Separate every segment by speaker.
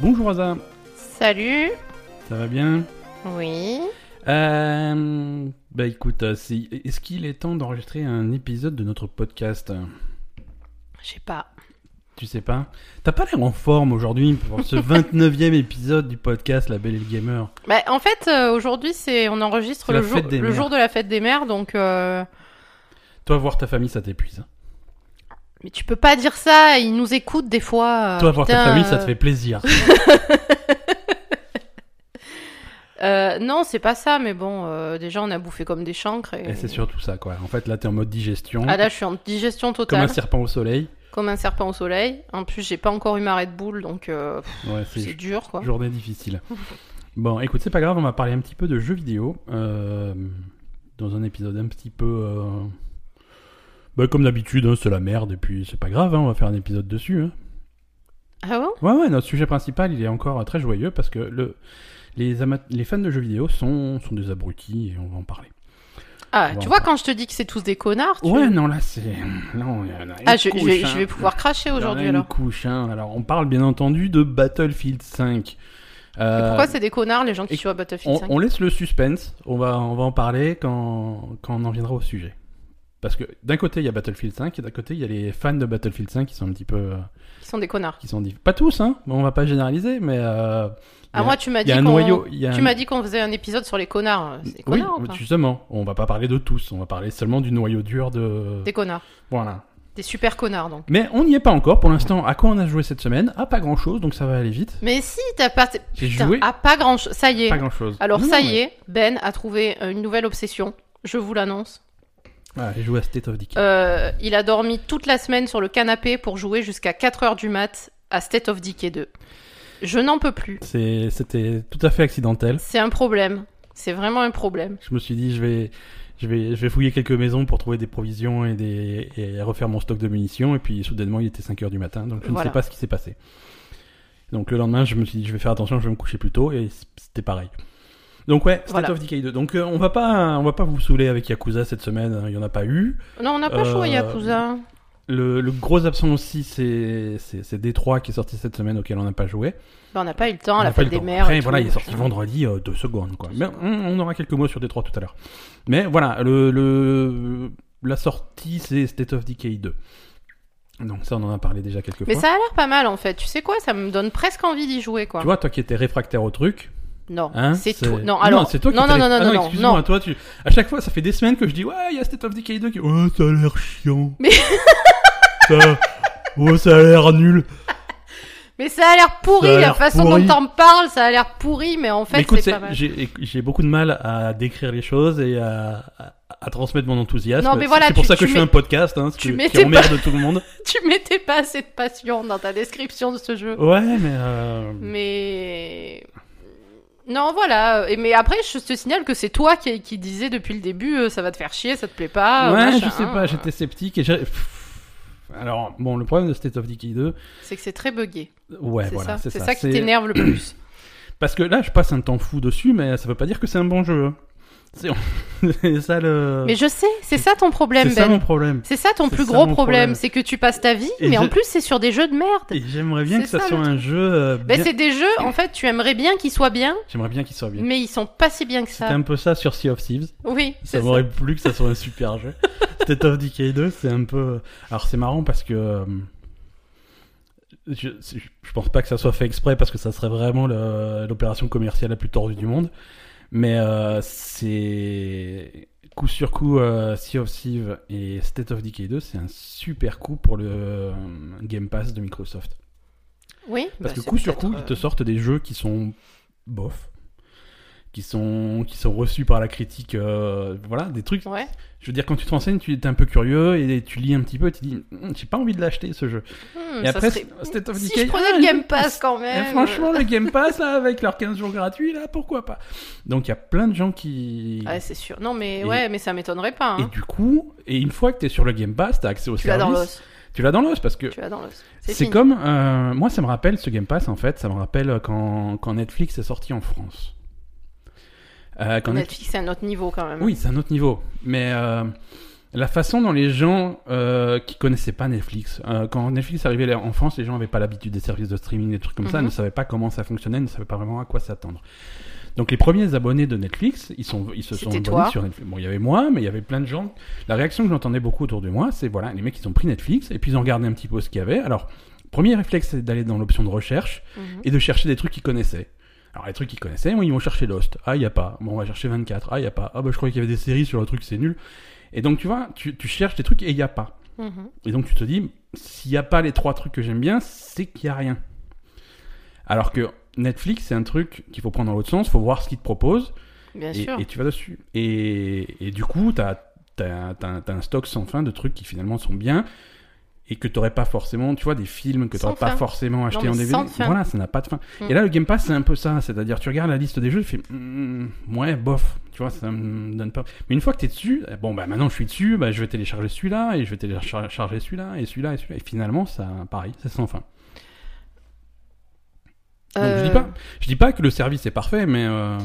Speaker 1: Bonjour Aza,
Speaker 2: Salut.
Speaker 1: ça va bien
Speaker 2: Oui.
Speaker 1: euh, Bah écoute, euh, si- est-ce qu'il est temps d'enregistrer un épisode de notre podcast
Speaker 2: Je sais pas.
Speaker 1: Tu sais pas T'as pas l'air en forme aujourd'hui pour ce 29e épisode du podcast La Belle et le Gamer.
Speaker 2: Bah, en fait, euh, aujourd'hui, c'est on enregistre
Speaker 1: C'est la
Speaker 2: le, jour,
Speaker 1: fête des
Speaker 2: le
Speaker 1: mères.
Speaker 2: jour de la fête des mères, donc. euh,
Speaker 1: Toi, voir ta famille, ça t'épuise.
Speaker 2: Mais tu peux pas dire ça. Ils nous écoutent des fois. euh,
Speaker 1: Toi, voir ta
Speaker 2: putain,
Speaker 1: famille,
Speaker 2: euh,
Speaker 1: ça te fait plaisir.
Speaker 2: euh, non, c'est pas ça, mais bon, euh, déjà, on a bouffé comme des chancres. Et...
Speaker 1: Et c'est surtout ça, quoi. En fait, là, t'es en mode digestion.
Speaker 2: Ah là, je suis en digestion
Speaker 1: comme
Speaker 2: totale,
Speaker 1: un serpent au soleil.
Speaker 2: serpent au soleil. En plus, j'ai pas encore eu ma Red Bull, donc euh, pff,
Speaker 1: Ouais, c'est
Speaker 2: c'est dur, quoi.
Speaker 1: Journée difficile. Bon, écoute, c'est pas grave, on va parler un petit peu de jeux vidéo euh, dans un épisode un petit peu. euh, bah, comme d'habitude, hein, c'est la merde, et puis c'est pas grave, hein, on va faire un épisode dessus. hein.
Speaker 2: Ah bon
Speaker 1: Ouais, ouais, notre sujet principal, il est encore euh, très joyeux parce que le, les, ama- les fans de jeux vidéo sont, sont des abrutis et on va en parler.
Speaker 2: Ah,
Speaker 1: Bon,
Speaker 2: tu vois,
Speaker 1: bah.
Speaker 2: quand je te dis que c'est tous des connards, tu...
Speaker 1: Ouais, non, là, c'est. Là, on en a une
Speaker 2: Ah, je, je
Speaker 1: couche,
Speaker 2: vais,
Speaker 1: hein.
Speaker 2: je vais pouvoir cracher
Speaker 1: On en a
Speaker 2: aujourd'hui,
Speaker 1: une
Speaker 2: alors.
Speaker 1: couche, hein. Alors, on parle bien entendu de Battlefield 5.
Speaker 2: Et
Speaker 1: Euh,
Speaker 2: pourquoi c'est des connards, les gens qui
Speaker 1: et-
Speaker 2: jouent à Battlefield
Speaker 1: On,
Speaker 2: 5
Speaker 1: on laisse le suspense, on va, on va en parler quand, quand on en viendra au sujet. Parce que d'un côté il y a Battlefield 5 et d'un côté il y a les fans de Battlefield 5 qui sont un petit peu. euh,
Speaker 2: Qui sont des connards.
Speaker 1: qui sont div- Pas tous, hein, bon, on va pas généraliser, mais. euh, il y
Speaker 2: Ah,
Speaker 1: a-
Speaker 2: moi, tu
Speaker 1: il
Speaker 2: m'as
Speaker 1: y
Speaker 2: dit
Speaker 1: a un
Speaker 2: qu'on-
Speaker 1: noyau. il y a
Speaker 2: Tu
Speaker 1: un-
Speaker 2: m'as dit qu'on faisait un épisode sur les connards. C'est des
Speaker 1: Oui,
Speaker 2: connards ou pas
Speaker 1: justement, on va pas parler de tous, on va parler seulement du noyau dur de.
Speaker 2: Des connards.
Speaker 1: Voilà.
Speaker 2: Des super connards, donc.
Speaker 1: Mais on n'y est pas encore pour l'instant. À quoi on a joué cette semaine À pas grand chose, donc ça va aller vite.
Speaker 2: Mais si, t'as pas...
Speaker 1: J'ai
Speaker 2: Putain,
Speaker 1: joué
Speaker 2: ah, pas grand... Ça y est.
Speaker 1: pas grand chose.
Speaker 2: Alors, ça y est, Ben a trouvé euh, une nouvelle obsession. Je vous l'annonce.
Speaker 1: J'ai joué à State of Decay.
Speaker 2: Euh, il a dormi toute la semaine sur le canapé pour jouer jusqu'à 4h du mat à State of Decay 2. Je n'en peux plus.
Speaker 1: C'est- C'était tout à fait accidentel.
Speaker 2: C'est un problème. C'est vraiment un problème.
Speaker 1: Je me suis dit, je vais, je vais, je vais fouiller quelques maisons pour trouver des provisions et, des, et refaire mon stock de munitions. Et puis soudainement, il était 5 heures du matin, donc je
Speaker 2: Voilà.
Speaker 1: ne sais pas ce qui s'est passé. Donc le lendemain, je me suis dit, je vais faire attention, je vais me coucher plus tôt, et c- c'était pareil. Donc ouais, State
Speaker 2: Voilà.
Speaker 1: of Decay 2. Donc euh, on va pas, on va pas vous saouler avec Yakuza cette semaine. hein, Il y en a pas eu.
Speaker 2: Non, on n'a pas
Speaker 1: Euh,
Speaker 2: joué à Yakuza.
Speaker 1: Le, le gros absent aussi, c'est c'est c'est Détroit qui est sorti cette semaine, auquel on n'a pas joué.
Speaker 2: Ben, on n'a pas eu le temps,
Speaker 1: On
Speaker 2: la
Speaker 1: n'a pas eu
Speaker 2: fête
Speaker 1: le
Speaker 2: des
Speaker 1: temps.
Speaker 2: mères.
Speaker 1: Après,
Speaker 2: et
Speaker 1: voilà,
Speaker 2: tout,
Speaker 1: il est sorti
Speaker 2: machin.
Speaker 1: vendredi, euh, deux secondes, quoi.
Speaker 2: Deux
Speaker 1: Mais on, on aura quelques mots sur Détroit tout à l'heure. Mais voilà, le, le- la sortie, c'est State of Decay 2. Donc ça, on en a parlé déjà quelques
Speaker 2: Mais
Speaker 1: fois.
Speaker 2: ça a l'air pas mal en fait. Tu sais quoi Ça me donne presque envie d'y jouer quoi.
Speaker 1: Tu vois, toi qui étais réfractaire au truc,
Speaker 2: non,
Speaker 1: hein,
Speaker 2: c'est tout. Non, alors.
Speaker 1: c'est toi qui
Speaker 2: non,
Speaker 1: étais
Speaker 2: non, non,
Speaker 1: réfra-
Speaker 2: non,
Speaker 1: Ah
Speaker 2: non, non,
Speaker 1: excuse-moi, toi, tu... à chaque fois, ça fait des semaines que je dis, ouais, il y a State of Decay 2 qui... Oh, ça a l'air chiant.
Speaker 2: Mais-
Speaker 1: Ça- Oh, ça a l'air nul.
Speaker 2: Mais ça a l'air pourri.
Speaker 1: Ça a
Speaker 2: la
Speaker 1: l'air
Speaker 2: façon
Speaker 1: pourri.
Speaker 2: dont t'en parles, ça a l'air pourri, mais en
Speaker 1: Mais
Speaker 2: fait,
Speaker 1: écoute,
Speaker 2: c'est
Speaker 1: c'est-
Speaker 2: pas mal.
Speaker 1: j'ai j'ai beaucoup de mal à décrire les choses et à, à- à transmettre mon enthousiasme.
Speaker 2: Non, mais
Speaker 1: C'est-
Speaker 2: voilà,
Speaker 1: c'est pour
Speaker 2: tu-
Speaker 1: ça que
Speaker 2: tu
Speaker 1: je fais
Speaker 2: mets-
Speaker 1: un podcast, hein, ce
Speaker 2: tu
Speaker 1: que-
Speaker 2: mets
Speaker 1: qui
Speaker 2: tes
Speaker 1: emmerde tout le monde.
Speaker 2: Tu mettais pas assez de passion dans ta description de ce jeu.
Speaker 1: Ouais, mais euh,
Speaker 2: Mais. Non, voilà. Et mais après, je te signale que c'est toi qui, qui disais depuis le début, euh, ça va te faire chier, ça te plaît pas. euh,
Speaker 1: ouais,
Speaker 2: machin,
Speaker 1: je sais
Speaker 2: hein.
Speaker 1: pas, j'étais sceptique et j'ai. Pfff. Alors bon, le problème de State of Decay 2,
Speaker 2: C'est que c'est très buggé.
Speaker 1: ouais,
Speaker 2: c'est
Speaker 1: voilà,
Speaker 2: ça.
Speaker 1: c'est
Speaker 2: C'est
Speaker 1: ça.
Speaker 2: ça qui
Speaker 1: C'est-
Speaker 2: t'énerve le plus.
Speaker 1: Parce que là, je passe un temps fou dessus, mais ça veut pas dire que c'est un bon jeu. hein. C'est c'est ça le.
Speaker 2: Mais je sais, c'est ça ton
Speaker 1: C'est
Speaker 2: problème,
Speaker 1: ça
Speaker 2: Ben.
Speaker 1: mon problème.
Speaker 2: C'est ça ton
Speaker 1: C'est
Speaker 2: plus
Speaker 1: ça
Speaker 2: gros
Speaker 1: mon
Speaker 2: problème,
Speaker 1: problème.
Speaker 2: c'est que tu passes ta vie,
Speaker 1: Et
Speaker 2: mais
Speaker 1: je-
Speaker 2: en plus c'est sur des jeux de merde.
Speaker 1: Et j'aimerais bien
Speaker 2: C'est
Speaker 1: que ça,
Speaker 2: ça,
Speaker 1: soit
Speaker 2: le
Speaker 1: un jeu. euh,
Speaker 2: Ben,
Speaker 1: bien-
Speaker 2: c'est des jeux, en fait, tu aimerais bien qu'ils soient bien,
Speaker 1: J'aimerais bien qu'il soit bien.
Speaker 2: mais ils sont pas si bien que
Speaker 1: C'était
Speaker 2: ça.
Speaker 1: un peu ça sur Sea of Thieves.
Speaker 2: Oui,
Speaker 1: Ça
Speaker 2: c'est ça.
Speaker 1: m'aurait plu que ça soit un super jeu. State of Decay 2, c'est un peu. euh, Alors c'est marrant parce que. euh, Je, je pense pas que ça soit fait exprès parce que ça serait vraiment le- l'opération commerciale la plus tordue du monde. Mais euh, c'est. Coup sur coup, euh, Sea of Thieves et State of Decay 2, c'est un super coup pour le euh, Game Pass de Microsoft.
Speaker 2: Oui,
Speaker 1: Parce
Speaker 2: bah,
Speaker 1: que
Speaker 2: c'est
Speaker 1: coup sur
Speaker 2: peut-être,
Speaker 1: coup, ils te
Speaker 2: euh,
Speaker 1: sortent des jeux qui sont bof, qui sont, qui sont reçus par la critique, euh, voilà, des trucs.
Speaker 2: Ouais.
Speaker 1: Je veux dire, quand tu te renseignes, tu es un peu curieux et tu lis un petit peu et tu dis, Hum, j'ai pas envie de l'acheter ce jeu. et
Speaker 2: Hmm, ça
Speaker 1: après,
Speaker 2: serait-
Speaker 1: State of
Speaker 2: si
Speaker 1: Decay,
Speaker 2: je prenais
Speaker 1: ah,
Speaker 2: le Game Pass quand
Speaker 1: eh,
Speaker 2: même.
Speaker 1: franchement, le Game Pass, là, avec leurs 15 jours gratuits, là, pourquoi pas Donc, il y a plein de gens qui.
Speaker 2: Ouais, c'est sûr. Non, mais
Speaker 1: Et-
Speaker 2: ouais, mais ça m'étonnerait pas.
Speaker 1: et
Speaker 2: hein.
Speaker 1: du coup, et une fois que tu es sur le Game Pass, tu as accès au
Speaker 2: Tu l'as
Speaker 1: service.
Speaker 2: dans l'os.
Speaker 1: Tu l'as dans l'os parce que
Speaker 2: Tu l'as dans l'os.
Speaker 1: C'est
Speaker 2: fini.
Speaker 1: comme. euh, moi, ça me rappelle ce Game Pass, en fait. Ça me rappelle quand, quand Netflix est sorti en France. Euh, quand Netflix-
Speaker 2: Netflix, c'est un autre niveau quand même.
Speaker 1: Oui, c'est un autre niveau. Mais euh, la façon dont les gens euh, qui connaissaient pas Netflix, euh, quand Netflix arrivait là- en France, les gens n'avaient pas l'habitude des services de streaming, des trucs comme ça,
Speaker 2: Mhm.
Speaker 1: ne savaient pas comment ça fonctionnait, ne savaient pas vraiment à quoi s'attendre. Donc les premiers abonnés de Netflix, ils, sont, ils se sont
Speaker 2: C'était
Speaker 1: abonnés
Speaker 2: toi.
Speaker 1: sur Netflix. Bon, il y avait moi, mais il y avait plein de gens. La réaction que j'entendais beaucoup autour de moi, c'est voilà, les mecs ils ont pris Netflix et puis ils ont regardé un petit peu ce qu'il y avait. Alors premier réflexe, c'est d'aller dans l'option de recherche
Speaker 2: Mhm.
Speaker 1: et de chercher des trucs qu'ils connaissaient. Alors les trucs qu'ils connaissaient, moi, ils vont chercher Lost. Ah, il y a pas. Bon, on va chercher 24. Ah, il y a pas. Ah bah je croyais qu'il y avait des séries sur le truc, c'est nul. Et donc tu vois, tu, tu cherches des trucs et il y a pas.
Speaker 2: Mhm.
Speaker 1: Et donc tu te dis s'il y a pas les trois trucs que j'aime bien, c'est qu'il y a rien. Alors que Netflix, c'est un truc qu'il faut prendre dans l'autre sens, faut voir ce qu'ils te proposent
Speaker 2: Bien
Speaker 1: et,
Speaker 2: sûr.
Speaker 1: et tu vas dessus. Et, et du coup, t'as as, un stock sans fin de trucs qui finalement sont bien et que t'aurais pas forcément, tu vois, des films que
Speaker 2: Sans
Speaker 1: t'aurais pas
Speaker 2: fin.
Speaker 1: forcément acheté
Speaker 2: mais
Speaker 1: en DVD.
Speaker 2: sans fin.
Speaker 1: Voilà, ça n'a pas de fin.
Speaker 2: Mm.
Speaker 1: Et là, le Game Pass, c'est un peu ça. C'est-à-dire, tu regardes la liste des jeux, tu fais, Hmm, ouais, bof, tu vois, ça me donne pas. Mais une fois que t'es dessus, eh, bon, bah maintenant je suis dessus, bah, je vais télécharger celui-là et je vais télécharger celui-là et celui-là et celui-là. Et finalement, ça, pareil, c'est sans fin. Donc, je dis
Speaker 2: Euh,
Speaker 1: pas, je dis pas que le service est parfait, mais euh,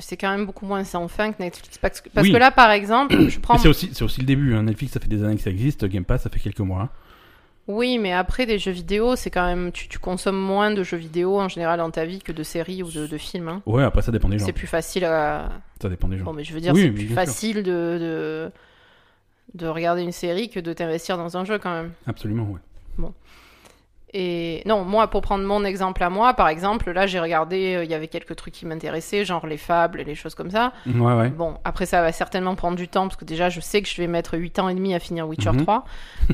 Speaker 2: C'est quand même beaucoup moins sans fin que Netflix. Parce que, parce
Speaker 1: Oui.
Speaker 2: que là, par exemple, je prends.
Speaker 1: mais c'est aussi, c'est aussi le début. hein. Netflix, ça fait des années que ça existe. Game Pass, ça fait quelques mois.
Speaker 2: Oui, mais après, des jeux vidéo, c'est quand même. Tu, tu consommes moins de jeux vidéo en général dans ta vie que de séries ou de, de films. hein.
Speaker 1: Ouais, après ça dépend des gens.
Speaker 2: C'est plus facile à.
Speaker 1: Ça dépend des gens.
Speaker 2: Bon, mais je veux dire,
Speaker 1: Oui,
Speaker 2: c'est
Speaker 1: oui,
Speaker 2: plus
Speaker 1: bien sûr.
Speaker 2: facile de, de, de regarder une série que de t'investir dans un jeu quand même.
Speaker 1: Absolument, ouais.
Speaker 2: Et non, moi, pour prendre mon exemple à moi, par exemple, là, j'ai regardé, euh, il y avait quelques trucs qui m'intéressaient, genre les fables et les choses comme ça.
Speaker 1: Ouais, ouais.
Speaker 2: Bon, après, ça va certainement prendre du temps, parce que déjà, je sais que je vais mettre 8 ans et demi à finir Witcher
Speaker 1: Mhm.
Speaker 2: 3.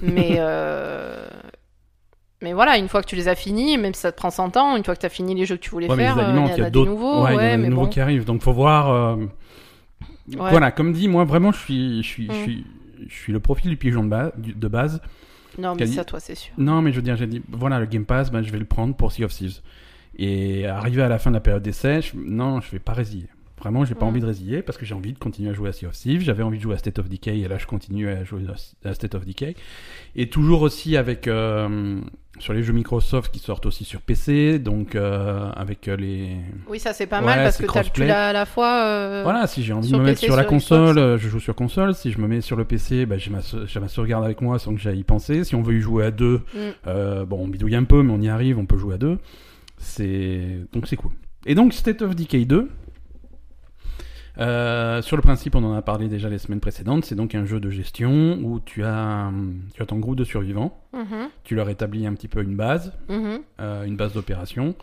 Speaker 2: Mais, euh, mais voilà, une fois que tu les as finis, même si ça te prend 100 ans, une fois que tu as fini les jeux que tu voulais
Speaker 1: Ouais, mais
Speaker 2: faire,
Speaker 1: ils
Speaker 2: euh,
Speaker 1: alimentent,
Speaker 2: il y en a des nouveaux.
Speaker 1: ouais, il y en a
Speaker 2: ouais,
Speaker 1: des
Speaker 2: mais
Speaker 1: nouveaux
Speaker 2: bon.
Speaker 1: qui arrivent. Donc faut voir. euh, Voilà, comme dit, moi vraiment, je suis, je suis, je
Speaker 2: Mm.
Speaker 1: suis, je suis le profil du pigeon de base. de base.
Speaker 2: Non, mais
Speaker 1: Quasi-
Speaker 2: ça, toi, c'est sûr.
Speaker 1: Non, mais je veux dire, j'ai dit, voilà, le Game Pass, ben, je vais le prendre pour Sea of Thieves. Et arrivé à la fin de la période d'essai, je- non, je vais pas résilier. Vraiment, j'ai pas
Speaker 2: Mm.
Speaker 1: envie de résilier parce que j'ai envie de continuer à jouer à Sea of Thieves. J'avais envie de jouer à State of Decay et là, je continue à jouer à State of Decay. Et toujours aussi avec euh, sur les jeux Microsoft qui sortent aussi sur PC, donc euh, avec euh, les
Speaker 2: Oui, ça, c'est pas
Speaker 1: Ouais,
Speaker 2: mal, parce
Speaker 1: c'est
Speaker 2: que t'as le- tu
Speaker 1: crossplay.
Speaker 2: l'as à la fois. euh,
Speaker 1: voilà, si j'ai envie de
Speaker 2: sur
Speaker 1: me mettre
Speaker 2: PC,
Speaker 1: sur la
Speaker 2: sur
Speaker 1: console,
Speaker 2: Xbox.
Speaker 1: euh, je joue sur console. Si je me mets sur le PC, bah, j'ai ma, sau- j'ai ma sauvegarde avec moi sans que j'aille y penser. Si on veut y jouer à deux,
Speaker 2: Mm.
Speaker 1: euh, bon, on bidouille un peu, mais on y arrive, on peut jouer à deux. C'est donc c'est cool. Et donc State of Decay 2. euh, sur le principe, on en a parlé déjà les semaines précédentes. C'est donc un jeu de gestion où tu as, hum, tu as ton groupe de survivants.
Speaker 2: mhm,
Speaker 1: Tu leur établis un petit peu une base
Speaker 2: mhm.
Speaker 1: euh, une base d'opération.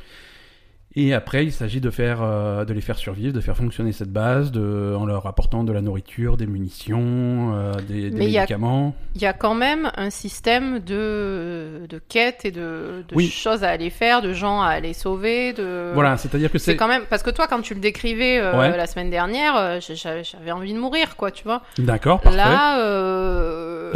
Speaker 1: Et après, il s'agit de, faire, euh, de les faire survivre, de faire fonctionner cette base, de, en leur apportant de la nourriture, des munitions, euh, des, des
Speaker 2: Mais il y a- Euh,
Speaker 1: médicaments.
Speaker 2: Il y a quand même un système de, de quêtes et de, de
Speaker 1: Oui.
Speaker 2: choses à aller faire, de gens à aller sauver, de...
Speaker 1: Voilà, c'est-à-dire que
Speaker 2: C'est
Speaker 1: c'est...
Speaker 2: quand même... Parce que toi, quand tu le décrivais euh,
Speaker 1: Ouais.
Speaker 2: la semaine dernière, euh, j'ai- j'avais j'avais envie de mourir, quoi, tu vois.
Speaker 1: D'accord, parfait.
Speaker 2: Là, euh,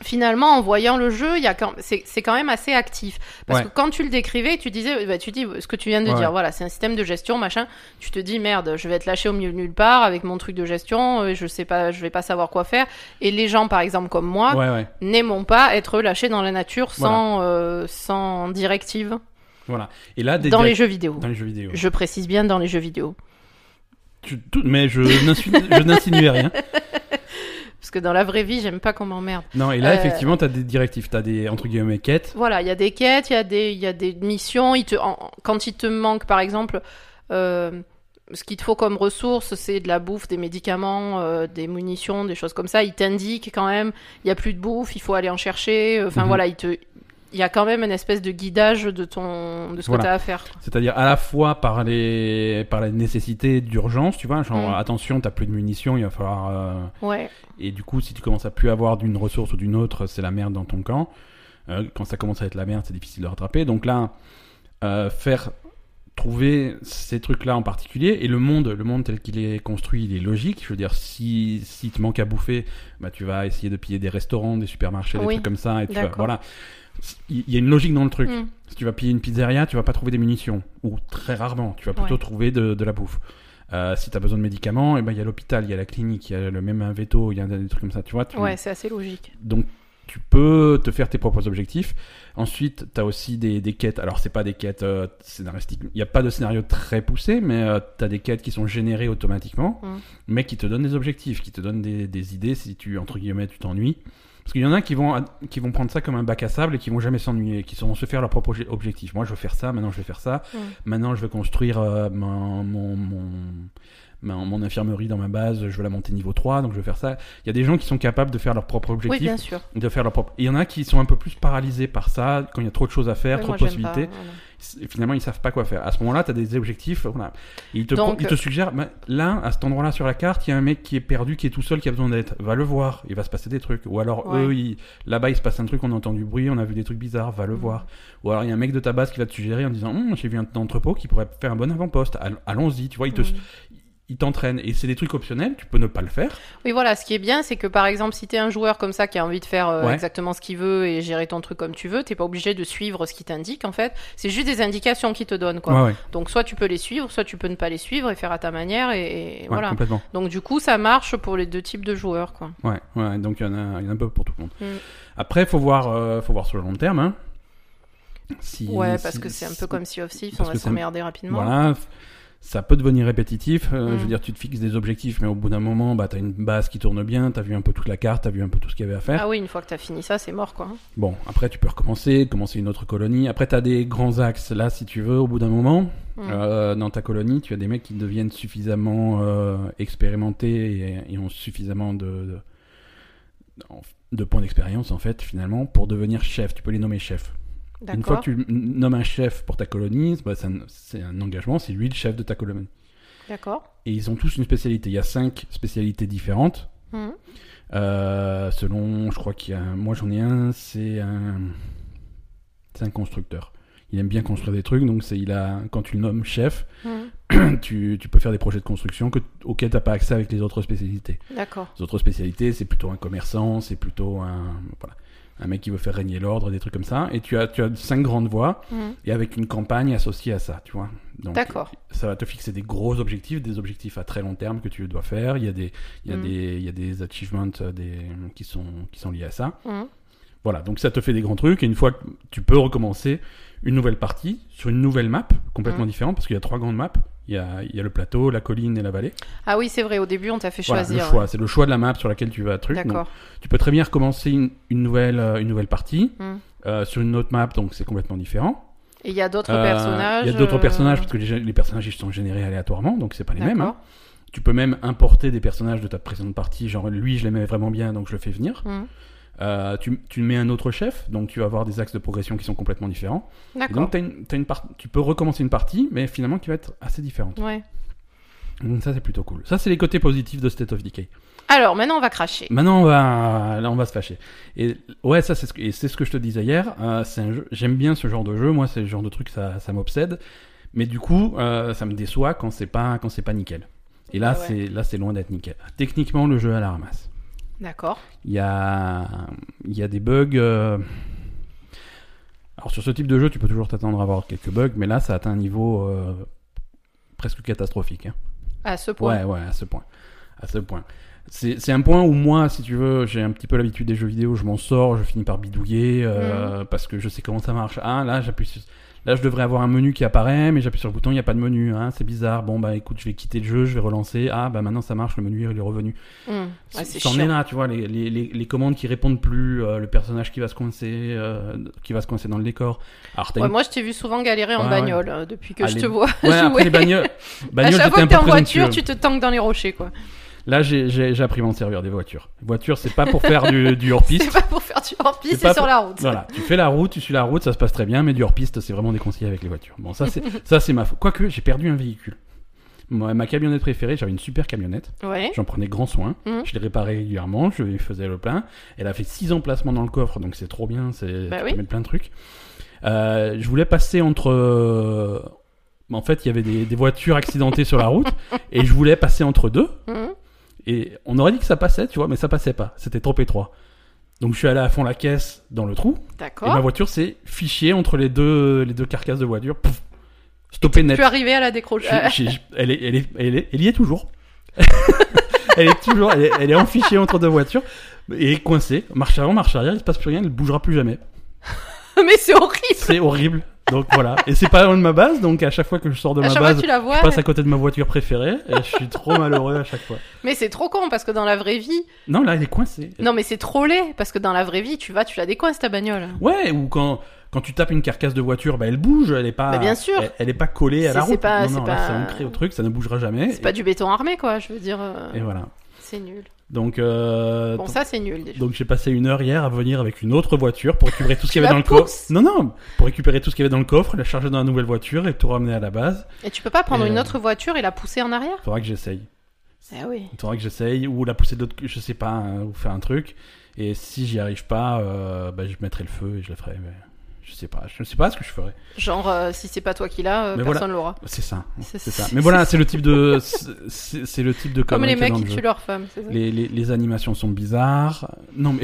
Speaker 2: finalement, en voyant le jeu, il y a quand... c'est c'est quand même assez actif. Parce
Speaker 1: Ouais.
Speaker 2: que quand tu le décrivais, tu disais, bah, tu dis ce que tu viens de
Speaker 1: Ouais.
Speaker 2: dire. Voilà, c'est un système de gestion, machin. Tu te dis merde, je vais être lâché au milieu de nulle part avec mon truc de gestion. euh, Je sais pas, je vais pas savoir quoi faire. Et les gens, par exemple, comme moi,
Speaker 1: Ouais, ouais.
Speaker 2: n'aimons pas être lâchés dans la nature sans euh, sans directive
Speaker 1: Voilà. Et là, des
Speaker 2: dans les
Speaker 1: direct-
Speaker 2: jeux vidéo.
Speaker 1: dans les jeux vidéo.
Speaker 2: Je précise bien dans les jeux vidéo,
Speaker 1: Tu- tout- Mais je n'insu- je n'insinuais rien.
Speaker 2: parce que dans la vraie vie, j'aime pas qu'on m'emmerde.
Speaker 1: Non, et là,
Speaker 2: Euh,
Speaker 1: effectivement, t'as des directives, t'as des, entre guillemets, quêtes.
Speaker 2: Voilà, il y a des quêtes, il y a des, il y a des missions. Il te, en- quand il te manque, par exemple, euh, ce qu'il te faut comme ressources, c'est de la bouffe, des médicaments, euh, des munitions, des choses comme ça. Il t'indique quand même, il y a plus de bouffe, il faut aller en chercher. Enfin
Speaker 1: Mhm.
Speaker 2: voilà, il te, il y a quand même une espèce de guidage de ton, de ce
Speaker 1: Voilà.
Speaker 2: que t'as à faire. quoi.
Speaker 1: C'est-à-dire à la fois par les, par la nécessité d'urgence, tu vois, genre
Speaker 2: Mm.
Speaker 1: attention, t'as plus de munitions, il va falloir euh,
Speaker 2: Ouais.
Speaker 1: Et du coup, si tu commences à plus avoir d'une ressource ou d'une autre, c'est la merde dans ton camp. Euh, quand ça commence à être la merde, c'est difficile de rattraper. Donc là, euh, faire trouver ces trucs-là en particulier et le monde, le monde tel qu'il est construit, il est logique. Je veux dire, si si te manque à bouffer, bah tu vas essayer de piller des restaurants, des supermarchés, des
Speaker 2: Oui,
Speaker 1: trucs comme ça. Et tu vas-
Speaker 2: d'accord.
Speaker 1: voilà, il il y a une logique dans le truc.
Speaker 2: Mm.
Speaker 1: Si tu vas piller une pizzeria, tu vas pas trouver des munitions. Ou très rarement, tu vas plutôt
Speaker 2: Ouais.
Speaker 1: trouver de, de la bouffe. Euh, si tu as besoin de médicaments, eh ben, il y a l'hôpital, il y a la clinique, il y a le même veto, il y a des trucs comme ça, tu vois. tu-
Speaker 2: Ouais, c'est assez logique.
Speaker 1: Donc tu peux te faire tes propres objectifs. Ensuite, tu as aussi des, des quêtes. Alors, c'est pas des quêtes euh, scénaristiques. Il n'y a pas de scénario très poussé, mais tu as des quêtes qui sont générées automatiquement,
Speaker 2: Mm.
Speaker 1: mais qui te donnent des objectifs, qui te donnent des, des idées si tu, entre guillemets, tu t'ennuies. Parce qu'il y en a qui vont, ad- qui vont prendre ça comme un bac à sable et qui vont jamais s'ennuyer, qui vont se faire leur propre objectif. Moi, je veux faire ça, maintenant je vais faire ça,
Speaker 2: Mm.
Speaker 1: maintenant je veux construire euh, mon, mon, mon, mon- mon infirmerie dans ma base, je veux la monter niveau 3, donc je veux faire ça. Il y a des gens qui sont capables de faire leur propre
Speaker 2: Oui,
Speaker 1: objectif
Speaker 2: bien sûr.
Speaker 1: de faire leur propre. Et il y en a qui sont un peu plus paralysés par ça, quand il y a trop de choses à faire,
Speaker 2: Oui,
Speaker 1: trop
Speaker 2: moi,
Speaker 1: de
Speaker 2: j'aime
Speaker 1: possibilités.
Speaker 2: pas, voilà.
Speaker 1: Et Finalement, ils savent pas quoi faire. À ce moment-là, tu as des objectifs. Voilà. Et ils, te
Speaker 2: Donc- euh,
Speaker 1: pro- ils te suggèrent, ben, là, à cet endroit-là sur la carte, il y a un mec qui est perdu, qui est tout seul, qui a besoin d'aide. Va le voir, il va se passer des trucs. Ou alors,
Speaker 2: Ouais.
Speaker 1: eux, ils- là-bas, il se passe un truc, on entend du bruit, on a vu des trucs bizarres, va le
Speaker 2: Mhm.
Speaker 1: voir. Ou alors, il y a un mec de ta base qui va te suggérer en disant, Hum, j'ai vu un entrepôt qui pourrait faire un bon avant-poste. All- Allons-y, tu vois, ils te-
Speaker 2: Mm.
Speaker 1: ils t'entraînent. Et c'est des trucs optionnels, tu peux ne pas le faire.
Speaker 2: Oui, voilà, ce qui est bien, c'est que par exemple, si t'es un joueur comme ça qui a envie de faire euh,
Speaker 1: Ouais.
Speaker 2: exactement ce qu'il veut et gérer ton truc comme tu veux, t'es pas obligé de suivre ce qui t'indique en fait. C'est juste des indications qui te donnent quoi.
Speaker 1: Ouais, ouais.
Speaker 2: Donc soit tu peux les suivre, soit tu peux ne pas les suivre et faire à ta manière et, et
Speaker 1: Ouais,
Speaker 2: voilà.
Speaker 1: complètement.
Speaker 2: Donc du coup, ça marche pour les deux types de joueurs quoi.
Speaker 1: Ouais, ouais, donc il y, en a il y en a un peu pour tout le monde.
Speaker 2: Mm.
Speaker 1: Après, faut voir, euh, faut voir sur le long terme. Hein. Si,
Speaker 2: Ouais,
Speaker 1: si-
Speaker 2: parce que c'est un peu
Speaker 1: si-
Speaker 2: comme Sea of Thieves, on
Speaker 1: parce
Speaker 2: va
Speaker 1: que ça-
Speaker 2: s'emmerder rapidement.
Speaker 1: Voilà, f- ça peut devenir répétitif. euh,
Speaker 2: Mm.
Speaker 1: Je veux dire, tu te fixes des objectifs, mais au bout d'un moment, bah, t'as une base qui tourne bien, t'as vu un peu toute la carte, t'as vu un peu tout ce qu'il y avait à faire.
Speaker 2: Ah oui, une fois que t'as fini ça, c'est mort quoi. Hein.
Speaker 1: Bon, après, tu peux recommencer, commencer une autre colonie. Après, t'as des grands axes. Là, si tu veux, au bout d'un moment,
Speaker 2: Mm.
Speaker 1: euh, dans ta colonie, tu as des mecs qui deviennent suffisamment euh, expérimentés et, et ont suffisamment de, de, de points d'expérience, en fait, finalement, pour devenir chef. Tu peux les nommer chef. Une fois
Speaker 2: D'accord.
Speaker 1: que tu nommes un chef pour ta colonie, bah, c'est un- c'est un engagement, c'est lui le chef de ta colonie.
Speaker 2: D'accord.
Speaker 1: Et ils ont tous une spécialité. Il y a cinq spécialités différentes.
Speaker 2: Mm.
Speaker 1: Euh, selon, je crois qu'il y a. un- Moi j'en ai un, c'est un. C'est un constructeur. Il aime bien construire des trucs, donc c'est il a quand tu le nommes chef,
Speaker 2: Mm.
Speaker 1: tu, tu peux faire des projets de construction que, auxquels t'as pas accès avec les autres spécialités.
Speaker 2: D'accord.
Speaker 1: Les autres spécialités, c'est plutôt un commerçant, c'est plutôt un voilà, un mec qui veut faire régner l'ordre, des trucs comme ça. Et tu as tu as cinq grandes voies
Speaker 2: Mm.
Speaker 1: et avec une campagne associée à ça, tu vois. Donc,
Speaker 2: D'accord.
Speaker 1: ça va te fixer des gros objectifs, des objectifs à très long terme que tu dois faire. Il y a des, il y a
Speaker 2: Mm.
Speaker 1: des, il y a des achievements euh, des, qui, sont, qui sont liés à ça.
Speaker 2: Mm.
Speaker 1: Voilà, donc ça te fait des grands trucs. Et une fois que tu peux recommencer une nouvelle partie sur une nouvelle map, complètement
Speaker 2: Mm.
Speaker 1: différente, parce qu'il y a trois grandes maps. Il y, a, il y a le plateau, la colline et la vallée.
Speaker 2: Ah oui, c'est vrai, au début, on t'a fait
Speaker 1: Voilà,
Speaker 2: choisir.
Speaker 1: le choix. C'est le choix de la map sur laquelle tu vas truc. Donc,
Speaker 2: D'accord.
Speaker 1: tu peux très bien recommencer une, une nouvelle, euh, une nouvelle partie
Speaker 2: Mm.
Speaker 1: euh, sur une autre map, donc c'est complètement différent.
Speaker 2: Et il y a d'autres
Speaker 1: Euh,
Speaker 2: personnages.
Speaker 1: Il y a d'autres
Speaker 2: euh,
Speaker 1: personnages parce que les, les personnages ils sont générés aléatoirement, donc c'est pas les mêmes.
Speaker 2: D'accord.
Speaker 1: hein. Tu peux même importer des personnages de ta précédente partie, genre lui je l'aimais vraiment bien, donc je le fais venir.
Speaker 2: Mm.
Speaker 1: Euh, tu, tu mets un autre chef, donc tu vas avoir des axes de progression qui sont complètement différents. Et
Speaker 2: D'accord.
Speaker 1: donc t'as une, t'as une part- tu peux recommencer une partie, mais finalement qui va être assez différente.
Speaker 2: Ouais.
Speaker 1: Donc ça c'est plutôt cool. Ça c'est les côtés positifs de State of Decay.
Speaker 2: Alors, maintenant, on va cracher.
Speaker 1: Maintenant on va, là on va se fâcher. Et ouais ça c'est ce que, et c'est ce que je te disais hier. euh, c'est un jeu- j'aime bien ce genre de jeu. Moi c'est le genre de truc ça, ça m'obsède. Mais du coup euh, ça me déçoit quand c'est pas quand c'est pas nickel. Et là
Speaker 2: Ah ouais.
Speaker 1: c'est là c'est loin d'être nickel. Techniquement le jeu à la ramasse.
Speaker 2: D'accord.
Speaker 1: Il y a, il y a des bugs. euh, Alors sur ce type de jeu, tu peux toujours t'attendre à avoir quelques bugs, mais là, ça atteint un niveau euh, presque catastrophique. hein.
Speaker 2: À ce point.
Speaker 1: Ouais, ouais, à ce point. À ce point. C'est c'est un point où moi, si tu veux, j'ai un petit peu l'habitude des jeux vidéo, je m'en sors, je finis par bidouiller, euh, parce que je sais comment ça marche. Ah, là, j'appuie sur- Là, je devrais avoir un menu qui apparaît, mais j'appuie sur le bouton, il n'y a pas de menu. hein, c'est bizarre. Bon, bah écoute, je vais quitter le jeu, je vais relancer. Ah, bah maintenant ça marche, le menu, il est revenu.
Speaker 2: Mm. Ouais, c'est
Speaker 1: C'en est
Speaker 2: chiant.
Speaker 1: là, tu vois, les, les, les, les commandes qui répondent plus, euh, le personnage qui va se coincer, euh, qui va se coincer dans le décor. Alors, t'as
Speaker 2: Ouais,
Speaker 1: une-
Speaker 2: moi, je t'ai vu souvent galérer en
Speaker 1: Ouais,
Speaker 2: bagnole euh, depuis que
Speaker 1: Ah,
Speaker 2: je
Speaker 1: les-
Speaker 2: te vois
Speaker 1: Ouais, après les
Speaker 2: jouer.
Speaker 1: bagnoles,
Speaker 2: à
Speaker 1: bagnoles
Speaker 2: chaque
Speaker 1: j'étais
Speaker 2: fois
Speaker 1: un
Speaker 2: que t'es
Speaker 1: peu
Speaker 2: en
Speaker 1: présomptueux.
Speaker 2: voiture, tu te tanques dans les rochers, quoi.
Speaker 1: Là, j'ai- j'ai j'ai appris à m'en servir des voitures. Les voitures, c'est pas pour faire du, du hors-piste.
Speaker 2: C'est pas pour faire du hors-piste,
Speaker 1: C'est pas
Speaker 2: c'est sur
Speaker 1: pour-
Speaker 2: la route.
Speaker 1: Voilà, tu fais la route, tu suis la route, ça se passe très bien, mais du hors-piste, c'est vraiment déconseillé avec les voitures. Bon, ça, c'est ça, c'est ma faute. Quoique, j'ai perdu un véhicule. Moi, ma camionnette préférée, j'avais une super camionnette.
Speaker 2: Ouais.
Speaker 1: J'en prenais grand soin.
Speaker 2: Mhm.
Speaker 1: Je les réparais régulièrement. Je lui faisais le plein. Elle a fait six emplacements dans le coffre, donc c'est trop bien. C'est
Speaker 2: Bah
Speaker 1: tu
Speaker 2: oui.
Speaker 1: peux mettre plein de trucs. Euh, je voulais passer entre. euh, En fait, il y avait des, des voitures accidentées sur la route et je voulais passer entre deux.
Speaker 2: Mm.
Speaker 1: Et on aurait dit que ça passait, tu vois, mais ça passait pas. C'était trop étroit. Donc je suis allé à fond la caisse dans le trou et ma
Speaker 2: D'accord.
Speaker 1: voiture s'est fichée entre les deux les deux carcasses de voiture. Pouf. Stoppé
Speaker 2: Tu
Speaker 1: net.
Speaker 2: es arrivé à la décrocher.
Speaker 1: J'ai- j'ai- elle, est, elle, est, elle, est- elle y est toujours. elle est toujours, elle est, elle est en fichier entre deux voitures et est coincée. Marche avant, marche arrière, il se passe plus rien, elle bougera plus jamais.
Speaker 2: Mais c'est horrible.
Speaker 1: C'est horrible. Donc voilà. Et c'est pas loin de ma base, donc à chaque fois que je sors de
Speaker 2: À
Speaker 1: ma
Speaker 2: chaque fois,
Speaker 1: base,
Speaker 2: tu la vois.
Speaker 1: je passe à côté de ma voiture préférée et je suis trop malheureux à chaque fois.
Speaker 2: Mais c'est trop con parce que dans la vraie vie.
Speaker 1: Non, là, elle est coincée.
Speaker 2: Non, mais c'est trop laid parce que dans la vraie vie, tu vas, tu la décoinces ta bagnole.
Speaker 1: Ouais, ou quand, quand tu tapes une carcasse de voiture, bah, elle bouge, elle est pas,
Speaker 2: Bah, bien sûr.
Speaker 1: Elle, elle est pas collée à
Speaker 2: C'est-
Speaker 1: la
Speaker 2: c'est
Speaker 1: route.
Speaker 2: pas-
Speaker 1: non,
Speaker 2: c'est
Speaker 1: non, là,
Speaker 2: pas-
Speaker 1: c'est ancré au truc, ça ne bougera jamais.
Speaker 2: C'est pas du béton armé, quoi. Je veux dire, euh,
Speaker 1: Et voilà.
Speaker 2: c'est nul.
Speaker 1: Donc, euh,
Speaker 2: Bon, ça, c'est nul déjà.
Speaker 1: donc j'ai passé une heure hier à venir avec une autre voiture pour récupérer tout ce qu'il y
Speaker 2: Tu
Speaker 1: avait dans
Speaker 2: la
Speaker 1: le coffre.
Speaker 2: pousses
Speaker 1: Non, non, pour récupérer tout ce qu'il y avait dans le coffre, la charger dans la nouvelle voiture et tout ramener à la base.
Speaker 2: Et tu peux pas prendre
Speaker 1: Et,
Speaker 2: une
Speaker 1: euh,
Speaker 2: autre voiture et la pousser en arrière
Speaker 1: Faudra que j'essaye.
Speaker 2: Ah oui.
Speaker 1: Il faudra que j'essaye ou la pousser d'autres, je sais pas, hein, ou faire un truc. Et si j'y arrive pas, euh, bah, je mettrai le feu et je le ferai. Mais je sais pas, je sais pas ce que je ferai.
Speaker 2: Genre, euh, si c'est pas toi qui l'as, euh,
Speaker 1: Mais
Speaker 2: personne l'aura.
Speaker 1: C'est ça. hein.
Speaker 2: C'est
Speaker 1: C'est ça. Mais voilà, c'est le type de, c'est c'est le type de
Speaker 2: Comme
Speaker 1: connerie
Speaker 2: les
Speaker 1: qu'il y a
Speaker 2: mecs
Speaker 1: dans
Speaker 2: qui
Speaker 1: le jeu.
Speaker 2: tuent leurs femmes. c'est ça.
Speaker 1: Les, les, les animations sont bizarres. Non mais,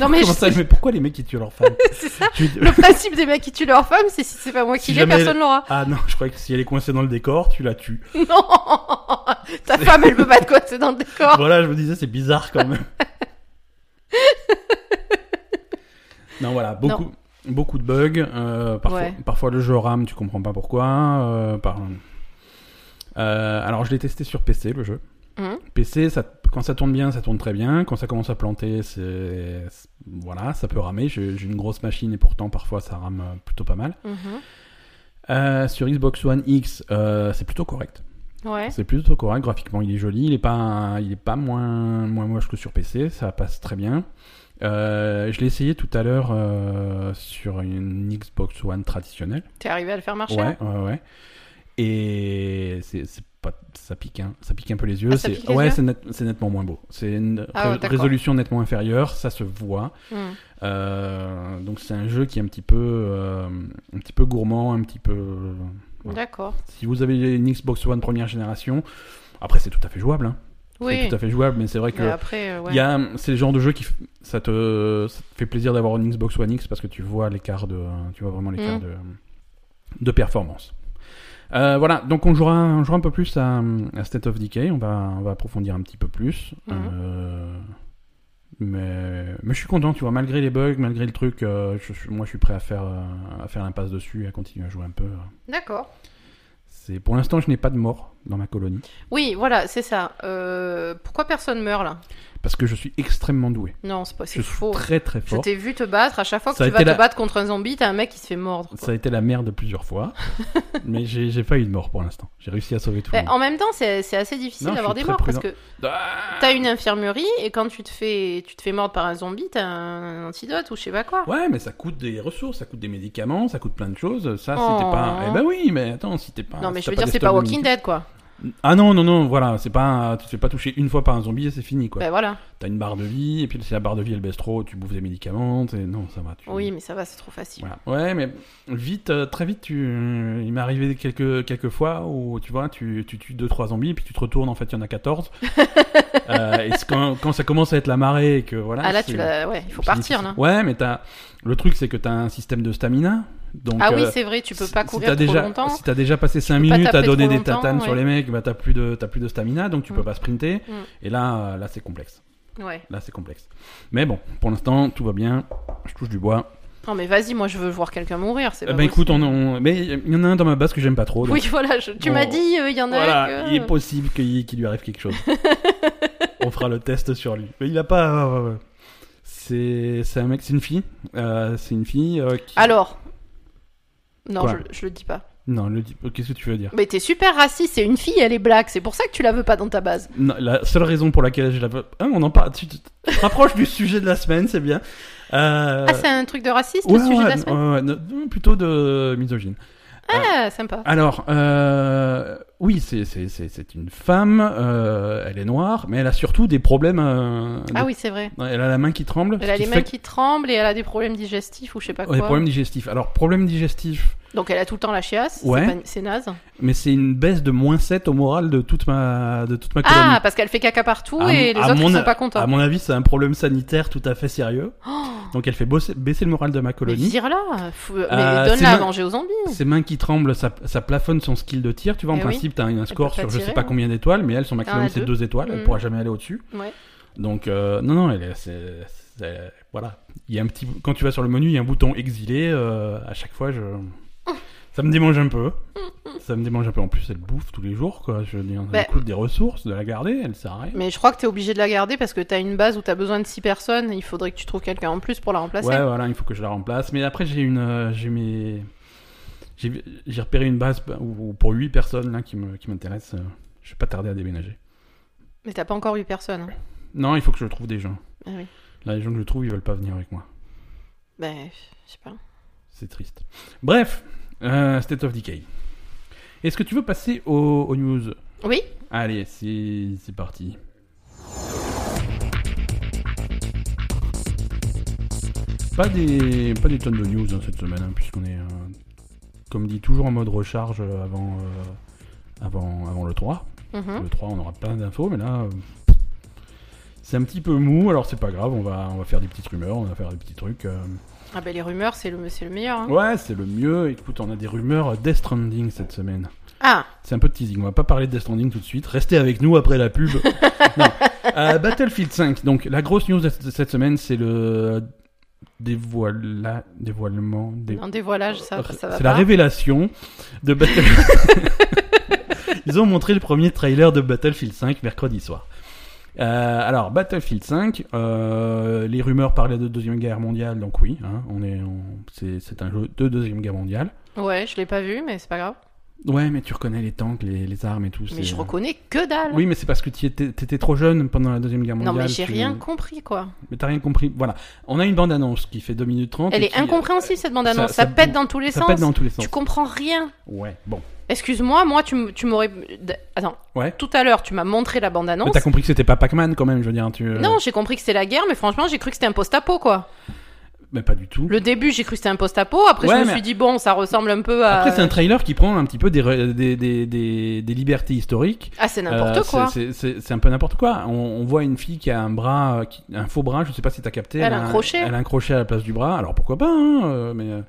Speaker 2: Non, mais
Speaker 1: comment
Speaker 2: je-
Speaker 1: ça, mais pourquoi les mecs qui tuent leurs femmes
Speaker 2: c'est ça.
Speaker 1: Tu-
Speaker 2: Le principe des mecs qui tuent leurs femmes, c'est si c'est pas moi
Speaker 1: Si
Speaker 2: qui l'ai,
Speaker 1: jamais-
Speaker 2: personne l'aura.
Speaker 1: Ah non, je croyais que si elle est coincée dans le décor, tu la tues.
Speaker 2: Non Ta femme, elle peut pas te coincer dans le décor.
Speaker 1: Voilà, je me disais, c'est bizarre quand même. non, voilà, beaucoup, beaucoup de bugs. euh, parfois,
Speaker 2: Ouais.
Speaker 1: parfois le jeu rame, tu comprends pas pourquoi. euh, par- Euh, alors, je l'ai testé sur PC, le jeu.
Speaker 2: Mhm.
Speaker 1: PC, ça, quand ça tourne bien, ça tourne très bien. Quand ça commence à planter, c'est. c'est- Voilà, ça peut ramer. J'ai j'ai une grosse machine et pourtant, parfois, ça rame euh, plutôt pas mal.
Speaker 2: Mhm.
Speaker 1: Euh, sur Xbox One X, euh, c'est plutôt correct.
Speaker 2: Ouais.
Speaker 1: C'est plutôt correct graphiquement, il est joli, il est pas, il est pas moins, moins moche que sur PC, ça passe très bien. Euh, je l'ai essayé tout à l'heure euh, sur une Xbox One traditionnelle.
Speaker 2: T'es arrivé à le faire marcher
Speaker 1: Ouais, ouais, ouais. Et c'est c'est pas, ça pique, hein. ça pique un peu les yeux.
Speaker 2: Ah, ça
Speaker 1: C'est-
Speaker 2: pique les
Speaker 1: ouais,
Speaker 2: yeux
Speaker 1: c'est net- c'est nettement moins beau. C'est une
Speaker 2: Ah ouais,
Speaker 1: ré-
Speaker 2: d'accord.
Speaker 1: résolution nettement inférieure, ça se voit.
Speaker 2: Hmm.
Speaker 1: Euh, donc c'est un jeu qui est un petit peu, euh, un petit peu gourmand, un petit peu. Ouais.
Speaker 2: D'accord.
Speaker 1: Si vous avez une Xbox One première génération, après c'est tout à fait jouable. hein. C'est
Speaker 2: Oui.
Speaker 1: tout à fait jouable, mais c'est vrai que
Speaker 2: Mais après, euh, ouais.
Speaker 1: il y a, c'est le genre de jeu qui f- ça te, ça te fait plaisir d'avoir une Xbox One X parce que tu vois l'écart de, tu vois vraiment l'écart
Speaker 2: Mm.
Speaker 1: de, de performance. Euh, voilà, donc on jouera, on jouera un peu plus à, à State of Decay, on va, on va approfondir un petit peu plus.
Speaker 2: Mhm.
Speaker 1: Euh, mais, mais je suis content, tu vois, malgré les bugs, malgré le truc, euh, je- je- moi je suis prêt à faire, euh, à faire l'impasse dessus et à continuer à jouer un peu.
Speaker 2: D'accord.
Speaker 1: C'est, pour l'instant, je n'ai pas de mort dans ma colonie
Speaker 2: Oui, voilà, c'est ça. Euh, pourquoi personne meurt là
Speaker 1: parce que je suis extrêmement doué.
Speaker 2: Non, c'est pas, c'est
Speaker 1: Je suis
Speaker 2: faux.
Speaker 1: très très
Speaker 2: Je
Speaker 1: fort.
Speaker 2: t'ai vu te battre. À chaque fois que
Speaker 1: Ça a
Speaker 2: tu vas
Speaker 1: été
Speaker 2: te
Speaker 1: la-
Speaker 2: battre contre un zombie, t'as un mec qui se fait mordre.
Speaker 1: Ça a été la merde plusieurs fois, mais j'ai j'ai pas eu de mort pour l'instant. J'ai réussi à sauver tout le
Speaker 2: Ben,
Speaker 1: monde.
Speaker 2: en même temps, c'est c'est assez difficile
Speaker 1: Non, je
Speaker 2: d'avoir
Speaker 1: suis
Speaker 2: des
Speaker 1: très
Speaker 2: morts parce
Speaker 1: prudent.
Speaker 2: que Ah t'as une infirmerie et quand tu te fais, tu te fais mordre par un zombie, t'as un antidote ou je sais pas quoi.
Speaker 1: Ouais, mais ça coûte des ressources, ça coûte des médicaments, ça coûte plein de choses. Ça, si
Speaker 2: Oh.
Speaker 1: t'es pas. Eh ben oui, mais attends, si t'es pas.
Speaker 2: non, mais
Speaker 1: si
Speaker 2: je veux
Speaker 1: t'as
Speaker 2: dire,
Speaker 1: des
Speaker 2: c'est pas
Speaker 1: stocks de
Speaker 2: Walking Dead quoi.
Speaker 1: médicaments- Ah non, non, non, voilà, c'est pas. Tu te fais pas toucher une fois par un zombie et c'est fini, quoi.
Speaker 2: Ben voilà.
Speaker 1: T'as une barre de vie, et puis si la barre de vie elle baisse trop, tu bouffes des médicaments, et non, ça va. Tu...
Speaker 2: Oui, mais ça va, c'est trop facile.
Speaker 1: Voilà. Ouais, mais vite, euh, très vite, tu... euh, il m'est arrivé quelques, quelques fois où tu vois, tu, tu tues 2-3 zombies, puis tu te retournes, en fait, il y en a 14. Euh, et c'est quand, quand ça commence à être la marée et que voilà.
Speaker 2: ah là,
Speaker 1: c'est-
Speaker 2: tu l'as. Ouais, il faut
Speaker 1: c'est
Speaker 2: partir
Speaker 1: difficile.
Speaker 2: là.
Speaker 1: Ouais, mais t'as... le truc, c'est que t'as un système de stamina. Donc,
Speaker 2: ah oui,
Speaker 1: euh,
Speaker 2: c'est vrai, tu peux
Speaker 1: si-
Speaker 2: pas
Speaker 1: si
Speaker 2: courir
Speaker 1: t'as
Speaker 2: trop
Speaker 1: déjà,
Speaker 2: longtemps.
Speaker 1: Si t'as déjà passé 5
Speaker 2: pas
Speaker 1: minutes à
Speaker 2: taper
Speaker 1: donner
Speaker 2: trop
Speaker 1: des tatanes
Speaker 2: longtemps,
Speaker 1: sur
Speaker 2: ouais.
Speaker 1: les mecs, bah, t'as, plus de, t'as plus de stamina, donc tu
Speaker 2: Mm.
Speaker 1: peux pas sprinter.
Speaker 2: Mm.
Speaker 1: Et là, euh, là, c'est complexe.
Speaker 2: Ouais.
Speaker 1: Là, c'est complexe. Mais bon, pour l'instant, tout va bien. Je touche du bois.
Speaker 2: Non, mais vas-y, moi je veux voir quelqu'un mourir.
Speaker 1: Eh
Speaker 2: C'est pas
Speaker 1: ben écoute,
Speaker 2: possible.
Speaker 1: on, on- mais il y en a un dans ma base que j'aime pas trop. donc
Speaker 2: Oui, voilà, je- tu
Speaker 1: on-
Speaker 2: m'as dit, euh, il y en a
Speaker 1: voilà,
Speaker 2: un que-
Speaker 1: il est possible qu'il qu'il lui arrive quelque chose. on fera le test sur lui. Mais il a pas. euh, c'est c'est un mec, c'est une fille. Euh, c'est une fille euh, qui.
Speaker 2: Alors. Non,
Speaker 1: Quoi
Speaker 2: je, je le dis pas.
Speaker 1: Non, le- qu'est-ce que tu veux dire
Speaker 2: Mais t'es super raciste, c'est une fille, elle est black, c'est pour ça que tu la veux pas dans ta base.
Speaker 1: Non, La seule raison pour laquelle je la veux. Hein, on en parle. Tu tu- tu te rapproches du sujet de la semaine, c'est bien. Euh,
Speaker 2: Ah, c'est un truc de raciste,
Speaker 1: ouais,
Speaker 2: le sujet de la
Speaker 1: ouais,
Speaker 2: semaine
Speaker 1: ouais, ouais, non, plutôt de misogyne.
Speaker 2: Ah, sympa.
Speaker 1: Alors, euh, oui, c'est- c'est c'est- c'est une femme, euh, elle est noire, mais elle a surtout des problèmes. euh,
Speaker 2: Ah
Speaker 1: de-
Speaker 2: oui, c'est vrai.
Speaker 1: Elle a la main qui tremble.
Speaker 2: Elle
Speaker 1: ce
Speaker 2: a
Speaker 1: qui
Speaker 2: les
Speaker 1: fait
Speaker 2: mains qui tremblent et elle a des problèmes digestifs ou je sais pas
Speaker 1: Ouais,
Speaker 2: quoi.
Speaker 1: problème digestif. Alors, problème digestif,
Speaker 2: Donc elle a tout le temps la chiasse. c'est
Speaker 1: Ouais.
Speaker 2: pas- C'est naze.
Speaker 1: Mais c'est une baisse de moins 7 au moral de toute ma, de toute ma colonie.
Speaker 2: Ah, parce qu'elle fait caca partout
Speaker 1: À-
Speaker 2: et les
Speaker 1: à
Speaker 2: autres
Speaker 1: mon-
Speaker 2: ils sont pas
Speaker 1: À
Speaker 2: contents.
Speaker 1: mon avis, c'est un problème sanitaire tout à fait sérieux.
Speaker 2: Oh,
Speaker 1: Donc elle fait bosser- baisser le moral de ma
Speaker 2: mais
Speaker 1: colonie.
Speaker 2: vire-la. Fou- Mais
Speaker 1: Euh, c'est
Speaker 2: donne-la à
Speaker 1: ma-
Speaker 2: manger aux zombies.
Speaker 1: Ses mains qui tremblent, ça, ça plafonne son skill de tir. Tu vois, en
Speaker 2: Eh oui.
Speaker 1: principe, t'as un score
Speaker 2: peut pas
Speaker 1: sur je
Speaker 2: tirer,
Speaker 1: sais pas
Speaker 2: hein.
Speaker 1: combien d'étoiles, mais elle, son
Speaker 2: Un
Speaker 1: maximum,
Speaker 2: à
Speaker 1: c'est
Speaker 2: deux.
Speaker 1: deux étoiles. Elle
Speaker 2: Mhm.
Speaker 1: pourra jamais aller au-dessus.
Speaker 2: Ouais.
Speaker 1: Donc, euh, non, non, elle est, c'est- c'est- voilà. Il y a un petit, quand tu vas sur le menu, il y a un bouton exilé. euh, à chaque fois, je, ça me démange un peu. Ça me démange un peu. En plus, elle bouffe tous les jours, quoi. Je veux dire, ça
Speaker 2: Bah.
Speaker 1: coûte des ressources de la garder. Elle sert à rien.
Speaker 2: Mais je crois que t'es obligé de la garder parce que t'as une base où t'as besoin de 6 personnes. Il faudrait que tu trouves quelqu'un en plus pour la remplacer.
Speaker 1: Ouais, voilà, il faut que je la remplace. Mais après, j'ai une, euh, j'ai mes, j'ai j'ai repéré une base où- où pour 8 personnes là qui me, qui m'intéresse. euh, Je vais pas tarder à déménager.
Speaker 2: Mais t'as pas encore 8 personnes. hein.
Speaker 1: Non, il faut que je trouve des gens.
Speaker 2: Ah oui.
Speaker 1: Là, les gens que je trouve, ils veulent pas venir avec moi.
Speaker 2: Ben, je sais pas.
Speaker 1: C'est triste. Bref, euh, State of Decay. Est-ce que tu veux passer aux, aux news
Speaker 2: Oui
Speaker 1: Allez, c'est c'est parti. Pas des, pas des tonnes de news hein, cette semaine, hein, puisqu'on est, euh, comme dit, toujours en mode recharge euh, avant, euh, avant, avant le 3.
Speaker 2: Mhm.
Speaker 1: Le 3, on aura plein d'infos, mais là, euh, c'est un petit peu mou, alors c'est pas grave, on va, on va faire des petites rumeurs, on va faire des petits trucs. euh,
Speaker 2: Ah ben les rumeurs, c'est le, c'est le meilleur. hein.
Speaker 1: Ouais, c'est le mieux. Écoute, on a des rumeurs Death Stranding cette semaine.
Speaker 2: Ah,
Speaker 1: C'est un peu de teasing. On va pas parler de Death Stranding tout de suite. Restez avec nous après la pub. non. Euh, Battlefield 5. Donc, la grosse news de cette semaine, c'est le dévoila... dévoilement. dé-
Speaker 2: non, dévoilage, ça, ça va
Speaker 1: c'est la
Speaker 2: pas.
Speaker 1: révélation de Battlefield. Ils ont montré le premier trailer de Battlefield 5 mercredi soir. Euh, alors Battlefield 5, euh, les rumeurs parlaient de deuxième guerre mondiale, donc oui, hein, on est, on- c'est, c'est un jeu de deuxième guerre mondiale.
Speaker 2: Ouais, je l'ai pas vu, mais c'est pas grave.
Speaker 1: Ouais, mais tu reconnais les tanks, les, les armes et tout. c'est- euh,
Speaker 2: Mais je reconnais que dalle.
Speaker 1: Oui, mais c'est parce que tu étais, t'étais trop jeune pendant la deuxième guerre
Speaker 2: non,
Speaker 1: mondiale.
Speaker 2: mais j'ai
Speaker 1: tu-
Speaker 2: rien compris, quoi.
Speaker 1: Mais t'as rien compris. Voilà, on a une bande annonce qui fait 2 minutes 30
Speaker 2: Elle
Speaker 1: et
Speaker 2: est
Speaker 1: qui-
Speaker 2: incompréhensible, cette bande-annonce.
Speaker 1: ça-
Speaker 2: Ça,
Speaker 1: ça
Speaker 2: pète
Speaker 1: bou-
Speaker 2: dans tous les
Speaker 1: Ça
Speaker 2: sens.
Speaker 1: pète dans tous les sens.
Speaker 2: Tu comprends rien.
Speaker 1: Ouais, bon.
Speaker 2: Excuse-moi, moi, tu m- tu m'aurais... d- Attends,
Speaker 1: Ouais.
Speaker 2: tout à l'heure, tu m'as montré la
Speaker 1: Mais
Speaker 2: bande-annonce.
Speaker 1: t'as compris que c'était pas Pac-Man quand même, je veux dire. hein, Tu... euh,
Speaker 2: Non, j'ai compris que c'était la guerre, mais franchement, j'ai cru que c'était un post-apo, quoi.
Speaker 1: Mais pas du tout.
Speaker 2: Le début, j'ai cru que c'était un post-apo. Après,
Speaker 1: Ouais,
Speaker 2: je me
Speaker 1: mais-
Speaker 2: suis dit, bon, ça ressemble un peu à...
Speaker 1: Après, c'est un trailer qui prend un petit peu des, re- des, des, des, des libertés historiques.
Speaker 2: Ah, c'est n'importe
Speaker 1: Euh,
Speaker 2: quoi.
Speaker 1: c'est- C'est c'est- c'est un peu n'importe quoi. On, on voit une fille qui a un bras, euh, qui- un faux bras, je sais pas si t'as capté.
Speaker 2: Elle a un crochet.
Speaker 1: Elle a un crochet à la place du bras. Alors pourquoi pas, hein, euh, mais. euh,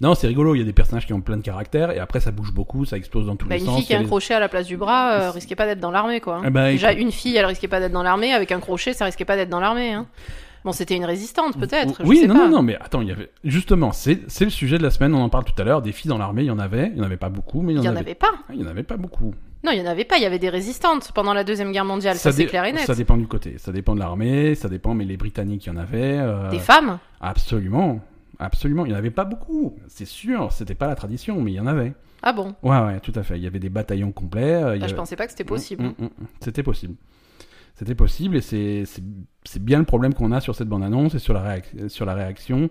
Speaker 1: Non, c'est rigolo, il y a des personnages qui ont plein de caractères et après ça bouge beaucoup, ça explose dans tous
Speaker 2: Bah,
Speaker 1: les
Speaker 2: une
Speaker 1: sens.
Speaker 2: fille qui a
Speaker 1: il y
Speaker 2: un
Speaker 1: a
Speaker 2: crochet à la place du bras euh, risquait pas d'être dans l'armée, quoi. hein.
Speaker 1: Ah bah,
Speaker 2: Déjà,
Speaker 1: écoute.
Speaker 2: une fille, elle risquait pas d'être dans l'armée. Avec un crochet, ça risquait pas d'être dans l'armée. hein. Bon, c'était une résistante, peut-être. je
Speaker 1: Oui,
Speaker 2: sais
Speaker 1: non,
Speaker 2: pas.
Speaker 1: non, non, mais attends, il y avait. Justement, c'est c'est le sujet de la semaine, on en parle tout à l'heure. Des filles dans l'armée, il y en avait, il y en avait pas beaucoup, mais il y
Speaker 2: Il
Speaker 1: en,
Speaker 2: y en
Speaker 1: avait.
Speaker 2: avait pas.
Speaker 1: Ah, Il y en avait pas beaucoup.
Speaker 2: Non, il y en avait pas. Il y avait des résistantes pendant la Deuxième Guerre mondiale. Ça, c'est
Speaker 1: dé-
Speaker 2: clair et net.
Speaker 1: ça dépend du côté, ça dépend de l'armée, ça dépend, mais les Britanniques, il y en avait. euh,
Speaker 2: Des femmes
Speaker 1: Absolument, absolument. Il n'y en avait pas beaucoup, c'est sûr. C'était pas la tradition, mais il y en avait.
Speaker 2: Ah bon
Speaker 1: Ouais, ouais, tout à fait. Il y avait des bataillons complets. euh, il y
Speaker 2: Bah, Je
Speaker 1: avait-
Speaker 2: pensais pas que c'était possible.
Speaker 1: Mm, mm, mm, mm. C'était possible. C'était possible et c'est- c'est c'est bien le problème qu'on a sur cette bande-annonce et sur la, réac- sur la réaction.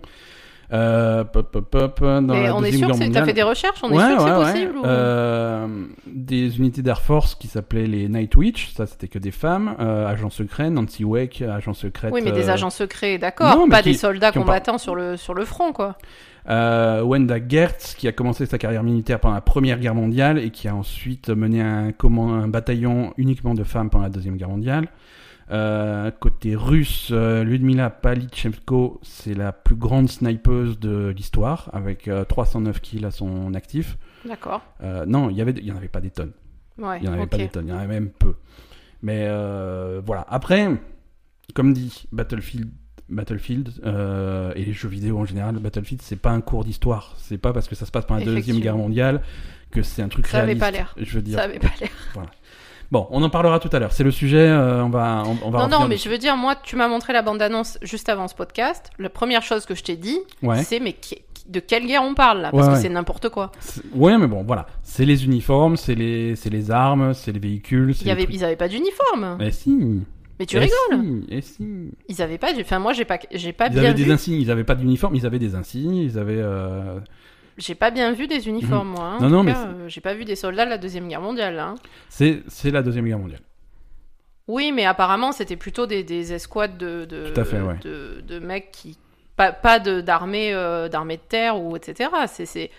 Speaker 1: Euh, pop, pop, pop, dans
Speaker 2: Mais
Speaker 1: la
Speaker 2: on est
Speaker 1: Deuxième
Speaker 2: sûr
Speaker 1: Guerre
Speaker 2: que c'est- t'as
Speaker 1: mondiale.
Speaker 2: fait des recherches On
Speaker 1: Ouais,
Speaker 2: est sûr que
Speaker 1: ouais,
Speaker 2: c'est
Speaker 1: ouais.
Speaker 2: possible ou-
Speaker 1: Euh, Des unités d'Air Force qui s'appelaient les Night Witch, ça c'était que des femmes, euh, agents secrets, Nancy Wake, agent secrète.
Speaker 2: Oui, mais des
Speaker 1: euh,
Speaker 2: agents secrets, d'accord.
Speaker 1: non, mais
Speaker 2: Pas
Speaker 1: qui-
Speaker 2: des soldats
Speaker 1: qui ont pas-
Speaker 2: combattants sur, le, sur le front, quoi.
Speaker 1: Euh, Wenda Gertz, qui a commencé sa carrière militaire pendant la Première Guerre mondiale et qui a ensuite mené un, comment, un bataillon uniquement de femmes pendant la Deuxième Guerre mondiale. Euh, côté russe, euh, Ludmila Palitchenko, c'est la plus grande snipeuse de l'histoire, avec euh, 309 kills à son actif.
Speaker 2: D'accord.
Speaker 1: Euh, non, il y avait- il y en avait pas des tonnes.
Speaker 2: Ouais,
Speaker 1: Il n'y en avait
Speaker 2: ok.
Speaker 1: pas des tonnes, il y en avait même peu. Mais euh, voilà. Après, comme dit Battlefield, Battlefield euh, et les jeux vidéo en général, Battlefield, c'est pas un cours d'histoire. C'est pas parce que ça se passe pendant la deuxième
Speaker 2: Effectivement.
Speaker 1: guerre mondiale que c'est un truc
Speaker 2: Ça avait
Speaker 1: réaliste.
Speaker 2: pas l'air.
Speaker 1: Je veux dire.
Speaker 2: Ça avait pas l'air.
Speaker 1: Bon, on en parlera tout à l'heure. C'est le sujet. euh, on va, on, on va.
Speaker 2: Non,
Speaker 1: revenir
Speaker 2: non, mais
Speaker 1: dessus.
Speaker 2: je veux dire, moi, tu m'as montré la bande-annonce juste avant ce podcast. La première chose que je t'ai dit,
Speaker 1: Ouais.
Speaker 2: c'est mais qui- qui- de quelle guerre on parle là Parce
Speaker 1: Ouais,
Speaker 2: que
Speaker 1: ouais.
Speaker 2: c'est n'importe quoi.
Speaker 1: C'est- Ouais, mais bon, voilà. C'est les uniformes, c'est les, c'est les armes, c'est les véhicules. c'est
Speaker 2: Il y
Speaker 1: les
Speaker 2: avait,
Speaker 1: trucs.
Speaker 2: ils avaient pas d'uniforme.
Speaker 1: Eh si.
Speaker 2: Mais tu
Speaker 1: eh
Speaker 2: rigoles
Speaker 1: si, Eh si.
Speaker 2: Ils avaient pas. du- Enfin, moi, j'ai pas, j'ai pas
Speaker 1: Ils
Speaker 2: bien
Speaker 1: avaient des
Speaker 2: vu.
Speaker 1: insignes. Ils avaient pas d'uniforme. Ils avaient des insignes. Ils avaient. euh,
Speaker 2: J'ai pas bien vu des uniformes, moi. hein.
Speaker 1: Mhm. Non,
Speaker 2: En
Speaker 1: non,
Speaker 2: tout
Speaker 1: mais
Speaker 2: cas, euh, j'ai pas vu des soldats de la deuxième guerre mondiale. hein.
Speaker 1: C'est c'est la Deuxième Guerre mondiale.
Speaker 2: Oui, mais apparemment, c'était plutôt des, des escouades de, de,
Speaker 1: Tout à fait, ouais.
Speaker 2: de, de mecs qui. Pas, pas de- d'armée euh, d'armée de terre ou etc. C'est- C'est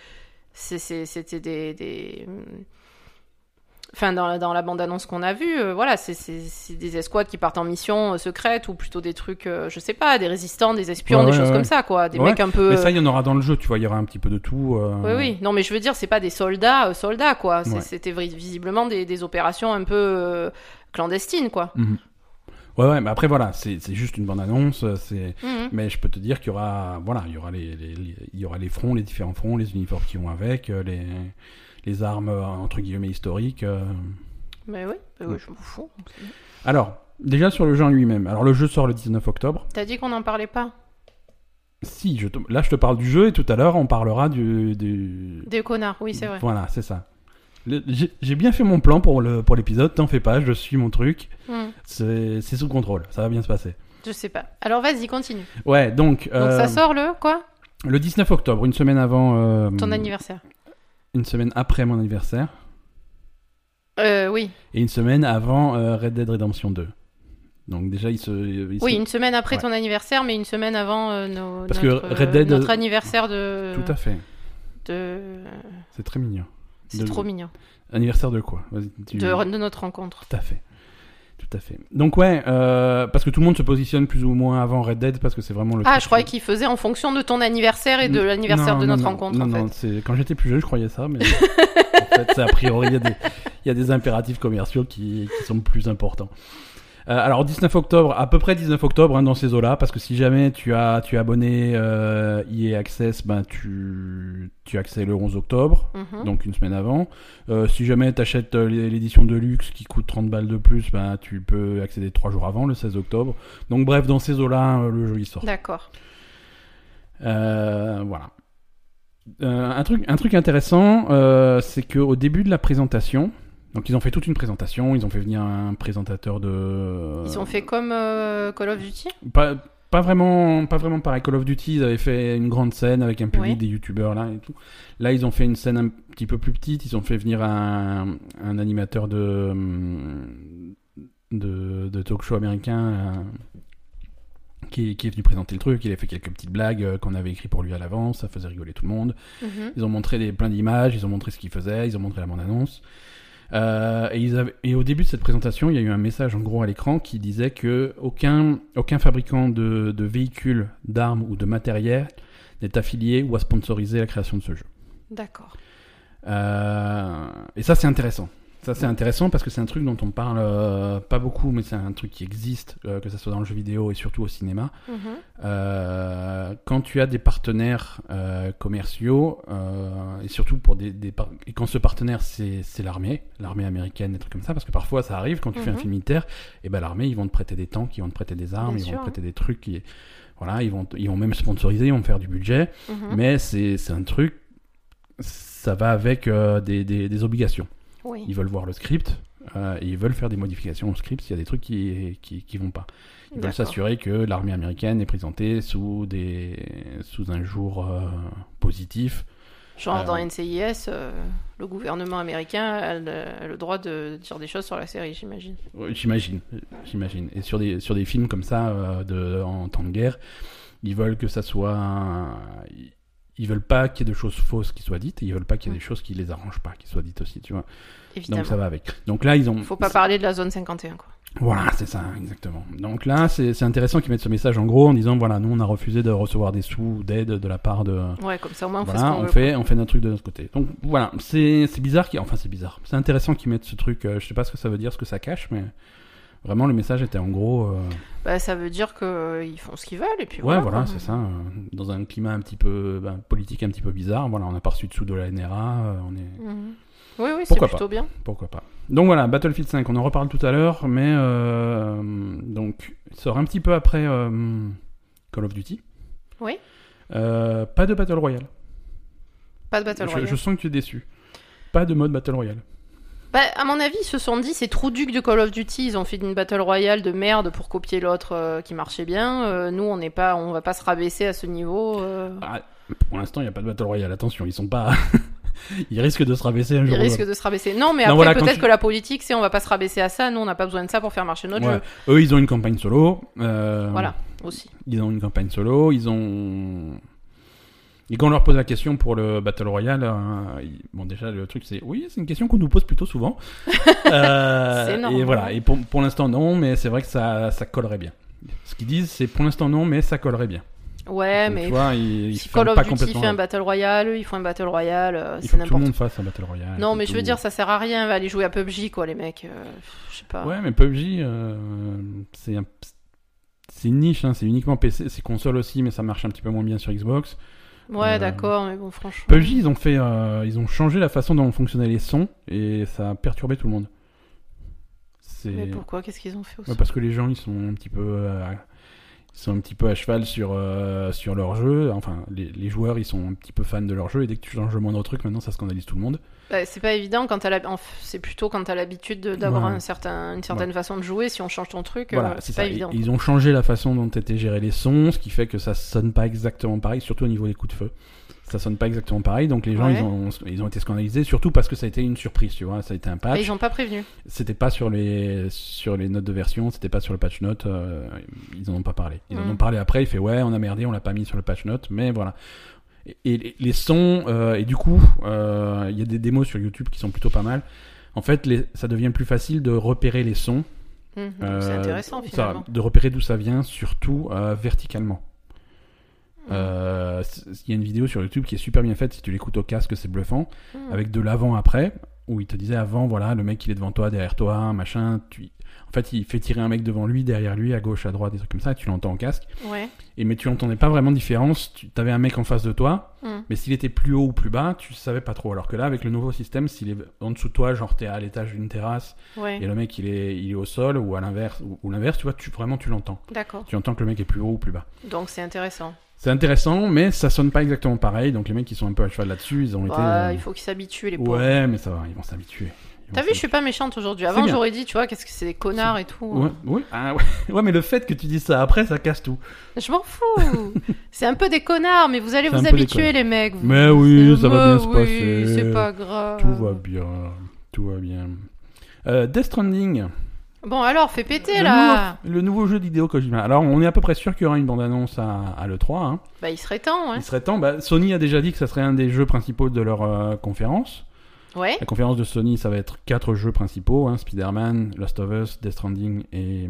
Speaker 2: c'est- c'est- c'était des, des- Enfin, dans, la- dans la bande-annonce qu'on a vue, euh, voilà, c'est- c'est c'est des escouades qui partent en mission euh, secrète ou plutôt des trucs, euh, je sais pas, des résistants, des espions,
Speaker 1: Ouais,
Speaker 2: des
Speaker 1: ouais,
Speaker 2: choses
Speaker 1: ouais.
Speaker 2: comme ça, quoi. Des
Speaker 1: Ouais,
Speaker 2: mecs un peu. euh,
Speaker 1: Mais ça, il y en aura dans le jeu, tu vois, il y aura un petit peu de tout. euh,
Speaker 2: Oui, oui. Non, mais je veux dire, c'est pas des soldats, euh, soldats, quoi. C'est-
Speaker 1: Ouais.
Speaker 2: C'était vri- visiblement des, des opérations un peu euh, clandestines, quoi.
Speaker 1: Mhm. Ouais, ouais, mais après, voilà, c'est c'est juste une bande-annonce. euh, c'est
Speaker 2: Mhm.
Speaker 1: Mais je peux te dire qu'il y aura, voilà, il y aura les, les- les- il y aura les fronts, les différents fronts, les uniformes qui vont avec, euh, les, les armes euh, entre guillemets historiques. euh.
Speaker 2: Mais oui, mais oui,
Speaker 1: Ouais.
Speaker 2: je m'en fous.
Speaker 1: Alors, déjà sur le jeu en lui-même. Alors, le jeu sort le 19 octobre.
Speaker 2: T'as dit qu'on n'en parlait pas
Speaker 1: Si, je te- là, je te parle du jeu et tout à l'heure, on parlera du. du...
Speaker 2: Des connards, oui, c'est vrai.
Speaker 1: Voilà, c'est ça. Le- J'ai j'ai bien fait mon plan pour le- pour l'épisode, pour t'en fais pas, je suis mon truc,
Speaker 2: Mhm.
Speaker 1: c'est c'est sous contrôle, ça va bien se passer.
Speaker 2: Je sais pas. Alors vas-y, continue.
Speaker 1: Ouais, donc.
Speaker 2: Donc
Speaker 1: euh,
Speaker 2: ça sort le, quoi
Speaker 1: Le 19 octobre, une semaine avant. euh,
Speaker 2: Ton anniversaire
Speaker 1: Une semaine après mon anniversaire.
Speaker 2: Euh, oui.
Speaker 1: Et une semaine avant euh, Red Dead Redemption 2. Donc déjà, il se. il se-
Speaker 2: Oui, une semaine après
Speaker 1: Ouais.
Speaker 2: ton anniversaire, mais une semaine avant euh, nos-
Speaker 1: Parce que
Speaker 2: notre,
Speaker 1: Red Dead-
Speaker 2: notre anniversaire de...
Speaker 1: Tout à fait.
Speaker 2: de...
Speaker 1: C'est très mignon.
Speaker 2: C'est
Speaker 1: De-
Speaker 2: trop mignon.
Speaker 1: Anniversaire de quoi Vas-y, tu-
Speaker 2: De, de notre rencontre.
Speaker 1: Tout à fait. Tout à fait. Donc ouais, euh, parce que tout le monde se positionne plus ou moins avant Red Dead parce que c'est vraiment le.
Speaker 2: Ah,
Speaker 1: truc
Speaker 2: je croyais
Speaker 1: qui-
Speaker 2: qu'il faisait en fonction de ton anniversaire et de l'anniversaire
Speaker 1: Non,
Speaker 2: de
Speaker 1: non,
Speaker 2: notre
Speaker 1: non.
Speaker 2: rencontre,
Speaker 1: Non,
Speaker 2: en fait.
Speaker 1: non, c'est- quand j'étais plus jeune, je croyais ça, mais en fait, c'est a priori, il y, a des- il y a des impératifs commerciaux qui, qui sont plus importants. Euh, alors 19 octobre, à peu près 19 octobre hein, dans ces eaux-là, parce que si jamais tu as tu es abonné euh, EA Access, ben tu tu as accès le 11 octobre,
Speaker 2: Mhm.
Speaker 1: donc une semaine avant. Euh, si jamais tu achètes l'édition de luxe qui coûte 30 balles de plus, ben tu peux accéder trois jours avant, le 16 octobre. Donc bref, dans ces eaux-là, euh, le jeu il sort.
Speaker 2: D'accord.
Speaker 1: Euh, voilà. Euh, un, truc, un truc intéressant, euh, c'est qu'au début de la présentation, donc ils ont fait toute une présentation, ils ont fait venir un présentateur de.
Speaker 2: Ils ont fait comme euh, Call of Duty
Speaker 1: Pas, pas, vraiment, pas vraiment pareil. Call of Duty, ils avaient fait une grande scène avec un public,
Speaker 2: Ouais.
Speaker 1: des youtubeurs là et tout. Là, ils ont fait une scène un petit peu plus petite, ils ont fait venir un, un animateur de, de, de talk show américain. un- qui, qui est venu présenter le truc, il a fait quelques petites blagues euh, qu'on avait écrites pour lui à l'avance, ça faisait rigoler tout le monde.
Speaker 2: Mhm.
Speaker 1: Ils ont montré des, plein d'images, ils ont montré ce qu'ils faisaient, ils ont montré la bande-annonce. Euh, et, ils avaient- et au début de cette présentation, il y a eu un message en gros à l'écran qui disait que aucun, aucun fabricant de, de véhicules, d'armes ou de matériel n'est affilié ou a sponsorisé la création de ce jeu.
Speaker 2: D'accord.
Speaker 1: Euh, et ça, c'est intéressant. Ça, c'est intéressant parce que c'est un truc dont on parle euh, pas beaucoup, mais c'est un truc qui existe, euh, que ce soit dans le jeu vidéo et surtout au cinéma.
Speaker 2: Mhm.
Speaker 1: Euh, quand tu as des partenaires euh, commerciaux, euh, et surtout pour des, des par- et quand ce partenaire c'est c'est l'armée, l'armée américaine, des trucs comme ça, parce que parfois ça arrive quand tu fais un
Speaker 2: Mhm.
Speaker 1: film militaire, et ben l'armée ils vont te prêter des tanks, ils vont te prêter des armes,
Speaker 2: Bien
Speaker 1: ils
Speaker 2: sûr.
Speaker 1: vont te prêter des trucs, qui, voilà, ils vont, te- ils vont même sponsoriser, ils vont faire du budget,
Speaker 2: Mhm.
Speaker 1: mais c'est c'est un truc, ça va avec euh, des, des- des obligations.
Speaker 2: Oui.
Speaker 1: Ils veulent voir le script. euh, et ils veulent faire des modifications au script s'il y a des trucs qui, qui, qui vont pas. Ils veulent
Speaker 2: D'accord.
Speaker 1: s'assurer que l'armée américaine est présentée sous, des, sous un jour euh, positif.
Speaker 2: Genre dans
Speaker 1: Euh,
Speaker 2: NCIS, euh, le gouvernement américain a le, a le droit de dire des choses sur la série, j'imagine.
Speaker 1: Ouais, Euh, J'imagine, j'imagine. Et sur des, sur des films comme ça, euh, de, en temps de guerre, ils veulent que ça soit... un- Ils veulent pas qu'il y ait de choses fausses qui soient dites, et ils veulent pas qu'il y ait des choses qui les arrangent pas, qui soient dites aussi, tu vois. Donc ça
Speaker 2: Évidemment.
Speaker 1: va avec. Donc là, ils ont...
Speaker 2: Faut pas parler de la zone 51, quoi.
Speaker 1: Voilà, c'est ça, exactement. Donc là, c'est c'est intéressant qu'ils mettent ce message en gros en disant, voilà, nous, on a refusé de recevoir des sous, d'aide de la part de...
Speaker 2: Ouais, comme ça au moins on fait Hein, ce
Speaker 1: Voilà,
Speaker 2: qu'on
Speaker 1: on
Speaker 2: veut.
Speaker 1: fait, on fait notre truc de notre côté. Donc voilà, c'est c'est bizarre, qu'il- enfin c'est bizarre. C'est intéressant qu'ils mettent ce truc. euh, je sais pas ce que ça veut dire, ce que ça cache, mais vraiment le message était en gros. euh,
Speaker 2: Bah, ça veut dire qu'ils font ce qu'ils veulent et puis
Speaker 1: ouais,
Speaker 2: voilà.
Speaker 1: voilà,
Speaker 2: quoi.
Speaker 1: c'est ça. euh, dans un climat un petit peu ben, politique, un petit peu bizarre. Voilà, on n'a pas reçu de sous de la NRA. euh, on est
Speaker 2: Mhm. Oui, oui, c'est
Speaker 1: Pourquoi
Speaker 2: plutôt bien.
Speaker 1: pourquoi pas. Donc voilà, Battlefield 5. On en reparle tout à l'heure, mais euh, donc il sort un petit peu après euh, Call of Duty.
Speaker 2: Oui.
Speaker 1: Euh, pas de Battle Royale.
Speaker 2: Pas de Battle
Speaker 1: Je-
Speaker 2: Royale.
Speaker 1: je sens que tu es déçu. Pas de mode Battle Royale.
Speaker 2: Bah, à mon avis, ils se sont dit, ces trous ducs de Call of Duty, ils ont fait une battle royale de merde pour copier l'autre euh, qui marchait bien. Euh, nous, on n'est pas, on va pas se rabaisser à ce niveau. euh.
Speaker 1: Ah, pour l'instant, il n'y a pas de Battle Royale. Attention, ils sont pas. ils risquent de se rabaisser un
Speaker 2: Ils
Speaker 1: jour. ou
Speaker 2: risquent de se rabaisser. Non, mais
Speaker 1: Non,
Speaker 2: après,
Speaker 1: voilà, quand
Speaker 2: peut-être
Speaker 1: tu-
Speaker 2: que la politique, c'est on va pas se rabaisser à ça. Nous, on n'a pas besoin de ça pour faire marcher notre
Speaker 1: l'autre.
Speaker 2: jeu.
Speaker 1: Ouais. Eux, ils ont une campagne solo. euh,
Speaker 2: Voilà, aussi.
Speaker 1: Ils ont une campagne solo. Ils ont. Et quand on leur pose la question pour le Battle Royale, euh, ils- bon déjà le truc c'est oui, c'est une question qu'on nous pose plutôt souvent. Euh,
Speaker 2: C'est normal.
Speaker 1: et voilà, et pour, pour l'instant non, mais c'est vrai que ça, ça collerait bien. Ce qu'ils disent c'est pour l'instant non, mais ça collerait bien.
Speaker 2: Ouais,
Speaker 1: Donc,
Speaker 2: mais
Speaker 1: tu vois, ils, ils
Speaker 2: si
Speaker 1: ferment
Speaker 2: Call of
Speaker 1: pas
Speaker 2: Duty
Speaker 1: complètement.
Speaker 2: fait un Battle Royale, eux, ils font un Battle Royale, euh,
Speaker 1: Il
Speaker 2: c'est
Speaker 1: faut que tout le
Speaker 2: n'importe
Speaker 1: monde fasse un Battle Royale.
Speaker 2: Non,
Speaker 1: et
Speaker 2: mais je veux
Speaker 1: tout.
Speaker 2: dire, ça sert à rien, va aller jouer à PUBG, quoi, les mecs. euh, je sais pas.
Speaker 1: Ouais, mais PUBG, euh, c'est un- c'est une niche, hein, c'est uniquement PC, c'est console aussi, mais ça marche un petit peu moins bien sur Xbox.
Speaker 2: Ouais,
Speaker 1: Euh,
Speaker 2: d'accord, mais bon, franchement.
Speaker 1: PUBG, ils ont fait, euh, ils ont changé la façon dont fonctionnaient les sons et ça a perturbé tout le monde. C'est
Speaker 2: Mais pourquoi Qu'est-ce qu'ils ont fait aussi
Speaker 1: Ouais, parce que les gens, ils sont un petit peu, euh, ils sont un petit peu à cheval sur euh, sur leur jeu. Enfin, les, les joueurs, ils sont un petit peu fans de leur jeu et dès que tu changes le moindre truc, maintenant, ça scandalise tout le monde.
Speaker 2: Bah, C'est pas évident quand t'as la- en f- c'est plutôt quand t'as l'habitude de- d'avoir
Speaker 1: Ouais.
Speaker 2: un certain, une certaine façon de jouer. Si on change ton truc, euh,
Speaker 1: Voilà,
Speaker 2: c'est
Speaker 1: c'est
Speaker 2: pas
Speaker 1: ça.
Speaker 2: évident.
Speaker 1: Et- Ils ont changé la façon dont étaient gérés les sons, ce qui fait que ça sonne pas exactement pareil, surtout au niveau des coups de feu. Ça sonne pas exactement pareil, donc les gens
Speaker 2: Ouais.
Speaker 1: ils, ont, ils ont été scandalisés, surtout parce que ça a été une surprise, tu vois, ça a été un
Speaker 2: Et
Speaker 1: patch.
Speaker 2: ils ont pas prévenu.
Speaker 1: C'était pas sur les sur les notes de version, c'était pas sur le patch note, euh, ils en ont pas parlé. Ils en
Speaker 2: Mm.
Speaker 1: ont parlé après, il fait ouais, on a merdé, on l'a pas mis sur le patch note, mais voilà. Et, et les- les sons euh, et du coup, euh, il y a des démos sur YouTube qui sont plutôt pas mal. En fait, les- ça devient plus facile de repérer les sons
Speaker 2: Mhm, c'est
Speaker 1: euh,
Speaker 2: intéressant
Speaker 1: ça,
Speaker 2: finalement.
Speaker 1: de repérer d'où ça vient, surtout euh, verticalement.
Speaker 2: Hmm.
Speaker 1: Euh, c- Il y a une vidéo sur YouTube qui est super bien faite, si tu l'écoutes au casque, c'est bluffant,
Speaker 2: Mhm.
Speaker 1: avec de l'avant-après, où il te disait avant, voilà, le mec il est devant toi, derrière toi, machin. Tu... En fait, il fait tirer un mec devant lui, derrière lui, à gauche, à droite, des trucs comme ça, et tu l'entends au casque.
Speaker 2: Ouais.
Speaker 1: Et, mais tu entendais pas vraiment de différence, tu avais un mec en face de toi,
Speaker 2: Mhm.
Speaker 1: mais s'il était plus haut ou plus bas, tu savais pas trop. Alors que là, avec le nouveau système, s'il est en dessous de toi, genre t'es à l'étage d'une terrasse,
Speaker 2: Ouais.
Speaker 1: et le mec il est, il est au sol ou à l'inverse ou, ou l'inverse tu vois tu vraiment tu l'entends
Speaker 2: D'accord.
Speaker 1: tu entends que le mec est plus haut ou plus bas
Speaker 2: Donc c'est intéressant.
Speaker 1: c'est intéressant mais ça sonne pas exactement pareil donc les mecs qui sont un peu à cheval là-dessus ils ont été
Speaker 2: Bah,
Speaker 1: euh,
Speaker 2: Il faut qu'ils s'habituent les pauvres.
Speaker 1: ouais mais ça va ils vont s'habituer Ils vont
Speaker 2: T'as vu, je suis pas méchante aujourd'hui. Avant,
Speaker 1: bien.
Speaker 2: j'aurais dit, tu vois, qu'est-ce que c'est des connards et tout.
Speaker 1: s'habituer. ouais, ouais, ah, ouais. Ouais, mais le fait que tu dises ça après ça casse tout
Speaker 2: Je m'en fous. c'est un peu des connards, mais vous allez
Speaker 1: C'est
Speaker 2: vous
Speaker 1: un peu des
Speaker 2: habituer, les mecs. vous.
Speaker 1: mais oui
Speaker 2: Mm. C'est-
Speaker 1: ça va
Speaker 2: mais
Speaker 1: bien se
Speaker 2: oui,
Speaker 1: passer
Speaker 2: C'est pas grave.
Speaker 1: tout va bien tout va bien Euh, Death Stranding,
Speaker 2: Bon, alors, fais péter
Speaker 1: le,
Speaker 2: là.
Speaker 1: nouveau, le nouveau jeu d'Hideo Kojima. Alors, on est à peu près sûr qu'il y aura une bande-annonce à, à l'E3. Hein.
Speaker 2: Bah, il serait temps, ouais.
Speaker 1: Il serait temps. Bah, Sony a déjà dit que ça serait un des jeux principaux de leur euh, conférence.
Speaker 2: Ouais.
Speaker 1: La conférence de Sony, ça va être quatre jeux principaux hein, Spider-Man, Last of Us, Death Stranding et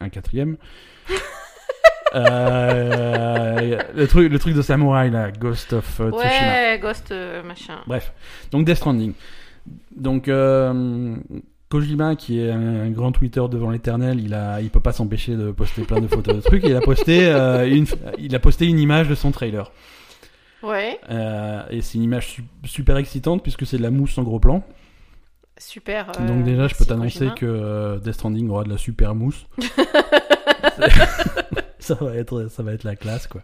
Speaker 1: un quatrième. Euh, le, truc, le truc de samouraï, là, Ghost of euh, Tsushima.
Speaker 2: Ouais, Ghost euh, machin.
Speaker 1: Bref, donc Death Stranding. Donc euh, Kojima, qui est un, un grand Twitter devant l'éternel, il a, il peut pas s'empêcher de poster plein de photos de trucs. et Il a posté, euh, une, il a posté une image de son trailer.
Speaker 2: Ouais,
Speaker 1: Euh, et c'est une image su- super excitante puisque c'est de la mousse en gros plan.
Speaker 2: super. euh,
Speaker 1: Donc déjà, je
Speaker 2: merci,
Speaker 1: peux t'annoncer
Speaker 2: Kojima.
Speaker 1: que euh, Death Stranding aura de la super mousse. ça va être, ça va être la classe quoi.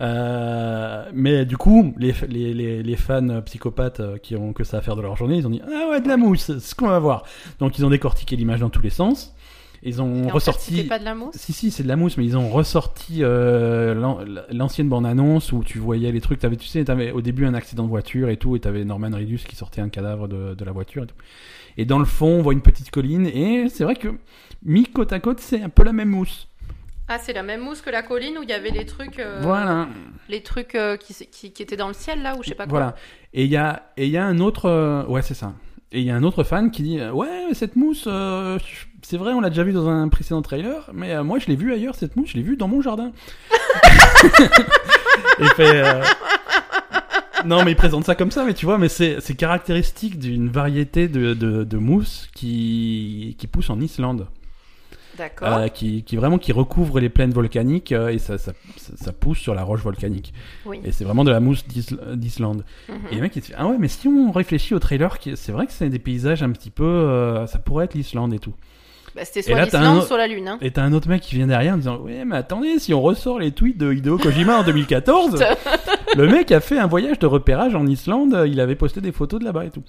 Speaker 1: Euh, mais du coup, les, les, les, les fans psychopathes euh, qui ont que ça à faire de leur journée, ils ont dit ah ouais de la mousse, c'est ce qu'on va voir. Donc ils ont décortiqué l'image dans tous les sens. Ils
Speaker 2: Et en
Speaker 1: ont
Speaker 2: fait,
Speaker 1: ressorti.
Speaker 2: c'était pas de la mousse
Speaker 1: Si, si, c'est de la mousse, mais ils ont ressorti euh, l'an- l'ancienne bande-annonce où tu voyais les trucs. T'avais, tu sais, t'avais au début un accident de voiture et tout, et t'avais Norman Reedus qui sortait un cadavre de, de la voiture et tout. Et dans le fond, on voit une petite colline, et c'est vrai que mis côte à côte, c'est un peu la même mousse.
Speaker 2: Ah, c'est la même mousse que la colline où il y avait les trucs, euh,
Speaker 1: Voilà.
Speaker 2: les trucs euh, qui, s- qui, qui étaient dans le ciel là, ou je sais pas quoi.
Speaker 1: Voilà. Et il y a, et il y a un autre. euh, ouais, c'est ça. Et il y a un autre fan qui dit euh, Ouais, cette mousse, euh, je- c'est vrai, on l'a déjà vu dans un précédent trailer, mais euh, moi je l'ai vu ailleurs, cette mousse, je l'ai vue dans mon jardin. Et fait, euh, Non, mais il présente ça comme ça, mais tu vois, mais c'est c'est caractéristique d'une variété de, de, de mousse qui, qui pousse en Islande.
Speaker 2: D'accord.
Speaker 1: Euh, qui, qui vraiment qui recouvre les plaines volcaniques euh, et ça, ça, ça, ça pousse sur la roche volcanique.
Speaker 2: Oui.
Speaker 1: Et c'est vraiment de la mousse d'Isl- d'Islande.
Speaker 2: Mhm.
Speaker 1: Et le mec il se dit ah ouais mais si on réfléchit au trailer qui- c'est vrai que c'est des paysages un petit peu euh, ça pourrait être l'Islande et tout.
Speaker 2: Bah, c'était
Speaker 1: et
Speaker 2: soit
Speaker 1: là, t'as
Speaker 2: l'Islande,
Speaker 1: un-
Speaker 2: soit la Lune. hein.
Speaker 1: Et t'as un autre mec qui vient derrière en disant ouais mais attendez si on ressort les tweets de Hideo Kojima en 2014 le mec a fait un voyage de repérage en Islande il avait posté des photos de là-bas et tout.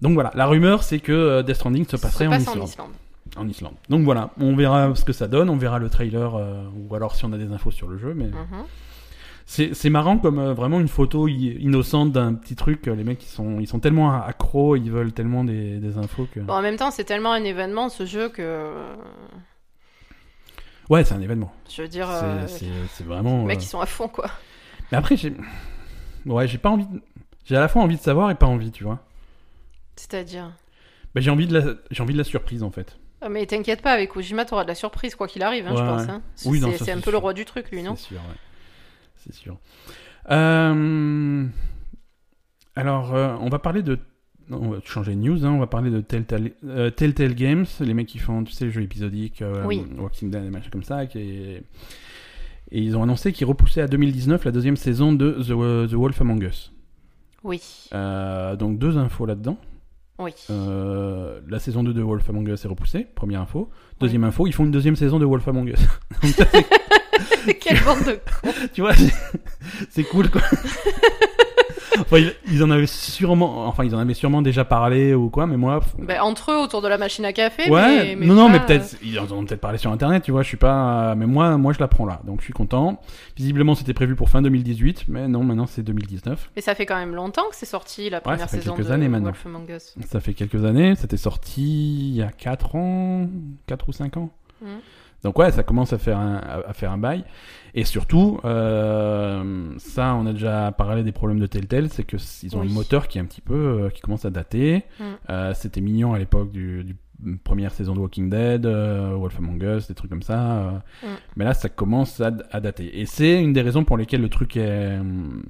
Speaker 1: Donc voilà la rumeur c'est que euh, Death Stranding se
Speaker 2: Ça se
Speaker 1: passerait
Speaker 2: passe
Speaker 1: en,
Speaker 2: en
Speaker 1: Islande,
Speaker 2: Islande.
Speaker 1: en Islande. Donc voilà on verra ce que ça donne on verra le trailer euh, ou alors si on a des infos sur le jeu mais
Speaker 2: Mhm.
Speaker 1: c'est c'est marrant comme euh, vraiment une photo i- innocente d'un petit truc. euh, les mecs, ils sont, ils sont tellement a- accros, ils veulent tellement des, des infos que.
Speaker 2: Bon, en même temps, c'est tellement un événement ce jeu que. euh,
Speaker 1: Ouais, c'est un événement.
Speaker 2: Je veux
Speaker 1: C'est
Speaker 2: dire. euh,
Speaker 1: c'est- c'est
Speaker 2: Les
Speaker 1: vraiment.
Speaker 2: mecs,
Speaker 1: euh,
Speaker 2: ils sont à fond quoi.
Speaker 1: Mais après, j'ai. Ouais, j'ai pas envie. de- J'ai à la fois envie de savoir et pas envie, tu vois.
Speaker 2: C'est-à-dire.
Speaker 1: Bah, j'ai envie de la, j'ai envie de la surprise en fait.
Speaker 2: Ah, mais t'inquiète pas, avec Ujima, t'auras de la surprise quoi qu'il arrive, hein, je
Speaker 1: Ouais,
Speaker 2: pense.
Speaker 1: ouais.
Speaker 2: hein.
Speaker 1: Oui, non,
Speaker 2: c'est
Speaker 1: ça,
Speaker 2: c'est un
Speaker 1: c'est
Speaker 2: peu le
Speaker 1: sûr.
Speaker 2: roi du truc, lui, non
Speaker 1: C'est sûr, ouais. C'est sûr. Euh, Alors, euh, on va parler de. non, on va changer de news, hein, on va parler de Telltale, euh, Telltale Games, les mecs qui font, tu sais, les jeux épisodiques, euh,
Speaker 2: Oui.
Speaker 1: Walking Dead, des machins comme ça. qui est- Et ils ont annoncé qu'ils repoussaient à 2019 la deuxième saison de The, The Wolf Among Us.
Speaker 2: Oui,
Speaker 1: Euh, donc, deux infos là-dedans.
Speaker 2: oui.
Speaker 1: Euh, la saison 2 de Wolf Among Us est repoussée, première info. Deuxième info, ils font une deuxième saison de Wolf Among Us. Donc, ça, c'est-
Speaker 2: Quelle bande de...
Speaker 1: tu vois, c'est- c'est cool quoi. Enfin, ils- ils en avaient sûrement, enfin ils en avaient sûrement déjà parlé ou quoi, mais moi. pff,
Speaker 2: Ben, entre eux, autour de la machine à café,
Speaker 1: ouais,
Speaker 2: mais, mais euh,
Speaker 1: non non,
Speaker 2: pas,
Speaker 1: mais peut-être ils en ont peut-être parlé sur internet, tu vois. Je suis pas, mais moi, moi je la prends là, donc je suis content. Visiblement c'était prévu pour fin 2018, mais non, maintenant c'est 2019.
Speaker 2: euh, Mais ça fait quand même longtemps que c'est sorti, la première
Speaker 1: fait
Speaker 2: saison
Speaker 1: quelques
Speaker 2: de
Speaker 1: années maintenant.
Speaker 2: Wolf Among Us.
Speaker 1: Ça fait quelques années, c'était sorti il y a 4 ans, 4 ou 5 ans.
Speaker 2: Mhm.
Speaker 1: Donc ouais, ça commence à faire un, à à faire un bail. Et surtout, euh, ça, on a déjà parlé des problèmes de Telltale, c'est que s- ils ont
Speaker 2: Oui.
Speaker 1: un moteur qui est un petit peu, euh, qui commence à dater.
Speaker 2: Mm.
Speaker 1: Euh, C'était mignon à l'époque du, du première saison de Walking Dead, euh, Wolf Among Us, des trucs comme ça. euh.
Speaker 2: Mm.
Speaker 1: Mais là, ça commence à, d- à dater. Et c'est une des raisons pour lesquelles le truc est, hum,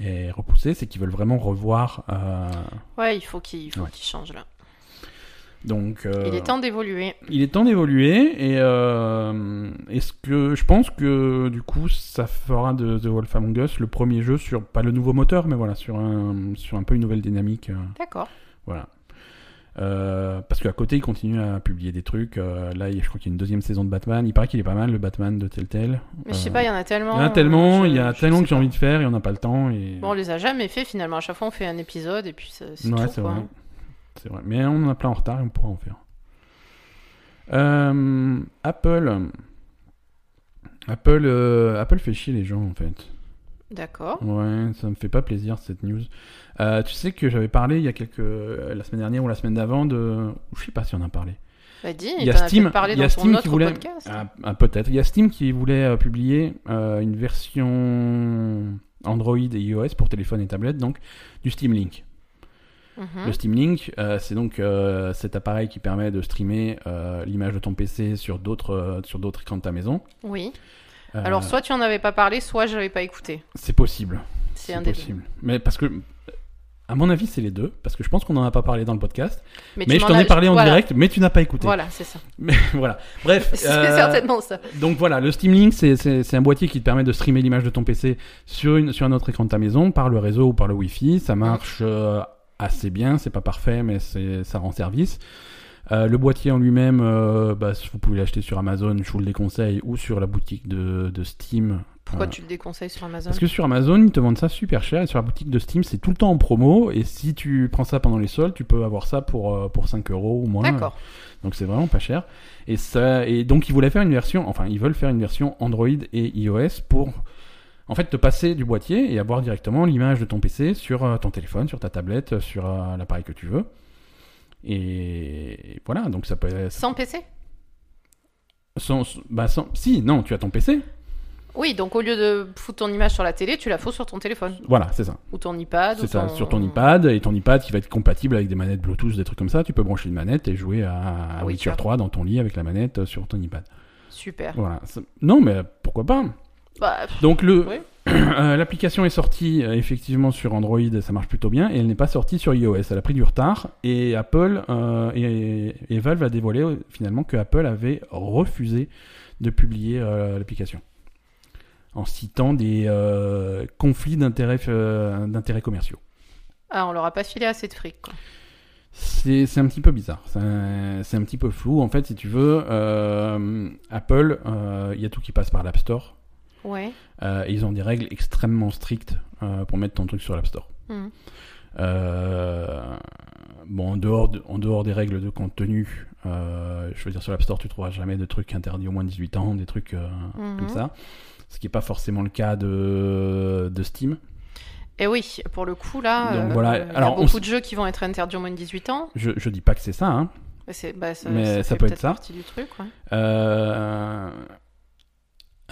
Speaker 1: est repoussé, c'est qu'ils veulent vraiment revoir. euh,
Speaker 2: Ouais, il faut qu'il faut
Speaker 1: Ouais.
Speaker 2: qu'il change, là.
Speaker 1: donc, euh,
Speaker 2: Il est temps d'évoluer.
Speaker 1: il est temps d'évoluer et euh, est-ce que je pense que du coup ça fera de The Wolf Among Us le premier jeu sur pas le nouveau moteur mais voilà sur un sur un peu une nouvelle dynamique euh,
Speaker 2: D'accord.
Speaker 1: voilà Euh, parce qu'à côté il continue à publier des trucs euh, là il- je crois qu'il y a une deuxième saison de Batman il paraît qu'il est pas mal le Batman de Telltale
Speaker 2: Mais je
Speaker 1: Euh,
Speaker 2: sais pas, il y en a
Speaker 1: il
Speaker 2: tellement.
Speaker 1: y en a tellement
Speaker 2: euh,
Speaker 1: il y
Speaker 2: je-
Speaker 1: a
Speaker 2: je
Speaker 1: tellement
Speaker 2: sais
Speaker 1: que j'ai
Speaker 2: pas.
Speaker 1: envie de faire et on n'a pas le temps et
Speaker 2: Bon, on les a jamais fait finalement. À chaque fois, on fait un épisode et puis ça- c'est
Speaker 1: ouais,
Speaker 2: tout.
Speaker 1: c'est
Speaker 2: quoi.
Speaker 1: vrai. C'est vrai. Mais on en a plein en retard et on pourra en faire. Euh, Apple. Apple, euh, Apple fait chier les gens en fait.
Speaker 2: D'accord.
Speaker 1: Ouais, ça me fait pas plaisir cette news. Euh, tu sais que j'avais parlé il y a quelques euh, la semaine dernière ou la semaine d'avant de, je sais pas si on en a parlé.
Speaker 2: Bah, dis,
Speaker 1: Il y a
Speaker 2: t'en as
Speaker 1: Steam,
Speaker 2: peut-être parlé
Speaker 1: il y a
Speaker 2: dans ton
Speaker 1: Steam
Speaker 2: autre
Speaker 1: qui voulait,
Speaker 2: podcast.
Speaker 1: Ah, ah, peut-être. Il y a Steam qui voulait euh, publier euh, une version Android et iOS pour téléphone et tablette, donc du Steam Link.
Speaker 2: Mhm.
Speaker 1: Le Steam Link, euh, c'est donc euh, cet appareil qui permet de streamer euh, l'image de ton PC sur d'autres euh, sur d'autres écrans de ta maison.
Speaker 2: Oui.
Speaker 1: Euh,
Speaker 2: Alors, soit tu en avais pas parlé, soit j'avais pas écouté.
Speaker 1: c'est possible.
Speaker 2: C'est un des deux.
Speaker 1: possible. Mais parce que euh, à mon avis, c'est les deux parce que je pense qu'on n'en a pas parlé dans le podcast. Mais
Speaker 2: tu
Speaker 1: je
Speaker 2: m'en
Speaker 1: t'en ai
Speaker 2: as-
Speaker 1: parlé en
Speaker 2: voilà.
Speaker 1: direct, mais tu n'as pas écouté.
Speaker 2: Voilà, c'est ça.
Speaker 1: Mais voilà. Bref.
Speaker 2: C'est
Speaker 1: euh,
Speaker 2: certainement ça.
Speaker 1: Donc voilà, le Steam Link, c'est- c'est c'est un boîtier qui te permet de streamer l'image de ton PC sur, une, sur un autre écran de ta maison, par le réseau ou par le Wi-Fi. Ça marche euh, assez bien, c'est pas parfait, mais c'est- ça rend service. Euh, le boîtier en lui-même, euh, bah, vous pouvez l'acheter sur Amazon, je vous le déconseille, ou sur la boutique de, de Steam.
Speaker 2: Pourquoi
Speaker 1: Euh,
Speaker 2: tu le déconseilles sur Amazon
Speaker 1: Parce que sur Amazon, ils te vendent ça super cher, et sur la boutique de Steam, c'est tout le temps en promo, et si tu prends ça pendant les soldes, tu peux avoir ça pour, euh, pour 5 euros ou moins.
Speaker 2: D'accord.
Speaker 1: Donc c'est vraiment pas cher. Et, ça, et donc ils voulaient faire une version, enfin ils veulent faire une version Android et iOS pour en fait te passer du boîtier et avoir directement l'image de ton PC sur euh, ton téléphone, sur ta tablette, sur euh, l'appareil que tu veux. Et voilà, donc ça peut être...
Speaker 2: Sans PC
Speaker 1: sans- bah, sans- si, non, tu as ton PC.
Speaker 2: Oui, donc au lieu de foutre ton image sur la télé, tu la fous sur ton téléphone.
Speaker 1: Voilà, c'est ça.
Speaker 2: Ou ton iPad.
Speaker 1: C'est
Speaker 2: ou
Speaker 1: ça,
Speaker 2: ton-
Speaker 1: sur ton iPad. Et ton iPad qui va être compatible avec des manettes Bluetooth, des trucs comme ça. Tu peux brancher une manette et jouer à, à
Speaker 2: Ah oui, tu
Speaker 1: Witcher
Speaker 2: as-
Speaker 1: 3 dans ton lit avec la manette euh, sur ton iPad.
Speaker 2: Super.
Speaker 1: Voilà. c'est- Non, mais pourquoi pas
Speaker 2: Bah, pff,
Speaker 1: Donc le
Speaker 2: Oui.
Speaker 1: euh, l'application est sortie euh, effectivement sur Android, ça marche plutôt bien, et elle n'est pas sortie sur iOS. Elle a pris du retard et Apple euh, et, et Valve a dévoilé euh, finalement que Apple avait refusé de publier euh, l'application en citant des euh, conflits d'intérêts euh, d'intérêts commerciaux.
Speaker 2: ah, on leur a pas filé assez de fric. quoi.
Speaker 1: C'est c'est un petit peu bizarre, c'est un, c'est un petit peu flou en fait si tu veux. euh, Apple, euh, il y a tout qui passe par l'App Store.
Speaker 2: Ouais.
Speaker 1: Euh, et ils ont des règles extrêmement strictes euh, pour mettre ton truc sur l'App Store.
Speaker 2: Mhm.
Speaker 1: Euh, bon, en dehors, de- en dehors des règles de contenu, euh, je veux dire, sur l'App Store, tu trouveras jamais de trucs interdits au moins de 18 ans, des trucs euh,
Speaker 2: Mhm.
Speaker 1: comme ça. Ce qui n'est pas forcément le cas de, de Steam.
Speaker 2: Et oui, pour le coup, là,
Speaker 1: Donc
Speaker 2: euh,
Speaker 1: voilà,
Speaker 2: il y a
Speaker 1: alors, on
Speaker 2: beaucoup
Speaker 1: s-
Speaker 2: de jeux qui vont être interdits au moins de 18 ans.
Speaker 1: Je, je dis pas que c'est ça, hein.
Speaker 2: Mais, c'est- bah, ça,
Speaker 1: Mais ça
Speaker 2: fait
Speaker 1: peut être
Speaker 2: peut-être
Speaker 1: ça.
Speaker 2: partie du truc. ouais.
Speaker 1: Euh,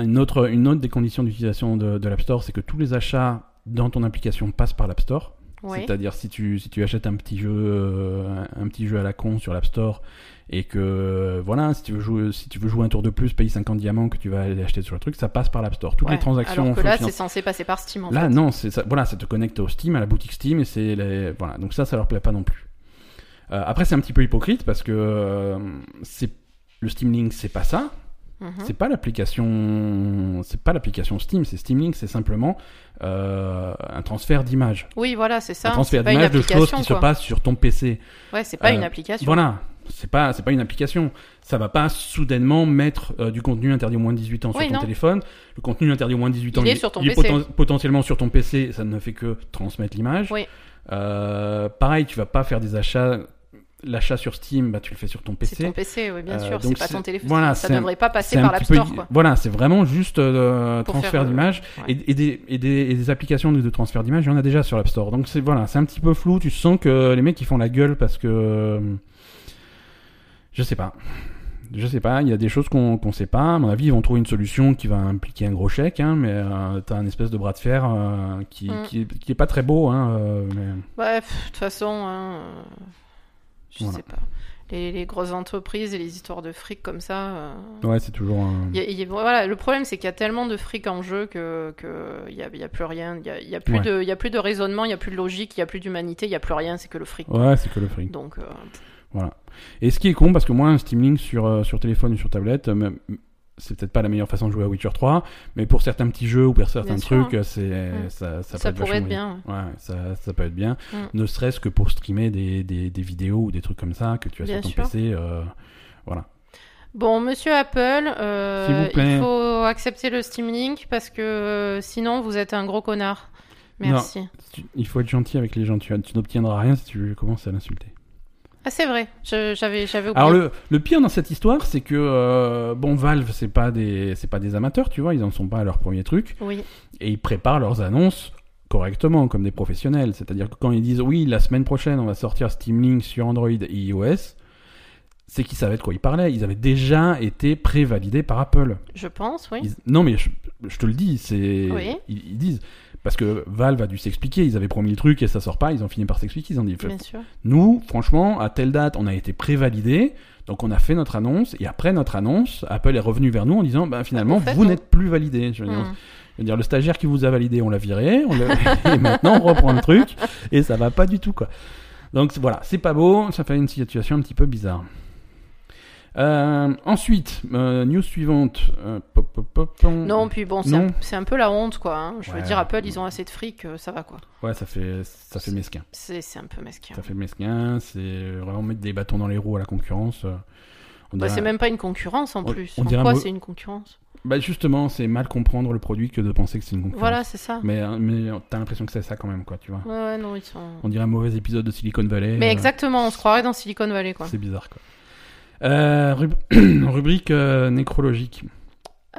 Speaker 1: Une autre, une autre des conditions d'utilisation de, de l'App Store, c'est que tous les achats dans ton application passent par l'App Store.
Speaker 2: Ouais.
Speaker 1: C'est-à-dire si tu, si tu achètes un petit jeu euh, un petit jeu à la con sur l'App Store et que euh, voilà, si tu veux jouer si tu veux jouer un tour de plus, paye 50 diamants que tu vas aller acheter sur le truc, ça passe par l'App Store. Toutes
Speaker 2: Ouais.
Speaker 1: les transactions
Speaker 2: Alors que là,
Speaker 1: financières-
Speaker 2: c'est censé passer par Steam. En
Speaker 1: Là,
Speaker 2: fait.
Speaker 1: non, c'est ça, voilà, ça te connecte au Steam, à la boutique Steam, et c'est les- voilà, donc ça, ça leur plaît pas non plus. Euh, après, c'est un petit peu hypocrite parce que euh, c'est le Steam Link, c'est pas ça,
Speaker 2: Mhm.
Speaker 1: c'est pas l'application, c'est pas l'application Steam, c'est Steam Link, c'est simplement euh, un transfert d'image,
Speaker 2: Oui, voilà, c'est ça.
Speaker 1: un transfert
Speaker 2: C'est pas une
Speaker 1: d'image de choses qui
Speaker 2: application,
Speaker 1: se
Speaker 2: quoi.
Speaker 1: passent sur ton PC.
Speaker 2: Ouais, c'est pas
Speaker 1: Euh,
Speaker 2: une application.
Speaker 1: Voilà, c'est pas c'est pas une application. Ça va pas soudainement mettre euh, du contenu interdit au moins de 18 ans
Speaker 2: Oui,
Speaker 1: sur ton
Speaker 2: non.
Speaker 1: téléphone. Le contenu interdit au moins de 18 ans,
Speaker 2: Il est sur ton PC.
Speaker 1: poten- potentiellement sur ton PC. Ça ne fait que transmettre l'image.
Speaker 2: Oui.
Speaker 1: Euh, pareil, tu vas pas faire des achats. L'achat sur Steam, bah, tu le fais sur ton
Speaker 2: C'est
Speaker 1: PC.
Speaker 2: ton PC, oui, bien
Speaker 1: Euh,
Speaker 2: sûr.
Speaker 1: donc
Speaker 2: C'est pas
Speaker 1: c'est-
Speaker 2: ton téléphone.
Speaker 1: voilà,
Speaker 2: ça
Speaker 1: c'est un-
Speaker 2: devrait pas
Speaker 1: C'est
Speaker 2: passer
Speaker 1: un
Speaker 2: par l'App
Speaker 1: petit peu-
Speaker 2: Store, quoi.
Speaker 1: Voilà, c'est vraiment juste euh,
Speaker 2: Pour
Speaker 1: transfert
Speaker 2: faire, euh,
Speaker 1: d'image
Speaker 2: ouais.
Speaker 1: et, et des, et des- et des applications de, de transfert d'image, il y en a déjà sur l'App Store. Donc c'est voilà, c'est un petit peu flou. Tu sens que les mecs ils font la gueule parce que euh, je sais pas. Je sais pas, il y a des choses qu'on qu'on sait pas. À mon avis, ils vont trouver une solution qui va impliquer un gros chèque, hein, mais euh, t'as un espèce de bras de fer euh, qui,
Speaker 2: Mm.
Speaker 1: qui, est, qui est pas très beau. Hein, euh, mais-
Speaker 2: Ouais, Bah, pff, de toute façon, hein, euh, je
Speaker 1: Voilà.
Speaker 2: sais pas. Les, les grosses entreprises et les histoires de fric comme ça. euh,
Speaker 1: Ouais, c'est toujours. euh, un-
Speaker 2: il y a- il y a- voilà, le problème, c'est qu'il y a tellement de fric en jeu que que il y a, il y a plus rien. Il y a, il y a plus
Speaker 1: Ouais.
Speaker 2: de il y a plus de raisonnement, il y a plus de logique, il y a plus d'humanité, il y a plus rien. C'est que le fric.
Speaker 1: Ouais, c'est que le fric.
Speaker 2: Donc euh,
Speaker 1: Et ce qui est con, parce que moi, un Steam Link sur, euh, sur téléphone ou sur tablette, euh, même- c'est peut-être pas la meilleure façon de jouer à Witcher 3, mais pour certains petits jeux ou pour certains
Speaker 2: Bien sûr,
Speaker 1: trucs, euh, c'est,
Speaker 2: Mm.
Speaker 1: ça, ça,
Speaker 2: ça,
Speaker 1: peut être vachement
Speaker 2: pourrait être bien. ouais.
Speaker 1: bien. Ouais, ça, ça peut être bien.
Speaker 2: Mm.
Speaker 1: Ne serait-ce que pour streamer des, des, des vidéos ou des trucs comme ça que tu as sur
Speaker 2: Bien
Speaker 1: ton
Speaker 2: sûr.
Speaker 1: PC. euh,
Speaker 2: Bon, monsieur Apple,
Speaker 1: S'il vous
Speaker 2: euh,
Speaker 1: plaît.
Speaker 2: il faut accepter le Steam Link parce que euh, sinon vous êtes un gros connard. Merci.
Speaker 1: tu- il faut être gentil avec les gens. Tu, tu n'obtiendras rien si tu commences à l'insulter.
Speaker 2: Ah, c'est vrai. Je- J'avais j'avais oublié.
Speaker 1: Alors le, le pire dans cette histoire, c'est que euh, bon Valve, c'est pas des c'est pas des amateurs, tu vois, ils en sont pas à leur premier truc.
Speaker 2: Oui.
Speaker 1: et ils préparent leurs annonces correctement, comme des professionnels. C'est-à-dire que quand ils disent oui, la semaine prochaine, on va sortir Steam Link sur Android et iOS, c'est qu'ils savaient de quoi ils parlaient. Ils avaient déjà été prévalidés par Apple.
Speaker 2: Je pense, oui.
Speaker 1: Ils- Non, mais je, je te le dis, c'est
Speaker 2: Oui.
Speaker 1: ils, ils disent parce que Valve a dû s'expliquer. Ils avaient promis le truc et ça sort pas. Ils ont fini par s'expliquer. Ils ont dit
Speaker 2: Bien sûr.
Speaker 1: nous, franchement, à telle date, on a été prévalidé. Donc on a fait notre annonce et après notre annonce, Apple est revenu vers nous en disant ben finalement
Speaker 2: en Bah, fait,
Speaker 1: vous
Speaker 2: non.
Speaker 1: n'êtes plus validé. Je veux dire,
Speaker 2: Hmm.
Speaker 1: je veux dire, le stagiaire qui vous a validé, on l'a viré, on l'a- et maintenant on reprend le truc, et ça va pas du tout, quoi. Donc voilà, c'est pas beau, ça fait une situation un petit peu bizarre. Euh, ensuite, euh, news suivante. euh, pop, pop, pop, pom.
Speaker 2: Non, puis bon, c'est
Speaker 1: Non.
Speaker 2: un, c'est un peu la honte, quoi. hein. Je
Speaker 1: Ouais.
Speaker 2: veux dire, Apple, ils ont assez de fric, euh, ça va, quoi.
Speaker 1: Ouais, ça fait, ça fait mesquin.
Speaker 2: C'est c'est un peu mesquin.
Speaker 1: Ça fait mesquin, c'est vraiment mettre des bâtons dans les roues à la concurrence. euh, on dirait-
Speaker 2: Bah, c'est même pas une concurrence, en
Speaker 1: on-
Speaker 2: plus.
Speaker 1: on
Speaker 2: en
Speaker 1: dirait un
Speaker 2: quoi
Speaker 1: mot-
Speaker 2: c'est une concurrence
Speaker 1: Bah, justement, c'est mal comprendre le produit que de penser que c'est une concurrence.
Speaker 2: Voilà, c'est ça.
Speaker 1: Mais, euh, mais t'as l'impression que c'est ça quand même, quoi, tu vois.
Speaker 2: Ouais, ouais, non, ils sont...
Speaker 1: On dirait un mauvais épisode de Silicon Valley.
Speaker 2: Mais
Speaker 1: euh,
Speaker 2: exactement, on se croirait dans Silicon Valley, quoi.
Speaker 1: C'est bizarre, quoi. Euh, rub- rubrique euh, nécrologique.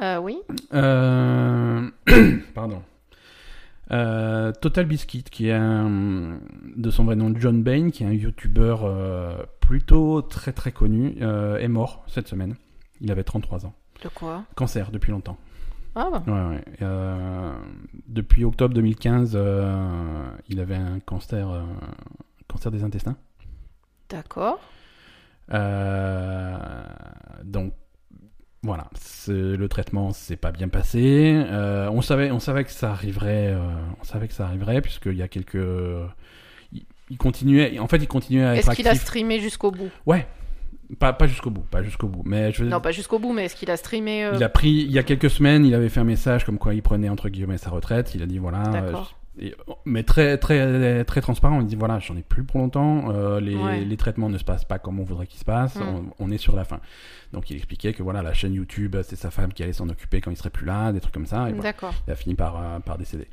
Speaker 2: Euh, oui
Speaker 1: Euh, Pardon. Euh, Total Biscuit, qui est un- de son vrai nom John Bain, qui est un youtubeur euh, plutôt très très connu, euh, est mort cette semaine. Il avait 33 ans.
Speaker 2: De quoi
Speaker 1: Cancer depuis longtemps.
Speaker 2: Ah, bah.
Speaker 1: Ouais, ouais. Euh, depuis octobre 2015, euh, il avait un cancer, euh, cancer des intestins.
Speaker 2: D'accord.
Speaker 1: Euh, donc voilà, C'est- le traitement s'est pas bien passé. Euh, on savait, on savait que ça arriverait, euh, on savait que ça arriverait puisqu'il y a quelques, il, il continuait, en fait, il continuait à être
Speaker 2: Est-ce
Speaker 1: actif.
Speaker 2: qu'il a streamé jusqu'au bout
Speaker 1: Ouais, pas, pas jusqu'au bout, pas jusqu'au bout. Mais je veux
Speaker 2: Non, pas jusqu'au bout, mais est-ce qu'il a streamé euh,
Speaker 1: Euh, il a pris, il y a quelques semaines, il avait fait un message comme quoi il prenait entre guillemets sa retraite. Il a dit voilà,
Speaker 2: D'accord.
Speaker 1: euh, je- et- mais très très très transparent. Il dit voilà, j'en ai plus pour longtemps. euh, les,
Speaker 2: Ouais.
Speaker 1: les traitements ne se passent pas comme on voudrait qu'ils se passent.
Speaker 2: Mm.
Speaker 1: On, on est sur la fin. Donc il expliquait que voilà, la chaîne YouTube, c'est sa femme qui allait s'en occuper quand il serait plus là, des trucs comme ça. Et voilà,
Speaker 2: D'accord.
Speaker 1: il a fini par euh, par décéder.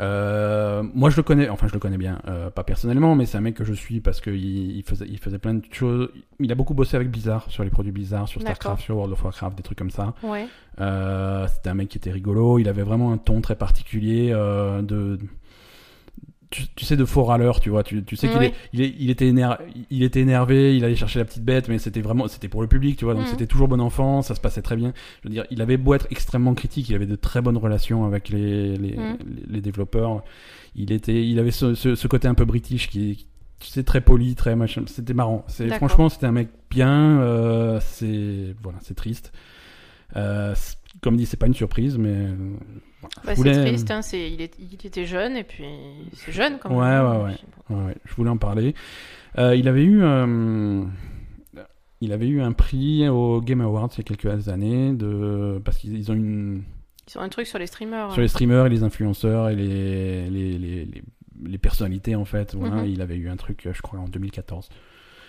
Speaker 1: Euh, moi je le connais, enfin je le connais bien, euh, pas personnellement, mais c'est un mec que je suis parce que il, il faisait il faisait plein de choses. Il a beaucoup bossé avec Blizzard sur les produits Blizzard, sur
Speaker 2: D'accord.
Speaker 1: Starcraft, sur World of Warcraft, des trucs comme ça.
Speaker 2: Ouais.
Speaker 1: Euh, c'était un mec qui était rigolo, il avait vraiment un ton très particulier euh, de tu, tu sais de faux râleur, tu vois. Tu, tu sais qu'il
Speaker 2: Oui.
Speaker 1: est- il, est- il était éner- il était énervé, il allait chercher la petite bête, mais c'était vraiment c'était pour le public, tu vois. Donc
Speaker 2: Mhm.
Speaker 1: c'était toujours bon enfant, ça se passait très bien. Je veux dire, il avait beau être extrêmement critique, il avait de très bonnes relations avec les les,
Speaker 2: Mhm.
Speaker 1: les- les développeurs. Il était il avait ce, ce- ce côté un peu british qui qui- tu sais très poli, très machin. C'était marrant. C'est
Speaker 2: D'accord.
Speaker 1: franchement c'était un mec bien. euh, c'est voilà, c'est triste. Euh, c'est- comme dit, c'est pas une surprise, mais euh, voilà. Je
Speaker 2: Bah,
Speaker 1: voulais- euh,
Speaker 2: C'est triste, hein, c'est- il, est- il était jeune et puis c'est jeune quand même.
Speaker 1: Ouais,
Speaker 2: hein,
Speaker 1: ouais,
Speaker 2: et puis bon.
Speaker 1: Ouais, ouais, je voulais en parler. Euh, il avait eu, euh, il avait eu un prix au Game Awards il y a quelques années de parce qu'ils ils ont une
Speaker 2: Ils ont un truc sur les streamers.
Speaker 1: sur les streamers et les influenceurs et les les, les, les- les personnalités en fait. Voilà,
Speaker 2: Mhm.
Speaker 1: il avait eu un truc, je crois, en 2014.
Speaker 2: hein.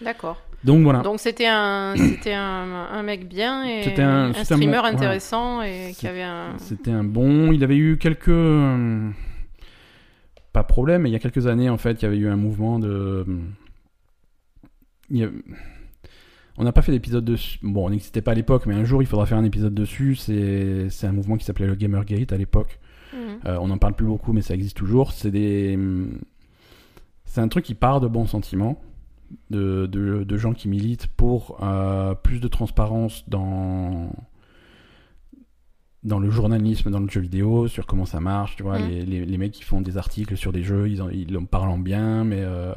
Speaker 2: D'accord.
Speaker 1: Donc voilà.
Speaker 2: Donc c'était un, c'était un, un mec bien et
Speaker 1: Ah. C'était un-
Speaker 2: un,
Speaker 1: c'était un
Speaker 2: streamer
Speaker 1: bon- ouais.
Speaker 2: intéressant et qui
Speaker 1: C'est-
Speaker 2: avait un.
Speaker 1: C'était un bon. Il avait eu quelques. euh, Pas problème, mais il y a quelques années, en fait, il y avait eu un mouvement de. il y a- On n'a pas fait d'épisode dessus. Bon, on n'existait pas à l'époque, mais un jour, il faudra faire un épisode dessus. C'est c'est un mouvement qui s'appelait le Gamergate à l'époque.
Speaker 2: Mhm.
Speaker 1: Euh, on n'en parle plus beaucoup, mais ça existe toujours. C'est des. hum, C'est un truc qui part de bons sentiments, de, de, de gens qui militent pour euh, plus de transparence dans dans le journalisme, dans le jeu vidéo, sur comment ça marche, tu vois,
Speaker 2: Mm.
Speaker 1: les, les, les mecs qui font des articles sur des jeux, ils en, ils en parlent en bien, mais euh,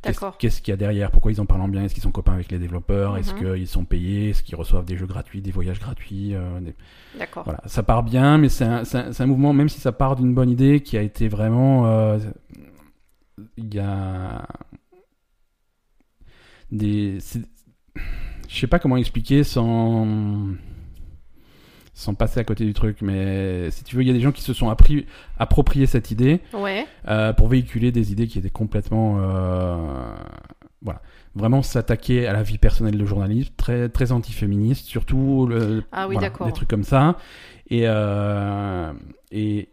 Speaker 1: qu'est-ce
Speaker 2: D'accord.
Speaker 1: qu'est-ce qu'il y a derrière Pourquoi ils en parlent en bien Est-ce qu'ils sont copains avec les développeurs Est-ce
Speaker 2: Mhm.
Speaker 1: qu'ils sont payés Est-ce qu'ils reçoivent des jeux gratuits, des voyages gratuits euh, des-
Speaker 2: D'accord.
Speaker 1: voilà, ça part bien, mais c'est un, c'est un- c'est un mouvement, même si ça part d'une bonne idée, qui a été vraiment. euh, Il y a. Des. c'est- Je sais pas comment expliquer sans. Sans passer à côté du truc, mais si tu veux, il y a des gens qui se sont appris, approprié cette idée
Speaker 2: Ouais.
Speaker 1: euh, pour véhiculer des idées qui étaient complètement. euh, voilà. Vraiment s'attaquer à la vie personnelle de journaliste, très, très antiféministe, surtout le,
Speaker 2: Ah oui, d'accord.
Speaker 1: des trucs comme ça. Et, euh, et,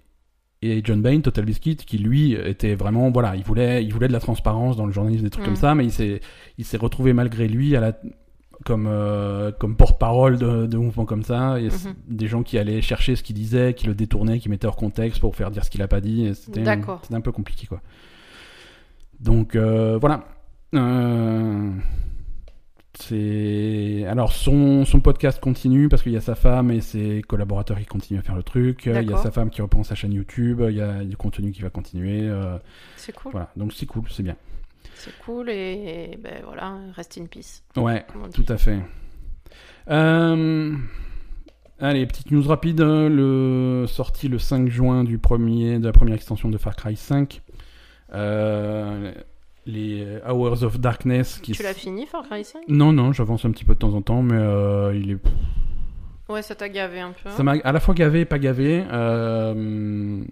Speaker 1: et John Bain, Total Biscuit, qui lui était vraiment. Voilà, il voulait, il voulait de la transparence dans le journalisme, des trucs
Speaker 2: Mm.
Speaker 1: comme ça, mais il s'est il s'est retrouvé malgré lui à la, comme, euh, comme porte-parole de, de mouvements comme ça. Et c'est
Speaker 2: Mhm.
Speaker 1: Des gens qui allaient chercher ce qu'il disait, qui le détournaient, qui mettaient hors contexte pour faire dire ce qu'il a pas dit. et C'était euh,
Speaker 2: D'accord.
Speaker 1: c'était un peu compliqué, quoi. Donc, euh, voilà. Euh, c'est alors son, son podcast continue parce qu'il y a sa femme et ses collaborateurs qui continuent à faire le truc. Il y a
Speaker 2: D'accord.
Speaker 1: sa femme qui reprend sa chaîne YouTube. Il y a du contenu qui va continuer. euh,
Speaker 2: C'est cool.
Speaker 1: Voilà, donc c'est cool, c'est bien.
Speaker 2: C'est cool et, ben voilà, rest in peace.
Speaker 1: Ouais.
Speaker 2: comme on dit.
Speaker 1: Tout à fait. Euh, Allez, petite news rapide. hein, Le... Sorti le 5 juin du premier... de la première extension de Far Cry 5. Euh, Les Hours of Darkness. Qui...
Speaker 2: Tu l'as fini, Far Cry 5
Speaker 1: Non, non, j'avance un petit peu de temps en temps, mais euh, il est...
Speaker 2: Ouais, ça t'a gavé un peu.
Speaker 1: ça m'a à la fois gavé et pas gavé. euh,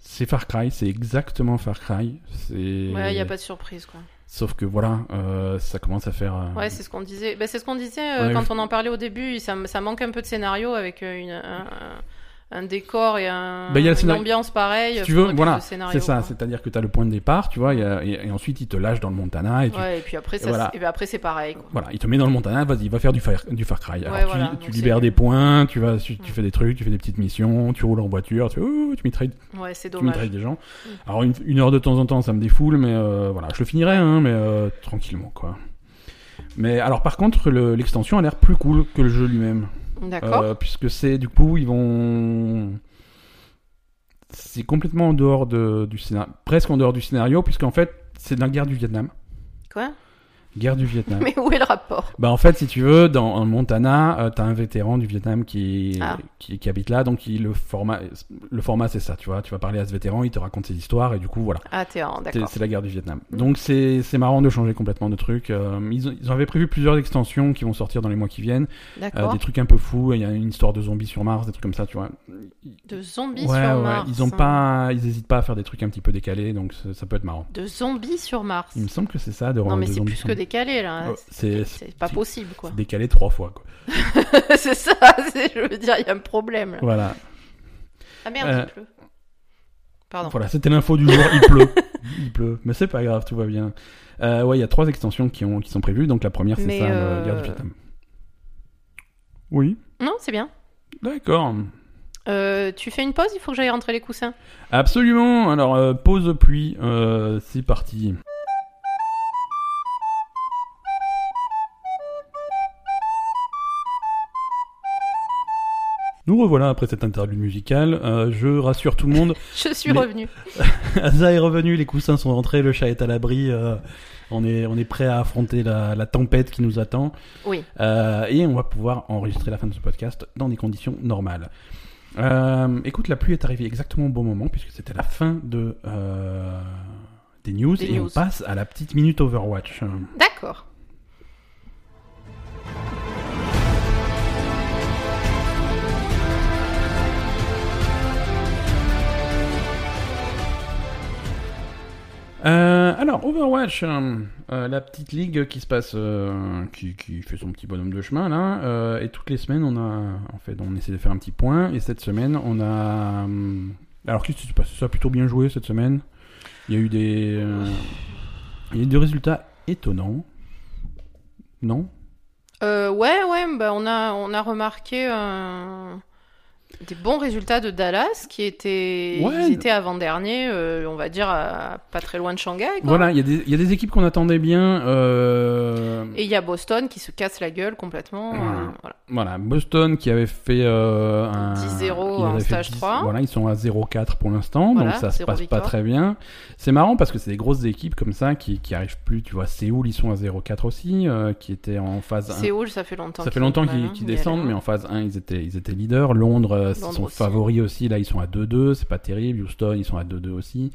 Speaker 1: C'est Far Cry, c'est exactement Far Cry. c'est-
Speaker 2: Ouais, il n'y a pas de surprise, quoi.
Speaker 1: Sauf que voilà, euh, ça commence à faire. euh,
Speaker 2: Ouais, c'est ce qu'on disait. Ben, c'est ce qu'on disait euh,
Speaker 1: Ouais,
Speaker 2: quand
Speaker 1: je-
Speaker 2: on en parlait au début. Ça, m- ça manque un peu de scénario avec euh, une, un, un- un décor et un,
Speaker 1: Ben, il y a le
Speaker 2: une
Speaker 1: scénario-
Speaker 2: ambiance pareille.
Speaker 1: Si tu
Speaker 2: faut
Speaker 1: veux,
Speaker 2: qu'il y ait
Speaker 1: voilà,
Speaker 2: ce scénario,
Speaker 1: C'est ça,
Speaker 2: quoi.
Speaker 1: c'est-à-dire que tu as le point de départ, tu vois, il y a- et, et ensuite il te lâche dans le Montana et tu-
Speaker 2: Ouais, et puis après, ça,
Speaker 1: voilà.
Speaker 2: c'est- et ben après c'est pareil. Quoi.
Speaker 1: voilà, il te met dans le Montana, vas-y, va faire du Far, du Far Cry. Alors
Speaker 2: Ouais,
Speaker 1: tu,
Speaker 2: voilà,
Speaker 1: tu
Speaker 2: donc
Speaker 1: libères
Speaker 2: c'est-
Speaker 1: des points, tu vas, tu, tu
Speaker 2: Mm.
Speaker 1: fais des trucs, tu fais des petites missions, tu roules en voiture, tu, ouh, tu mitrailles, tu
Speaker 2: Ouais, c'est
Speaker 1: mitrailles
Speaker 2: dommage.
Speaker 1: des gens.
Speaker 2: Mm.
Speaker 1: Alors une, une heure de temps en temps, ça me défoule, mais euh, voilà, je le finirai, hein, mais euh, tranquillement quoi. Mais alors par contre, le- l'extension a l'air plus cool que le jeu lui-même.
Speaker 2: D'accord.
Speaker 1: Euh, puisque c'est du coup ils vont c'est complètement en dehors de, du scénario presque en dehors du scénario puisqu'en fait c'est de la guerre du Vietnam
Speaker 2: Quoi
Speaker 1: guerre du Vietnam
Speaker 2: Mais où est le rapport
Speaker 1: bah en fait si tu veux dans en Montana euh, t'as un vétéran du Vietnam qui,
Speaker 2: Ah.
Speaker 1: qui qui habite là donc il, le format le format c'est ça tu vois tu vas parler à ce vétéran il te raconte ses histoires et du coup voilà
Speaker 2: Ah, t'es en,
Speaker 1: C'est-
Speaker 2: d'accord.
Speaker 1: c'est la guerre du Vietnam.
Speaker 2: Mm.
Speaker 1: Donc c'est c'est marrant de changer complètement de truc. Euh, ils, ont- ils en avaient prévu plusieurs extensions qui vont sortir dans les mois qui viennent. Euh,
Speaker 2: D'accord.
Speaker 1: des trucs un peu fous, il y a une histoire de zombies sur Mars, des trucs comme ça, tu vois.
Speaker 2: De zombies
Speaker 1: ouais,
Speaker 2: sur
Speaker 1: ouais,
Speaker 2: Mars. hein.
Speaker 1: ils ont pas, ils hésitent pas à faire des trucs un petit peu décalés, donc ça ça peut être marrant.
Speaker 2: De zombies sur Mars.
Speaker 1: Il me semble que c'est ça, de
Speaker 2: Non, mais
Speaker 1: de
Speaker 2: c'est
Speaker 1: zombies
Speaker 2: plus
Speaker 1: sur
Speaker 2: que
Speaker 1: Mars.
Speaker 2: décalé là.
Speaker 1: Ouais, c'est c'est
Speaker 2: C'est pas
Speaker 1: c'est-
Speaker 2: possible quoi.
Speaker 1: décalé trois fois, quoi.
Speaker 2: c'est ça, c'est- je veux dire, il y a un problème là.
Speaker 1: Voilà,
Speaker 2: Ah merde,
Speaker 1: Euh,
Speaker 2: il pleut. Pardon.
Speaker 1: voilà, c'était l'info du jour. Il pleut, il pleut, mais c'est pas grave, tout va bien. Euh, ouais, il y a trois extensions qui ont, qui sont prévues, donc la première c'est
Speaker 2: Mais,
Speaker 1: ça,
Speaker 2: euh,
Speaker 1: le Guerre du Vietnam. Oui,
Speaker 2: Non, c'est bien.
Speaker 1: d'accord.
Speaker 2: Euh, tu fais une pause, il faut que j'aille rentrer les coussins.
Speaker 1: Absolument. Alors, euh, pause pluie, euh, c'est parti. Nous revoilà après cette interlude musicale. Euh, je rassure tout le monde,
Speaker 2: Je suis
Speaker 1: Mais-
Speaker 2: revenue.
Speaker 1: Asa est revenu, les coussins sont rentrés, le chat est à l'abri. euh, on, est, on est prêt à affronter la, la tempête qui nous attend.
Speaker 2: Oui.
Speaker 1: Euh, et on va pouvoir enregistrer la fin de ce podcast dans des conditions normales. Euh, écoute, la pluie est arrivée exactement au bon moment puisque c'était la fin de, euh, des news
Speaker 2: Des
Speaker 1: et on
Speaker 2: news.
Speaker 1: passe à la petite minute Overwatch.
Speaker 2: D'accord.
Speaker 1: Euh, alors, Overwatch, euh, euh, la petite ligue qui se passe, euh, qui, qui fait son petit bonhomme de chemin là, euh, et toutes les semaines on a, en fait, on essaie de faire un petit point, et cette semaine on a, euh, alors qu'est-ce qui se passe Ça a plutôt bien joué cette semaine. Il y a eu des, euh, il y a eu des résultats étonnants, non
Speaker 2: Euh, ouais, ouais, bah, on, a, on a remarqué euh, des bons résultats de Dallas qui étaient,
Speaker 1: Ouais.
Speaker 2: ils étaient avant-dernier, euh, on va dire, à- pas très loin de Shanghai. quoi.
Speaker 1: Voilà, il y, a des- il y a des équipes qu'on attendait bien. Euh...
Speaker 2: Et il y a Boston qui se casse la gueule complètement. euh,
Speaker 1: Ouais.
Speaker 2: voilà.
Speaker 1: Voilà, Boston qui avait fait euh, un
Speaker 2: 10-0
Speaker 1: ils
Speaker 2: en
Speaker 1: avaient fait
Speaker 2: stage
Speaker 1: 10
Speaker 2: 3.
Speaker 1: Voilà, ils sont à 0-4 pour l'instant,
Speaker 2: Voilà,
Speaker 1: donc ça se
Speaker 2: zéro
Speaker 1: passe
Speaker 2: victoire.
Speaker 1: pas très bien. C'est marrant parce que c'est des grosses équipes comme ça qui, qui arrivent plus. Tu vois, Séoul, ils sont à 0-4 aussi, euh, qui étaient en phase 1.
Speaker 2: Séoul, ça fait longtemps.
Speaker 1: Ça fait
Speaker 2: qu'ils-
Speaker 1: longtemps
Speaker 2: voilà,
Speaker 1: qu'ils
Speaker 2: on
Speaker 1: qu'ils
Speaker 2: y est
Speaker 1: descendent,
Speaker 2: allé.
Speaker 1: mais en phase 1, ils étaient, ils étaient leaders. Londres, euh, ils
Speaker 2: Londres
Speaker 1: sont
Speaker 2: aussi.
Speaker 1: favoris aussi. Là, ils sont à 2-2, c'est pas terrible. Houston, ils sont à 2-2 aussi.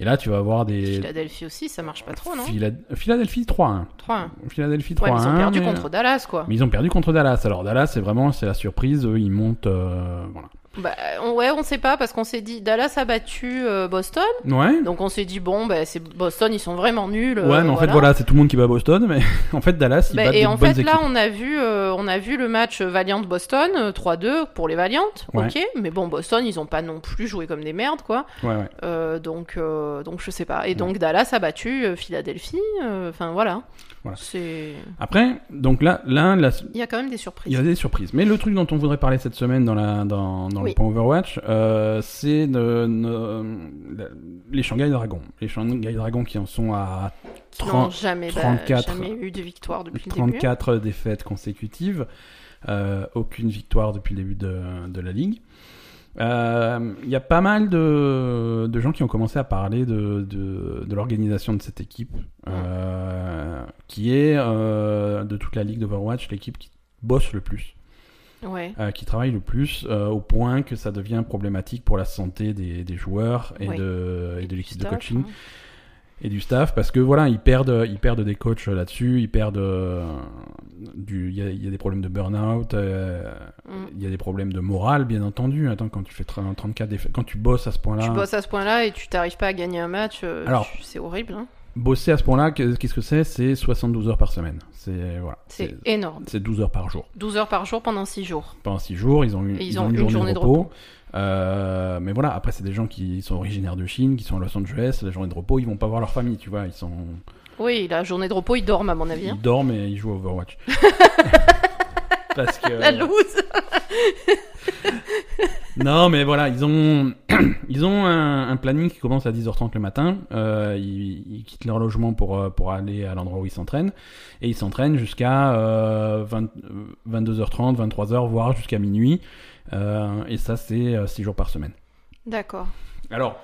Speaker 1: Et là, tu vas avoir des.
Speaker 2: Philadelphie aussi, ça marche pas trop, non
Speaker 1: Phila- Philadelphie 3-1.
Speaker 2: 3-1.
Speaker 1: Philadelphie 3-1.
Speaker 2: Ouais, mais ils ont perdu
Speaker 1: mais-
Speaker 2: contre Dallas, quoi.
Speaker 1: mais ils ont perdu contre Dallas. Alors Dallas, c'est vraiment c'est la surprise. Eux, ils montent. euh, voilà.
Speaker 2: Bah, on- ouais, on sait pas parce qu'on s'est dit Dallas a battu euh, Boston,
Speaker 1: Ouais.
Speaker 2: donc on s'est dit bon, bah, c'est Boston, ils sont vraiment nuls. euh,
Speaker 1: ouais, mais en fait, voilà, c'est tout le monde qui bat Boston. Mais en fait, Dallas, ils
Speaker 2: Bah,
Speaker 1: battent
Speaker 2: et
Speaker 1: des
Speaker 2: en
Speaker 1: bonnes
Speaker 2: fait,
Speaker 1: équipes.
Speaker 2: là, on a vu, euh, on a vu le match Valiant Boston, 3-2 pour les Valiant,
Speaker 1: Ouais.
Speaker 2: ok. Mais bon, Boston, ils ont pas non plus joué comme des merdes, quoi.
Speaker 1: Ouais, ouais.
Speaker 2: Euh, donc, euh, donc je sais pas. Et
Speaker 1: Mm.
Speaker 2: donc Dallas a battu euh, Philadelphie. euh, Enfin voilà.
Speaker 1: Voilà.
Speaker 2: C'est.
Speaker 1: Après, donc là, là, la-
Speaker 2: Il y a quand même des
Speaker 1: il
Speaker 2: surprises.
Speaker 1: y a des surprises. Mais le truc dont on voudrait parler cette semaine dans la dans, dans
Speaker 2: Oui.
Speaker 1: le point Overwatch, euh, c'est de- de- la- les Shanghai Dragons. Les Shanghai Dragons qui en sont à
Speaker 2: Qui n'ont
Speaker 1: 30
Speaker 2: jamais, bah,
Speaker 1: 34.
Speaker 2: jamais eu de victoire depuis le début.
Speaker 1: 34 défaites consécutives, euh, aucune victoire depuis le début de, de la ligue. Euh, Il y a pas mal de, de gens qui ont commencé à parler de, de, de l'organisation de cette équipe, euh, qui est euh, de toute la ligue d'Overwatch l'équipe qui bosse le plus,
Speaker 2: Ouais.
Speaker 1: euh, qui travaille le plus, euh, au point que ça devient problématique pour la santé des, des joueurs et
Speaker 2: Oui.
Speaker 1: de, et de
Speaker 2: du
Speaker 1: l'équipe de
Speaker 2: staff,
Speaker 1: coaching
Speaker 2: hein.
Speaker 1: et du staff parce que voilà ils perdent euh, ils perdent des coachs là-dessus ils perdent euh, du il y, a- il y a des problèmes de burn-out euh,
Speaker 2: Mm.
Speaker 1: il y a des problèmes de morale bien entendu attends quand tu fais 30 34 défa- quand tu bosses à ce point-là
Speaker 2: Tu bosses à ce point-là et tu t'arrives pas à gagner un match, euh,
Speaker 1: ben, Alors-
Speaker 2: tu- c'est horrible. hein.
Speaker 1: bosser à ce point-là que- qu'est-ce que c'est c'est 72 heures par semaine c'est voilà
Speaker 2: C'est
Speaker 1: c'est
Speaker 2: énorme.
Speaker 1: c'est 12 heures par jour
Speaker 2: 12 heures par jour pendant 6 jours.
Speaker 1: pendant 6 jours ils ont, une-
Speaker 2: Et
Speaker 1: ils ont une, journée, de repos, Euh, mais voilà après c'est des gens qui sont originaires de Chine qui sont à Los Angeles la journée de repos ils vont pas voir leur famille tu vois ils sont
Speaker 2: Oui, la journée de repos, ils dorment à mon avis. hein.
Speaker 1: Ils dorment et ils jouent à Overwatch. Parce que
Speaker 2: La loose
Speaker 1: euh, non mais voilà ils ont ils ont un, un planning qui commence à 10h30 le matin Euh, ils, ils quittent leur logement pour euh, pour aller à l'endroit où ils s'entraînent et ils s'entraînent jusqu'à euh, 20 euh, 22h30 23h voire jusqu'à minuit Euh, et ça c'est 6 jours par semaine
Speaker 2: D'accord.
Speaker 1: alors,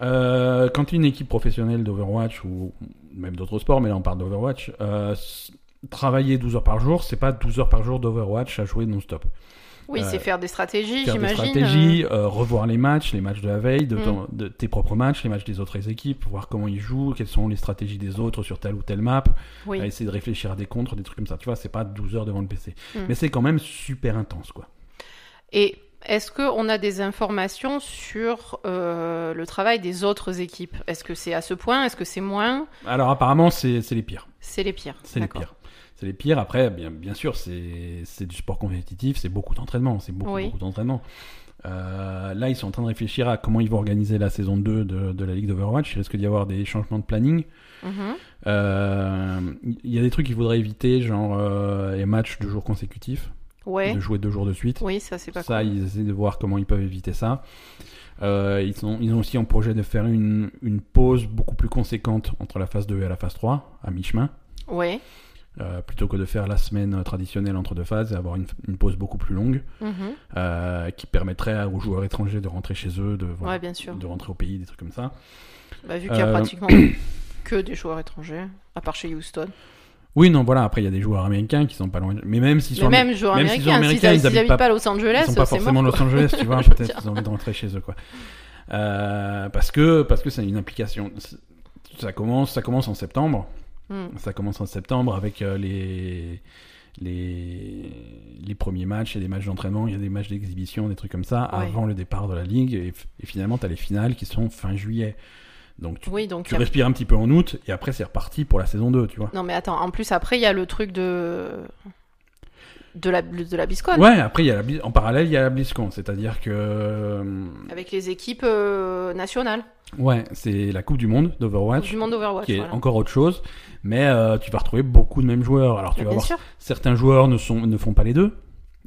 Speaker 1: euh, quand une équipe professionnelle d'Overwatch ou même d'autres sports, mais là on parle d'Overwatch, euh, s- travailler 12 heures par jour, c'est pas 12 heures par jour d'Overwatch à jouer non-stop.
Speaker 2: Oui,
Speaker 1: Euh,
Speaker 2: c'est faire des stratégies,
Speaker 1: Faire des
Speaker 2: j'imagine.
Speaker 1: stratégies, euh, revoir les matchs, les matchs de la veille, de,
Speaker 2: Mm.
Speaker 1: ton- de tes propres matchs, les matchs des autres équipes, voir comment ils jouent, quelles sont les stratégies des autres sur telle ou telle map,
Speaker 2: euh, oui.
Speaker 1: à essayer de réfléchir à des contres, des trucs comme ça. Tu vois, c'est pas 12 heures devant le PC.
Speaker 2: Mm.
Speaker 1: Mais c'est quand même super intense, quoi.
Speaker 2: Et est-ce qu'on a des informations sur euh, le travail des autres équipes Est-ce que c'est à ce point Est-ce que c'est moins
Speaker 1: Alors apparemment, c'est c'est les pires.
Speaker 2: C'est les pires.
Speaker 1: C'est les
Speaker 2: D'accord.
Speaker 1: pires. C'est les pires. Après, bien, bien sûr, c'est c'est du sport compétitif, c'est beaucoup d'entraînement, c'est beaucoup,
Speaker 2: Oui.
Speaker 1: beaucoup d'entraînement. Euh, là, ils sont en train de réfléchir à comment ils vont organiser la saison 2 de, de la Ligue d'Overwatch. Il risque d'y avoir des changements de planning.
Speaker 2: Mhm.
Speaker 1: Euh, Il y a des trucs qu'ils voudraient éviter, genre euh, les matchs de jours consécutifs.
Speaker 2: Ouais.
Speaker 1: de jouer deux jours de suite.
Speaker 2: Oui, ça, c'est pas
Speaker 1: ça,
Speaker 2: cool.
Speaker 1: ils essaient de voir comment ils peuvent éviter ça. Euh, ils, sont, ils ont aussi en projet de faire une, une pause beaucoup plus conséquente entre la phase 2 et la phase 3, à mi-chemin.
Speaker 2: Ouais.
Speaker 1: Euh, plutôt que de faire la semaine traditionnelle entre deux phases, avoir une, une pause beaucoup plus longue,
Speaker 2: Mhm.
Speaker 1: euh, qui permettrait à- aux joueurs étrangers de rentrer chez eux, de, voilà,
Speaker 2: Ouais, bien sûr.
Speaker 1: de rentrer au pays, des trucs comme ça.
Speaker 2: Bah, vu qu'il y a
Speaker 1: Euh,
Speaker 2: pratiquement que des joueurs étrangers, à part chez Houston.
Speaker 1: Oui, non, voilà, après il y a des joueurs américains qui sont pas loin, mais même s'ils
Speaker 2: Mais
Speaker 1: sont, amé-
Speaker 2: même joueurs
Speaker 1: même s'ils sont
Speaker 2: américains, hein, s'ils
Speaker 1: américains, ils
Speaker 2: habitent
Speaker 1: habitent
Speaker 2: pas,
Speaker 1: pas-
Speaker 2: à Los Angeles,
Speaker 1: ils sont pas
Speaker 2: c'est
Speaker 1: forcément
Speaker 2: mort.
Speaker 1: Los Angeles, tu vois,
Speaker 2: Je veux
Speaker 1: peut-être
Speaker 2: dire.
Speaker 1: qu'ils ont envie de rentrer chez eux, quoi. Euh, parce que parce que c'est une implication. C'est- Ça commence, ça commence en septembre.
Speaker 2: Mm.
Speaker 1: Ça commence en septembre avec euh, les, les, les premiers matchs, il y a des matchs d'entraînement, il y a des matchs d'exhibition, des trucs comme ça,
Speaker 2: Ouais.
Speaker 1: avant le départ de la Ligue. Et, f- et finalement, tu as les finales qui sont fin juillet. Donc tu,
Speaker 2: Oui, donc
Speaker 1: tu
Speaker 2: y a-
Speaker 1: respires un petit peu en août, et après c'est reparti pour la saison 2, tu vois.
Speaker 2: Non mais attends, en plus après il y a le truc de de la de la BlizzCon
Speaker 1: Ouais, après, il y a la, Blizz- en parallèle, il y a la BlizzCon, c'est-à-dire que... euh,
Speaker 2: avec les équipes euh, nationales
Speaker 1: Ouais, c'est la Coupe du Monde
Speaker 2: Coupe
Speaker 1: d'Overwatch,
Speaker 2: du monde Overwatch.
Speaker 1: Ah, qui est
Speaker 2: voilà.
Speaker 1: encore autre chose, mais euh, tu vas retrouver beaucoup de mêmes joueurs. Alors tu
Speaker 2: Mais
Speaker 1: vas
Speaker 2: bien
Speaker 1: avoir
Speaker 2: sûr.
Speaker 1: Certains joueurs ne, sont, ne font pas les deux,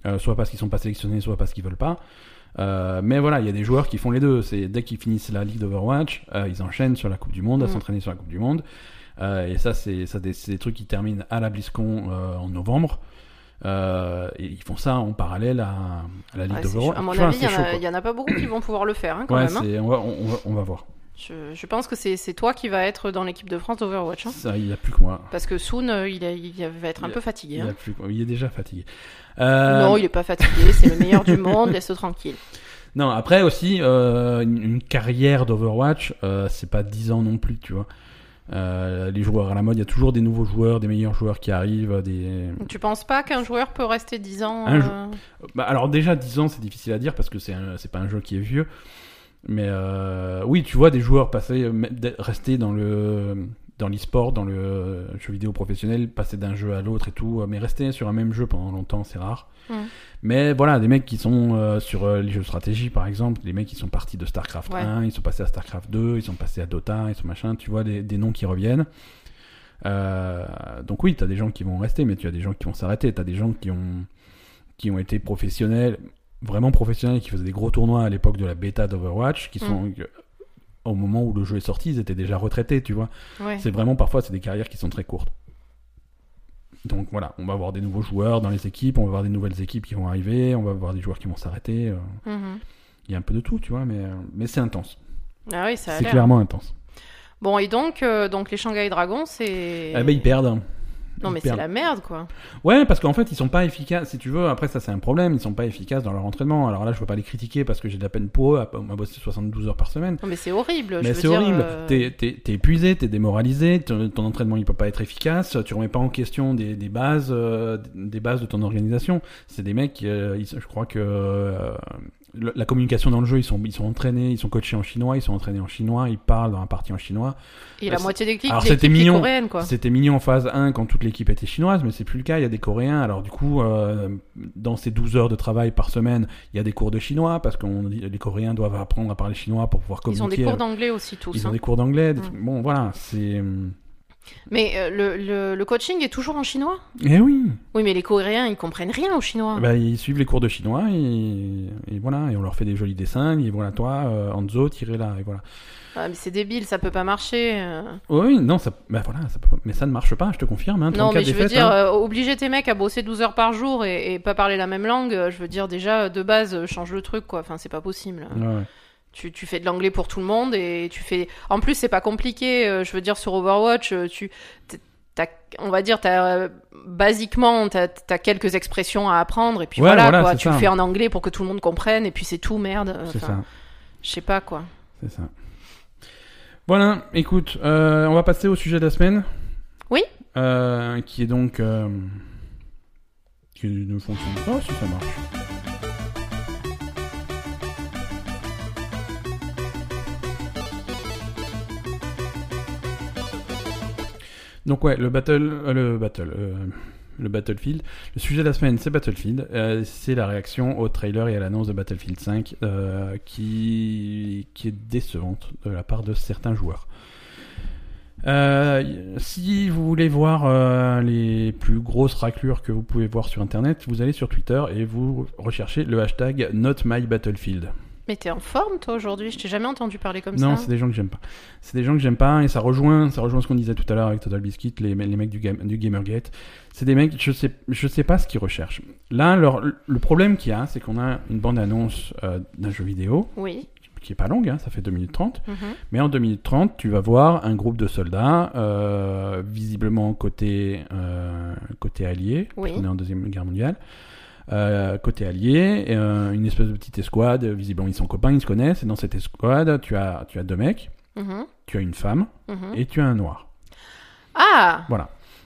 Speaker 1: euh, soit parce qu'ils sont pas sélectionnés, soit parce qu'ils veulent pas. Euh, mais voilà, il y a des joueurs qui font les deux. C'est dès qu'ils finissent la ligue d'Overwatch, euh, ils enchaînent sur la Coupe du Monde, à
Speaker 2: Mm.
Speaker 1: s'entraîner sur la Coupe du Monde. Euh, et ça, c'est ça, des, c'est des trucs qui terminent à la BlizzCon euh, en novembre. Euh, et ils font ça en parallèle à, à la ligue
Speaker 2: Ouais, c'est chaud.
Speaker 1: d'Overwatch.
Speaker 2: à mon
Speaker 1: Enfin,
Speaker 2: avis, il
Speaker 1: c'est
Speaker 2: y, en
Speaker 1: chaud,
Speaker 2: a-
Speaker 1: quoi.
Speaker 2: y en a pas beaucoup qui vont pouvoir le faire hein, quand
Speaker 1: Ouais,
Speaker 2: même. hein.
Speaker 1: c'est- on, va, on, va- on va voir.
Speaker 2: Je, je pense que c'est c'est toi qui va être dans l'équipe de France d'Overwatch. hein.
Speaker 1: Ça, il n'y a plus que moi.
Speaker 2: Parce que Soon, euh, il, a- il va être un
Speaker 1: Il a-
Speaker 2: peu
Speaker 1: Il,
Speaker 2: fatigué.
Speaker 1: y
Speaker 2: hein.
Speaker 1: a plus que moi. Il est déjà fatigué. Euh,
Speaker 2: Non, il est pas fatigué, c'est le meilleur du monde, laisse-le tranquille.
Speaker 1: Non, après aussi, euh, une, une carrière d'Overwatch, euh, c'est pas 10 ans non plus, tu vois. Euh, les joueurs à la mode, il y a toujours des nouveaux joueurs, des meilleurs joueurs qui arrivent. Des...
Speaker 2: Tu penses pas qu'un joueur peut rester 10 ans
Speaker 1: Un jou-
Speaker 2: euh,
Speaker 1: Bah, alors déjà, 10 ans, c'est difficile à dire parce que c'est un- c'est pas un jeu qui est vieux. Mais euh, oui, tu vois des joueurs passer, euh, mais- d- rester dans le dans l'e-sport, dans le euh, jeu vidéo professionnel, passer d'un jeu à l'autre et tout, euh, mais rester sur un même jeu pendant longtemps, c'est rare.
Speaker 2: Mm.
Speaker 1: Mais voilà, des mecs qui sont euh, sur euh, les jeux de stratégie, par exemple, des mecs qui sont partis de StarCraft
Speaker 2: Ouais.
Speaker 1: 1, ils sont passés à StarCraft 2, ils sont passés à Dota, ils sont machin, tu vois des, des noms qui reviennent. Euh, donc oui, t'as des gens qui vont rester, mais tu as des gens qui vont s'arrêter, t'as des gens qui ont qui ont été professionnels, vraiment professionnels, qui faisaient des gros tournois à l'époque de la bêta d'Overwatch, qui sont
Speaker 2: Mm.
Speaker 1: euh, au moment où le jeu est sorti, ils étaient déjà retraités, tu vois.
Speaker 2: ouais.
Speaker 1: C'est vraiment parfois c'est des carrières qui sont très courtes. Donc voilà, on va avoir des nouveaux joueurs dans les équipes, on va avoir des nouvelles équipes qui vont arriver, on va avoir des joueurs qui vont s'arrêter. euh,
Speaker 2: Mhm.
Speaker 1: Il y a un peu de tout, tu vois, mais, euh, mais c'est intense.
Speaker 2: Ah oui, ça a
Speaker 1: C'est
Speaker 2: l'air.
Speaker 1: clairement intense.
Speaker 2: Bon, et donc, euh, donc les Shanghai Dragons, c'est.
Speaker 1: Eh ben, ils perdent.
Speaker 2: Non,
Speaker 1: Ils
Speaker 2: mais c'est
Speaker 1: perdent.
Speaker 2: la merde, quoi.
Speaker 1: Ouais, parce qu'en fait, ils sont pas efficaces. Si tu veux, après, ça, c'est un problème. Ils sont pas efficaces dans leur entraînement. Alors là, je veux pas les critiquer parce que j'ai de la peine pour eux à, à bosser 72 heures par semaine.
Speaker 2: Non, mais c'est horrible. je
Speaker 1: Mais
Speaker 2: veux
Speaker 1: c'est
Speaker 2: dire,
Speaker 1: horrible.
Speaker 2: euh,
Speaker 1: T'es, t'es- t'es épuisé, t'es démoralisé, ton, ton entraînement il peut pas être efficace, tu remets pas en question des, des bases, euh, des bases de ton organisation. C'est des mecs, euh, ils- je crois que euh, le- la communication dans le jeu, ils sont, ils sont entraînés, ils sont coachés en chinois, ils sont entraînés en chinois, ils parlent dans la partie en chinois.
Speaker 2: Et la
Speaker 1: c'est-
Speaker 2: moitié des clics,
Speaker 1: Alors,
Speaker 2: des
Speaker 1: c'était
Speaker 2: clics, c'est
Speaker 1: mignon.
Speaker 2: coréenne, quoi.
Speaker 1: C'était mignon en phase 1 quand toute l'équipe était chinoise, mais c'est plus le cas, il y a des coréens. Alors du coup, euh, dans ces 12 heures de travail par semaine, il y a des cours de chinois parce que les coréens doivent apprendre à parler chinois pour pouvoir
Speaker 2: Ils
Speaker 1: communiquer.
Speaker 2: ont des cours d'anglais aussi, tous.
Speaker 1: Ils ont
Speaker 2: hein.
Speaker 1: des cours d'anglais. des
Speaker 2: Mm.
Speaker 1: trucs- Bon, voilà, c'est.
Speaker 2: Mais euh, le, le, le coaching est toujours en chinois
Speaker 1: Eh oui
Speaker 2: Oui, mais les Coréens, ils comprennent rien au chinois.
Speaker 1: bah, Ils suivent les cours de chinois et... et voilà, et on leur fait des jolis dessins. Et voilà, toi, euh, Anzo, tirez là, et voilà.
Speaker 2: Ah, mais c'est débile, ça peut pas marcher. euh.
Speaker 1: Oui, non, ça... Bah, voilà, ça peut pas- mais ça ne marche pas, je te confirme. Hein,
Speaker 2: Non,
Speaker 1: 34
Speaker 2: mais je veux
Speaker 1: défaites,
Speaker 2: dire,
Speaker 1: hein.
Speaker 2: euh, obliger tes mecs à bosser 12 heures par jour et, et pas parler la même langue, euh, je veux dire, déjà, de base, euh, change le truc, quoi. Enfin, c'est pas possible.
Speaker 1: Ouais, ouais.
Speaker 2: Tu, tu fais de l'anglais pour tout le monde et tu fais. En plus, c'est pas compliqué. euh, Je veux dire, sur Overwatch, euh, tu. t'es- t'as- on va dire, t'as, euh, basiquement, t'as as quelques expressions à apprendre et puis
Speaker 1: Ouais,
Speaker 2: voilà,
Speaker 1: voilà,
Speaker 2: quoi.
Speaker 1: c'est
Speaker 2: Tu
Speaker 1: ça.
Speaker 2: le fais en anglais pour que tout le monde comprenne et puis c'est tout, merde. euh,
Speaker 1: c'est
Speaker 2: enfin,
Speaker 1: ça,
Speaker 2: Je sais pas, quoi.
Speaker 1: c'est ça. Voilà, écoute, euh, on va passer au sujet de la semaine.
Speaker 2: Oui.
Speaker 1: Euh, qui est donc. euh, Qui ne fonctionne pas, si ça marche. Donc ouais, le battle, euh, le battle, euh, le Battlefield. Le sujet de la semaine, c'est Battlefield. Euh, c'est la réaction au trailer et à l'annonce de Battlefield 5 euh, qui qui est décevante de la part de certains joueurs. Euh, si vous voulez voir euh, les plus grosses raclures que vous pouvez voir sur Internet, vous allez sur Twitter et vous recherchez le hashtag NotMyBattlefield.
Speaker 2: Mais t'es en forme, toi, aujourd'hui Je t'ai jamais entendu parler comme
Speaker 1: Non,
Speaker 2: ça.
Speaker 1: c'est des gens que j'aime pas. C'est des gens que j'aime pas et ça rejoint, ça rejoint ce qu'on disait tout à l'heure avec Total Biscuit, les, les mecs du, game, du Gamergate. C'est des mecs, je sais, je sais pas ce qu'ils recherchent. Là, leur- le problème qu'il y a, c'est qu'on a une bande-annonce euh, d'un jeu vidéo
Speaker 2: Oui.
Speaker 1: qui est pas longue, hein, ça fait 2 minutes 30.
Speaker 2: mhm.
Speaker 1: Mais en 2030, tu vas voir un groupe de soldats, euh, visiblement côté, euh, côté allié,
Speaker 2: Oui.
Speaker 1: on est en Deuxième Guerre mondiale, euh, côté allié, et, euh, une espèce de petite escouade, visiblement ils sont copains, ils se connaissent, et dans cette escouade, tu as, tu as deux mecs,
Speaker 2: mhm,
Speaker 1: tu as une femme,
Speaker 2: mhm.
Speaker 1: et tu as un noir.
Speaker 2: Ah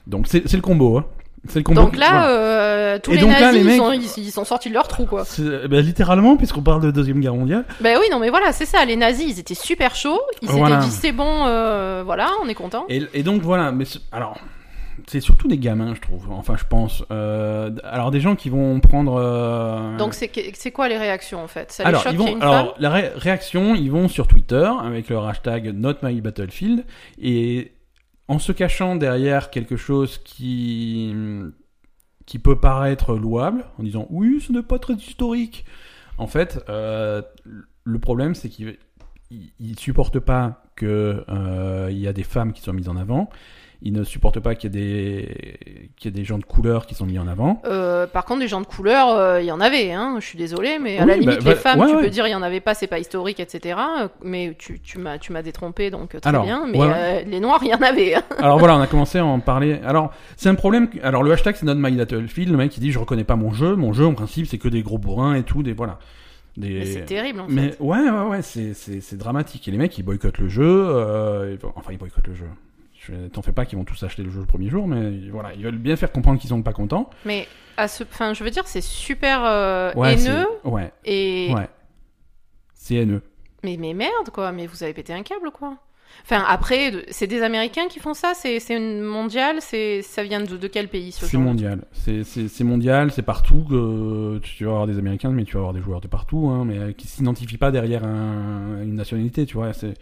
Speaker 1: Donc c'est c'est le combo, hein. C'est le combo.
Speaker 2: Donc là,
Speaker 1: voilà.
Speaker 2: euh, tous
Speaker 1: Et
Speaker 2: les
Speaker 1: donc là,
Speaker 2: nazis,
Speaker 1: les
Speaker 2: ils,
Speaker 1: mecs-
Speaker 2: sont, ils, ils sont sortis de leur trou, quoi.
Speaker 1: C'est- ben, littéralement, puisqu'on parle de Deuxième Guerre mondiale,
Speaker 2: Ben oui, non, mais voilà, c'est ça. Les nazis, ils étaient super chauds. Ils s'étaient
Speaker 1: Voilà.
Speaker 2: dit, c'est bon, euh, voilà, on est content.
Speaker 1: Et, et donc voilà, mais c'est- alors c'est surtout des gamins, je trouve. Enfin, je pense. Euh, alors des gens qui vont prendre. euh,
Speaker 2: Donc c'est que- c'est quoi les réactions, en fait Ça les
Speaker 1: alors
Speaker 2: choque
Speaker 1: ils
Speaker 2: qu'il
Speaker 1: vont.
Speaker 2: y ait une femme
Speaker 1: alors la ré- réaction, ils vont sur Twitter avec leur hashtag NotMyBattlefield et en se cachant derrière quelque chose qui qui peut paraître louable, en disant oui, ce n'est pas très historique. En fait, euh, le problème, c'est qu'ils ils- ils supportent pas que euh, il y a des femmes qui soient mises en avant. Ils ne supportent pas qu'il y ait des qu'il y ait des gens de couleur qui sont mis en avant.
Speaker 2: Euh, par contre, des gens de couleur, euh, il y en avait, hein, je suis désolée, mais à
Speaker 1: Oui,
Speaker 2: la
Speaker 1: bah,
Speaker 2: limite,
Speaker 1: voilà,
Speaker 2: les femmes,
Speaker 1: ouais,
Speaker 2: tu
Speaker 1: ouais.
Speaker 2: peux dire il y en avait pas, c'est pas historique, etc. euh, Mais tu, tu m'as tu m'as détrompé, donc euh, très
Speaker 1: Alors,
Speaker 2: bien. Mais
Speaker 1: voilà.
Speaker 2: euh, les noirs, il y en avait. hein.
Speaker 1: Alors voilà, on a commencé à en parler. Alors c'est un problème. que- Alors le hashtag c'est not my battlefield. Le mec qui dit je reconnais pas mon jeu. Mon jeu en principe c'est que des gros bourrins et tout. Des voilà. Des...
Speaker 2: Mais c'est terrible, en
Speaker 1: Mais
Speaker 2: fait.
Speaker 1: ouais, ouais, ouais, c'est, c'est, c'est dramatique. Et les mecs, ils boycottent le jeu. euh, ils vont- enfin, ils boycottent le jeu. Je, t'en fais pas qu'ils vont tous acheter le jeu le premier jour, mais voilà, ils veulent bien faire comprendre qu'ils sont pas contents.
Speaker 2: Mais à ce, enfin, je veux dire, c'est super euh,
Speaker 1: Ouais,
Speaker 2: haineux
Speaker 1: c'est, ouais,
Speaker 2: et
Speaker 1: ouais. C'est haineux.
Speaker 2: mais mais merde quoi. Mais vous avez pété un câble quoi. Enfin après, de- c'est des Américains qui font ça, c'est c'est une mondiale, c'est ça vient de, de quel pays ce
Speaker 1: C'est
Speaker 2: genre
Speaker 1: mondial. C'est, c'est, c'est mondial, c'est partout. Que tu vas avoir des Américains, mais tu vas avoir des joueurs de partout, hein, mais euh, qui s'identifient pas derrière un- une nationalité, tu vois. C'est,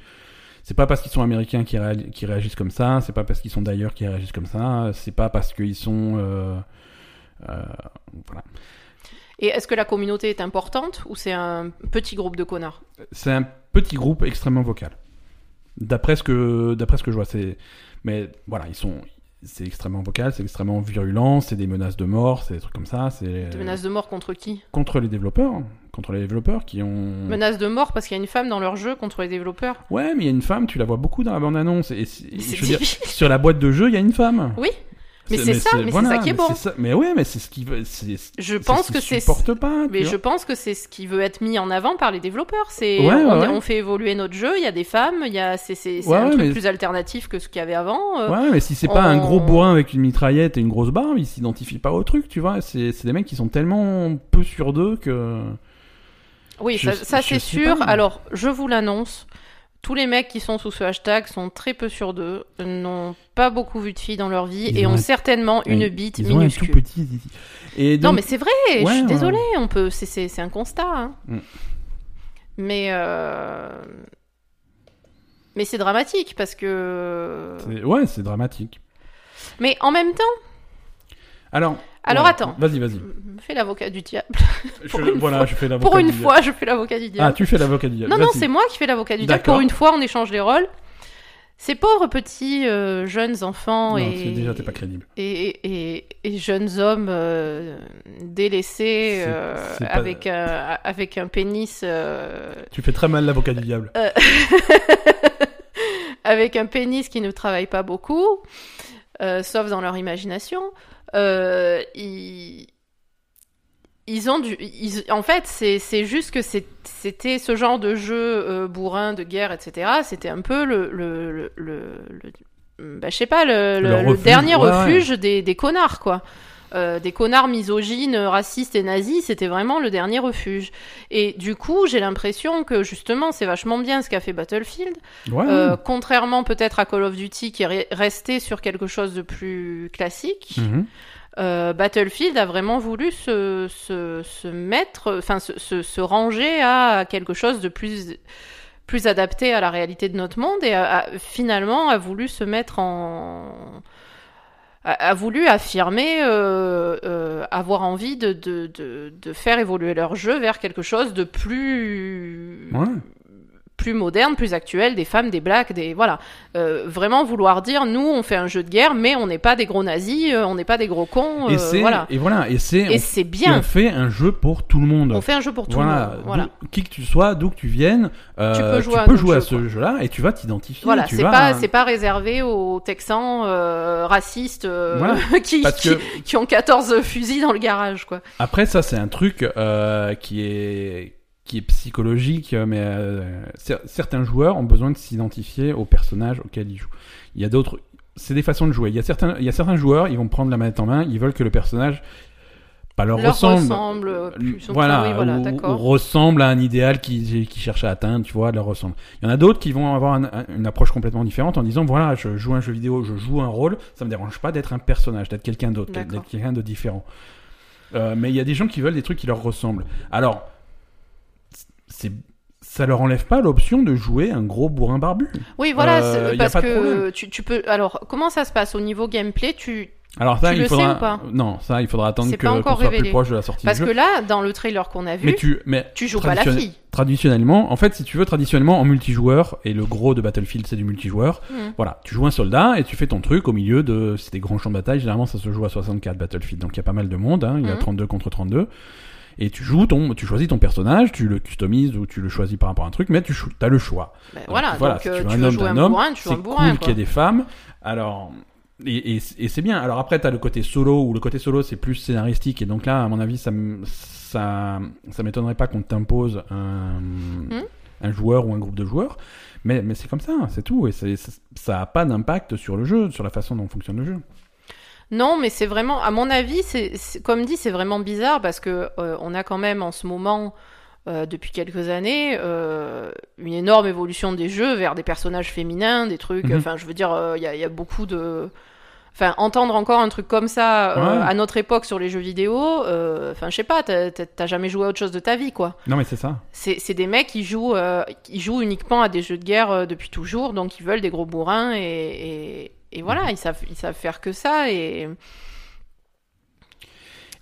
Speaker 1: c'est pas parce qu'ils sont Américains qu'ils, réal- qu'ils réagissent comme ça, c'est pas parce qu'ils sont d'ailleurs qu'ils réagissent comme ça, c'est pas parce qu'ils sont. euh, euh, voilà.
Speaker 2: Et est-ce que la communauté est importante ou c'est un petit groupe de connards
Speaker 1: C'est un petit groupe extrêmement vocal. D'après ce que d'après ce que je vois, c'est mais voilà, ils sont c'est extrêmement vocal, c'est extrêmement virulent, c'est des menaces de mort, c'est des trucs comme ça, c'est
Speaker 2: Des menaces de mort contre qui
Speaker 1: contre les développeurs, contre les développeurs qui ont
Speaker 2: Menace de mort parce qu'il y a une femme dans leur jeu contre les développeurs.
Speaker 1: Ouais, mais il y a une femme, tu la vois beaucoup dans la bande-annonce et, c'est-
Speaker 2: Mais c'est
Speaker 1: je veux dire,
Speaker 2: débile.
Speaker 1: sur la boîte de jeu, il y a une femme.
Speaker 2: Oui, mais c'est ça, mais c'est ça qui est
Speaker 1: mais
Speaker 2: bon.
Speaker 1: c'est ça- Mais ouais, mais c'est ce qui veut- c'est c'est
Speaker 2: Je
Speaker 1: ce
Speaker 2: pense
Speaker 1: qu'ils
Speaker 2: que c'est.
Speaker 1: supportent pas.
Speaker 2: Mais
Speaker 1: tu
Speaker 2: je pense que c'est ce qui veut être mis en avant par les développeurs. C'est
Speaker 1: Ouais, ouais,
Speaker 2: on,
Speaker 1: ouais.
Speaker 2: on fait évoluer notre jeu. Il y a des femmes. Il y a c'est c'est- c'est
Speaker 1: Ouais,
Speaker 2: un
Speaker 1: ouais,
Speaker 2: truc
Speaker 1: mais-
Speaker 2: plus alternatif que ce qu'il y avait avant. euh,
Speaker 1: Ouais, mais si c'est pas
Speaker 2: on-
Speaker 1: un gros bourrin avec une mitraillette et une grosse barbe, ils s'identifient pas au truc, tu vois. C'est c'est des mecs qui sont tellement peu sûrs d'eux que.
Speaker 2: Oui,
Speaker 1: Je-
Speaker 2: ça, ça,
Speaker 1: je
Speaker 2: c'est
Speaker 1: sais pas,
Speaker 2: sûr.
Speaker 1: mais-
Speaker 2: Alors je vous l'annonce. Tous les mecs qui sont sous ce hashtag sont très peu sûrs d'eux, n'ont pas beaucoup vu de filles dans leur vie
Speaker 1: Ils
Speaker 2: et
Speaker 1: ont
Speaker 2: ont
Speaker 1: un-
Speaker 2: certainement une
Speaker 1: Ils-
Speaker 2: bite
Speaker 1: ils ont un tout
Speaker 2: minuscule.
Speaker 1: petit zizi. Et
Speaker 2: Non,
Speaker 1: donc,
Speaker 2: mais c'est vrai, je
Speaker 1: Ouais,
Speaker 2: suis
Speaker 1: ouais,
Speaker 2: désolée, on peut, c'est- c'est c'est un constat. hein.
Speaker 1: Mm.
Speaker 2: Mais, euh, mais c'est dramatique parce que.
Speaker 1: c'est- Ouais, c'est dramatique.
Speaker 2: Mais en même temps,
Speaker 1: Alors.
Speaker 2: Alors,
Speaker 1: ouais,
Speaker 2: attends.
Speaker 1: Vas-y, vas-y.
Speaker 2: je me fais l'avocat du diable.
Speaker 1: Je-
Speaker 2: une
Speaker 1: Voilà,
Speaker 2: fois-
Speaker 1: je fais l'avocat
Speaker 2: Pour une
Speaker 1: du
Speaker 2: fois, je fais l'avocat du
Speaker 1: Ah,
Speaker 2: diable.
Speaker 1: tu fais l'avocat du diable.
Speaker 2: non, non,
Speaker 1: Vas-y.
Speaker 2: c'est moi qui fais l'avocat du diable. Pour
Speaker 1: D'accord.
Speaker 2: une fois, on échange les rôles. Ces pauvres petits euh, jeunes enfants
Speaker 1: Non,
Speaker 2: et,
Speaker 1: c'est- déjà, t'es pas crédible.
Speaker 2: et, et- et jeunes hommes euh, délaissés
Speaker 1: C'est-
Speaker 2: euh,
Speaker 1: c'est pas-
Speaker 2: avec, un, avec un pénis euh,
Speaker 1: Tu fais très mal l'avocat du diable.
Speaker 2: avec un pénis qui ne travaille pas beaucoup, euh, sauf dans leur imagination, euh, ils... ils ont du... ils- En fait, c'est c'est juste que c'est- c'était ce genre de jeu euh, bourrin, de guerre, etc. C'était un peu le... le, le, le- le- bah, je sais pas, le,
Speaker 1: Le
Speaker 2: le- le
Speaker 1: refuge,
Speaker 2: dernier
Speaker 1: ouais, ouais.
Speaker 2: refuge des, des connards, quoi. Euh, des connards misogynes, racistes et nazis, c'était vraiment le dernier refuge. Et du coup, j'ai l'impression que justement, c'est vachement bien ce qu'a fait Battlefield,
Speaker 1: Ouais.
Speaker 2: euh, contrairement peut-être à Call of Duty qui est re- resté sur quelque chose de plus classique,
Speaker 1: Mhm.
Speaker 2: euh, Battlefield a vraiment voulu se, se, se mettre, enfin se, se, se ranger à quelque chose de plus plus adapté à la réalité de notre monde et a- a- finalement a voulu se mettre en a, a voulu affirmer euh, euh, avoir envie de, de, de, de faire évoluer leur jeu vers quelque chose de plus
Speaker 1: Ouais.
Speaker 2: plus moderne, plus actuel, des femmes, des blacks, des voilà, Euh, vraiment vouloir dire nous on fait un jeu de guerre, mais on n'est pas des gros nazis, euh, on n'est pas des gros cons,
Speaker 1: et
Speaker 2: euh,
Speaker 1: c'est
Speaker 2: voilà.
Speaker 1: et voilà et c'est
Speaker 2: Et
Speaker 1: on-
Speaker 2: c'est
Speaker 1: et on,
Speaker 2: bien,
Speaker 1: fait un jeu pour tout le monde.
Speaker 2: on fait un jeu pour tout
Speaker 1: voilà,
Speaker 2: le monde,
Speaker 1: d'où-
Speaker 2: voilà.
Speaker 1: qui que tu sois, d'où que tu viennes, euh,
Speaker 2: Tu peux jouer à un autre
Speaker 1: à
Speaker 2: jeu,
Speaker 1: ce
Speaker 2: quoi.
Speaker 1: jeu-là et tu vas t'identifier.
Speaker 2: Voilà,
Speaker 1: tu
Speaker 2: c'est
Speaker 1: vas- hein.
Speaker 2: pas c'est pas réservé aux Texans euh, racistes euh,
Speaker 1: Voilà,
Speaker 2: qui,
Speaker 1: parce
Speaker 2: qui
Speaker 1: que-
Speaker 2: qui ont 14 fusils dans le garage quoi.
Speaker 1: Après, ça, c'est un truc euh, qui est qui est psychologique, mais euh, cer- certains joueurs ont besoin de s'identifier au personnage auquel ils jouent. Il y a d'autres, c'est des façons de jouer. Il y a certains, il y a certains joueurs, ils vont prendre la manette en main, ils veulent que le personnage pas leur,
Speaker 2: Leur
Speaker 1: ressemble.
Speaker 2: ressemble, euh, plus ou-
Speaker 1: voilà,
Speaker 2: oui, voilà,
Speaker 1: ou-
Speaker 2: d'accord.
Speaker 1: ou ressemble à un idéal qu'ils qui cherchent à atteindre, tu vois, leur ressemble. Il y en a d'autres qui vont avoir un- un- une approche complètement différente en disant voilà, je joue un jeu vidéo, je joue un rôle, ça me dérange pas d'être un personnage, d'être quelqu'un d'autre,
Speaker 2: D'accord.
Speaker 1: d'être quelqu'un de différent. Euh, mais il y a des gens qui veulent des trucs qui leur ressemblent. Alors, c'est ça leur enlève pas l'option de jouer un gros bourrin barbu.
Speaker 2: Oui, voilà, c'est-
Speaker 1: Euh, y a
Speaker 2: parce
Speaker 1: pas de
Speaker 2: que
Speaker 1: problème.
Speaker 2: tu, tu peux alors comment ça se passe au niveau gameplay, tu
Speaker 1: Alors ça,
Speaker 2: Tu
Speaker 1: il
Speaker 2: le sais
Speaker 1: faudra
Speaker 2: ou pas
Speaker 1: non, ça il faudra attendre
Speaker 2: C'est
Speaker 1: que
Speaker 2: pas encore
Speaker 1: qu'on soit plus
Speaker 2: révélé.
Speaker 1: proche de la sortie
Speaker 2: parce
Speaker 1: du
Speaker 2: que
Speaker 1: jeu.
Speaker 2: là dans le trailer qu'on a vu,
Speaker 1: mais
Speaker 2: tu,
Speaker 1: tu mais
Speaker 2: joues pas la
Speaker 1: traditionnel-
Speaker 2: fille.
Speaker 1: Traditionnellement, en fait, si tu veux, traditionnellement en multijoueur, et le gros de Battlefield c'est du multijoueur,
Speaker 2: Hmm.
Speaker 1: voilà, tu joues un soldat et tu fais ton truc au milieu de. C'est des grands champs de bataille, généralement ça se joue à 64 Battlefield, donc il y a pas mal de monde, hein, il y a
Speaker 2: Mhm.
Speaker 1: 32 contre 32. Et tu joues ton, tu choisis ton personnage, tu le customises ou tu le choisis par rapport à un truc, mais tu as le choix.
Speaker 2: Ben voilà,
Speaker 1: Bah, voilà,
Speaker 2: donc
Speaker 1: si
Speaker 2: euh,
Speaker 1: tu
Speaker 2: tu
Speaker 1: veux
Speaker 2: veux,
Speaker 1: un homme
Speaker 2: jouer
Speaker 1: d'un
Speaker 2: un
Speaker 1: homme,
Speaker 2: bourrin,
Speaker 1: c'est
Speaker 2: tu joues un
Speaker 1: cool
Speaker 2: bourrin
Speaker 1: qu'il y ait
Speaker 2: quoi.
Speaker 1: des femmes. Alors, et, et- et c'est bien. Alors après, t'as le côté solo, où le côté solo, c'est plus scénaristique. Et donc là, à mon avis, ça, m- ça, ça m'étonnerait pas qu'on t'impose un,
Speaker 2: Hmm?
Speaker 1: un joueur ou un groupe de joueurs. Mais, mais c'est comme ça, c'est tout. Et c'est- c'est- ça a pas d'impact sur le jeu, sur la façon dont fonctionne le jeu.
Speaker 2: Non, mais c'est vraiment, à mon avis, c'est c'est- comme dit, c'est vraiment bizarre parce que euh, on a quand même en ce moment, euh, depuis quelques années, euh, une énorme évolution des jeux vers des personnages féminins, des trucs.
Speaker 1: Mhm.
Speaker 2: Enfin, je veux dire, euh, il y, a- il y a beaucoup de. Enfin, entendre encore un truc comme ça euh,
Speaker 1: Ouais.
Speaker 2: à notre époque sur les jeux vidéo, euh, enfin, je sais pas, t'as- t'as t'as jamais joué à autre chose de ta vie, quoi.
Speaker 1: Non, mais c'est ça.
Speaker 2: C'est c'est des mecs qui jouent, euh, qui jouent uniquement à des jeux de guerre euh, depuis toujours, donc ils veulent des gros bourrins et, et, et
Speaker 1: Mhm.
Speaker 2: voilà, ils savent, ils savent faire que ça et,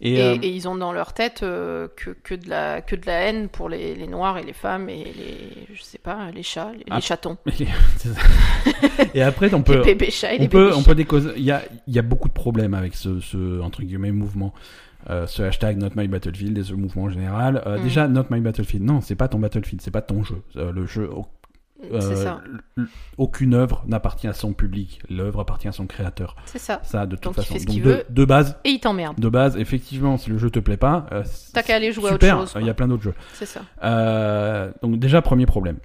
Speaker 1: Et,
Speaker 2: et,
Speaker 1: euh,
Speaker 2: et ils ont dans leur tête euh, que, que, de la, que de la haine pour les, les noirs et les femmes et les, je sais pas, les chats, les,
Speaker 1: Ah,
Speaker 2: les chatons,
Speaker 1: c'est ça. et après, on peut,
Speaker 2: les bébés chats et
Speaker 1: on
Speaker 2: les
Speaker 1: peut,
Speaker 2: bébés
Speaker 1: on
Speaker 2: chiens.
Speaker 1: peut décauser. Il y a, il y a beaucoup de problèmes avec ce, ce entre guillemets mouvement, Euh, ce hashtag Not My Battlefield et ce mouvement en général. Euh,
Speaker 2: Mm.
Speaker 1: Déjà, Not My Battlefield. Non, c'est pas ton Battlefield, c'est pas ton jeu. Euh, le jeu, au-
Speaker 2: C'est
Speaker 1: euh,
Speaker 2: ça,
Speaker 1: l- aucune œuvre n'appartient à son public. L'œuvre appartient à son créateur.
Speaker 2: c'est ça.
Speaker 1: Ça, de toute
Speaker 2: Donc, il
Speaker 1: façon.
Speaker 2: fait ce
Speaker 1: Donc,
Speaker 2: qu'il
Speaker 1: de,
Speaker 2: veut.
Speaker 1: de base,
Speaker 2: Et ils t'emmerdent,
Speaker 1: de base, effectivement, si le jeu te plaît pas, euh,
Speaker 2: T'as qu'à aller jouer à autre
Speaker 1: super,
Speaker 2: chose,
Speaker 1: euh,
Speaker 2: quoi.
Speaker 1: Il y a plein d'autres jeux.
Speaker 2: c'est ça.
Speaker 1: Euh, donc déjà premier problème.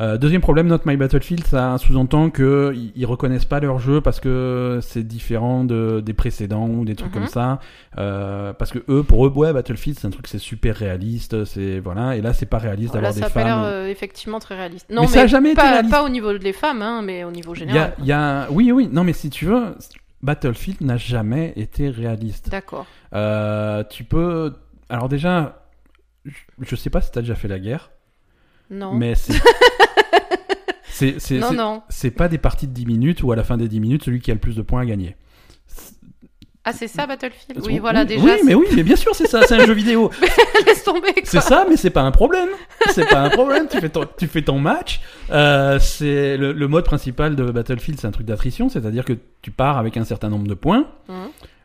Speaker 1: Euh, deuxième problème, Not My Battlefield, ça sous-entend que ils- ils reconnaissent pas leur jeu parce que c'est différent de, des précédents ou des trucs
Speaker 2: Mhm.
Speaker 1: comme ça. Euh, parce que eux, pour eux, ouais, Battlefield, c'est un truc, c'est super réaliste, c'est voilà. Et là, c'est pas réaliste
Speaker 2: Oh, Là,
Speaker 1: d'avoir des
Speaker 2: ça a pas l'air
Speaker 1: femmes.
Speaker 2: euh, effectivement très réaliste. Non,
Speaker 1: Mais
Speaker 2: mais,
Speaker 1: ça a jamais été
Speaker 2: pas,
Speaker 1: réaliste.
Speaker 2: pas au niveau des femmes, hein, mais au niveau
Speaker 1: Il y
Speaker 2: général.
Speaker 1: a, il y a- oui, oui, non, mais si tu veux, Battlefield n'a jamais été réaliste.
Speaker 2: D'accord.
Speaker 1: Euh, tu peux, alors déjà, je- je sais pas si t'as déjà fait la guerre,
Speaker 2: Non.
Speaker 1: mais c'est, c'est, c'est,
Speaker 2: non,
Speaker 1: c'est-
Speaker 2: non.
Speaker 1: c'est pas des parties de 10 minutes où à la fin des 10 minutes, celui qui a le plus de points a gagné.
Speaker 2: Ah, c'est ça Battlefield Oui,
Speaker 1: Ou-
Speaker 2: voilà,
Speaker 1: oui,
Speaker 2: déjà.
Speaker 1: Oui, mais oui, mais bien sûr, c'est ça, c'est un jeu vidéo.
Speaker 2: c'est- Laisse tomber, quoi.
Speaker 1: C'est ça, mais c'est pas un problème. C'est pas un problème, tu fais ton, tu fais ton match. Euh, c'est le, le mode principal de Battlefield, c'est un truc d'attrition, c'est-à-dire que tu pars avec un certain nombre de points.
Speaker 2: Mhm.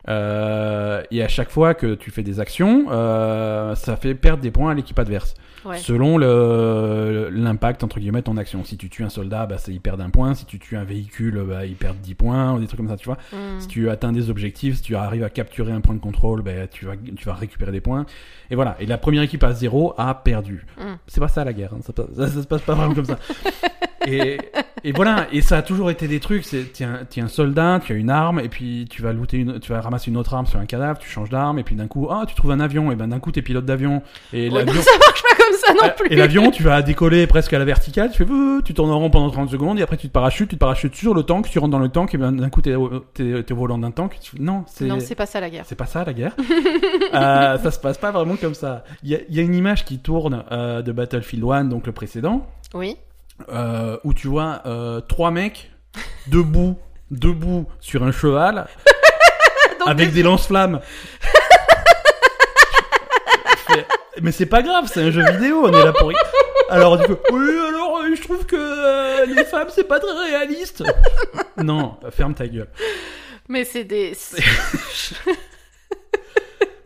Speaker 1: euh, et à chaque fois que tu fais des actions, euh, ça fait perdre des points à l'équipe adverse.
Speaker 2: Ouais.
Speaker 1: selon le- l'impact entre guillemets de ton action. Si tu tues un soldat, bah, c'est il perd un point. Si tu tues un véhicule, bah, il perd 10 points ou des trucs comme ça, tu vois.
Speaker 2: Mm.
Speaker 1: Si tu atteins des objectifs, si tu arrives à capturer un point de contrôle, bah, tu vas tu vas récupérer des points. Et voilà. Et la première équipe à zéro a perdu.
Speaker 2: Mm.
Speaker 1: C'est pas ça la guerre. hein. Ça, pas- ça- ça se passe pas vraiment comme ça. Et, et voilà, et ça a toujours été des trucs, c'est t'es un, t'es un soldat, tu as une arme, et puis tu vas looter une, tu vas ramasser une autre arme sur un cadavre, tu changes d'arme, et puis d'un coup, ah, tu trouves un avion, et ben d'un coup t'es pilote d'avion, et
Speaker 2: Ouais, non,
Speaker 1: l'avion,
Speaker 2: ça marche pas comme ça non plus.
Speaker 1: Euh, et l'avion, tu vas décoller presque à la verticale, tu fais euh, tu tournes en rond pendant 30 secondes et après tu te parachutes, tu te parachutes sur le tank, tu rentres dans le tank et ben, d'un coup t'es au, t'es- t'es au volant d'un tank. Tu- Non, c'est
Speaker 2: Non, c'est pas ça la guerre.
Speaker 1: c'est pas ça la guerre. Euh, ça se passe pas vraiment comme ça. Il y, a- il y a une image qui tourne euh, de Battlefield 1, donc le précédent,
Speaker 2: Oui.
Speaker 1: euh, où tu vois euh, trois mecs debout, debout sur un cheval
Speaker 2: Donc,
Speaker 1: avec des lance-flammes. Je fais, Mais c'est pas grave, c'est un jeu vidéo, on est là pour. y- Alors du coup, oui, alors euh, je trouve que euh, les femmes c'est pas très réaliste. Non, bah, ferme ta gueule.
Speaker 2: Mais c'est des. c'est-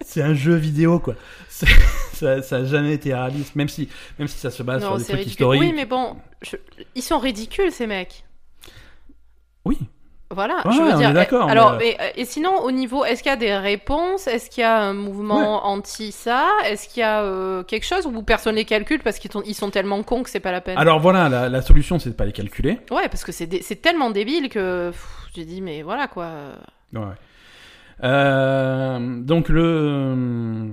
Speaker 1: C'est un jeu vidéo quoi. C'est- Ça, ça a jamais été réaliste, même si, même si ça se base Ah, sur
Speaker 2: non,
Speaker 1: des
Speaker 2: c'est
Speaker 1: trucs
Speaker 2: ridicule.
Speaker 1: historiques.
Speaker 2: Oui, mais bon, je- ils sont ridicules ces mecs.
Speaker 1: Oui.
Speaker 2: Voilà,
Speaker 1: Ouais,
Speaker 2: je
Speaker 1: ouais,
Speaker 2: veux
Speaker 1: on
Speaker 2: dire.
Speaker 1: est d'accord,
Speaker 2: eh, Alors,
Speaker 1: mais- euh,
Speaker 2: et, et sinon, au niveau, est-ce qu'il y a des réponses Est-ce qu'il y a un mouvement anti ça Est-ce qu'il y a euh, quelque chose où personne les calcule parce qu'ils sont, ils sont tellement cons que c'est pas la peine
Speaker 1: Alors voilà, la, la solution c'est de pas les calculer.
Speaker 2: Ouais, parce que c'est dé- c'est tellement débile que pff, j'ai dit, mais voilà quoi. euh,
Speaker 1: Ouais. Euh, donc le euh,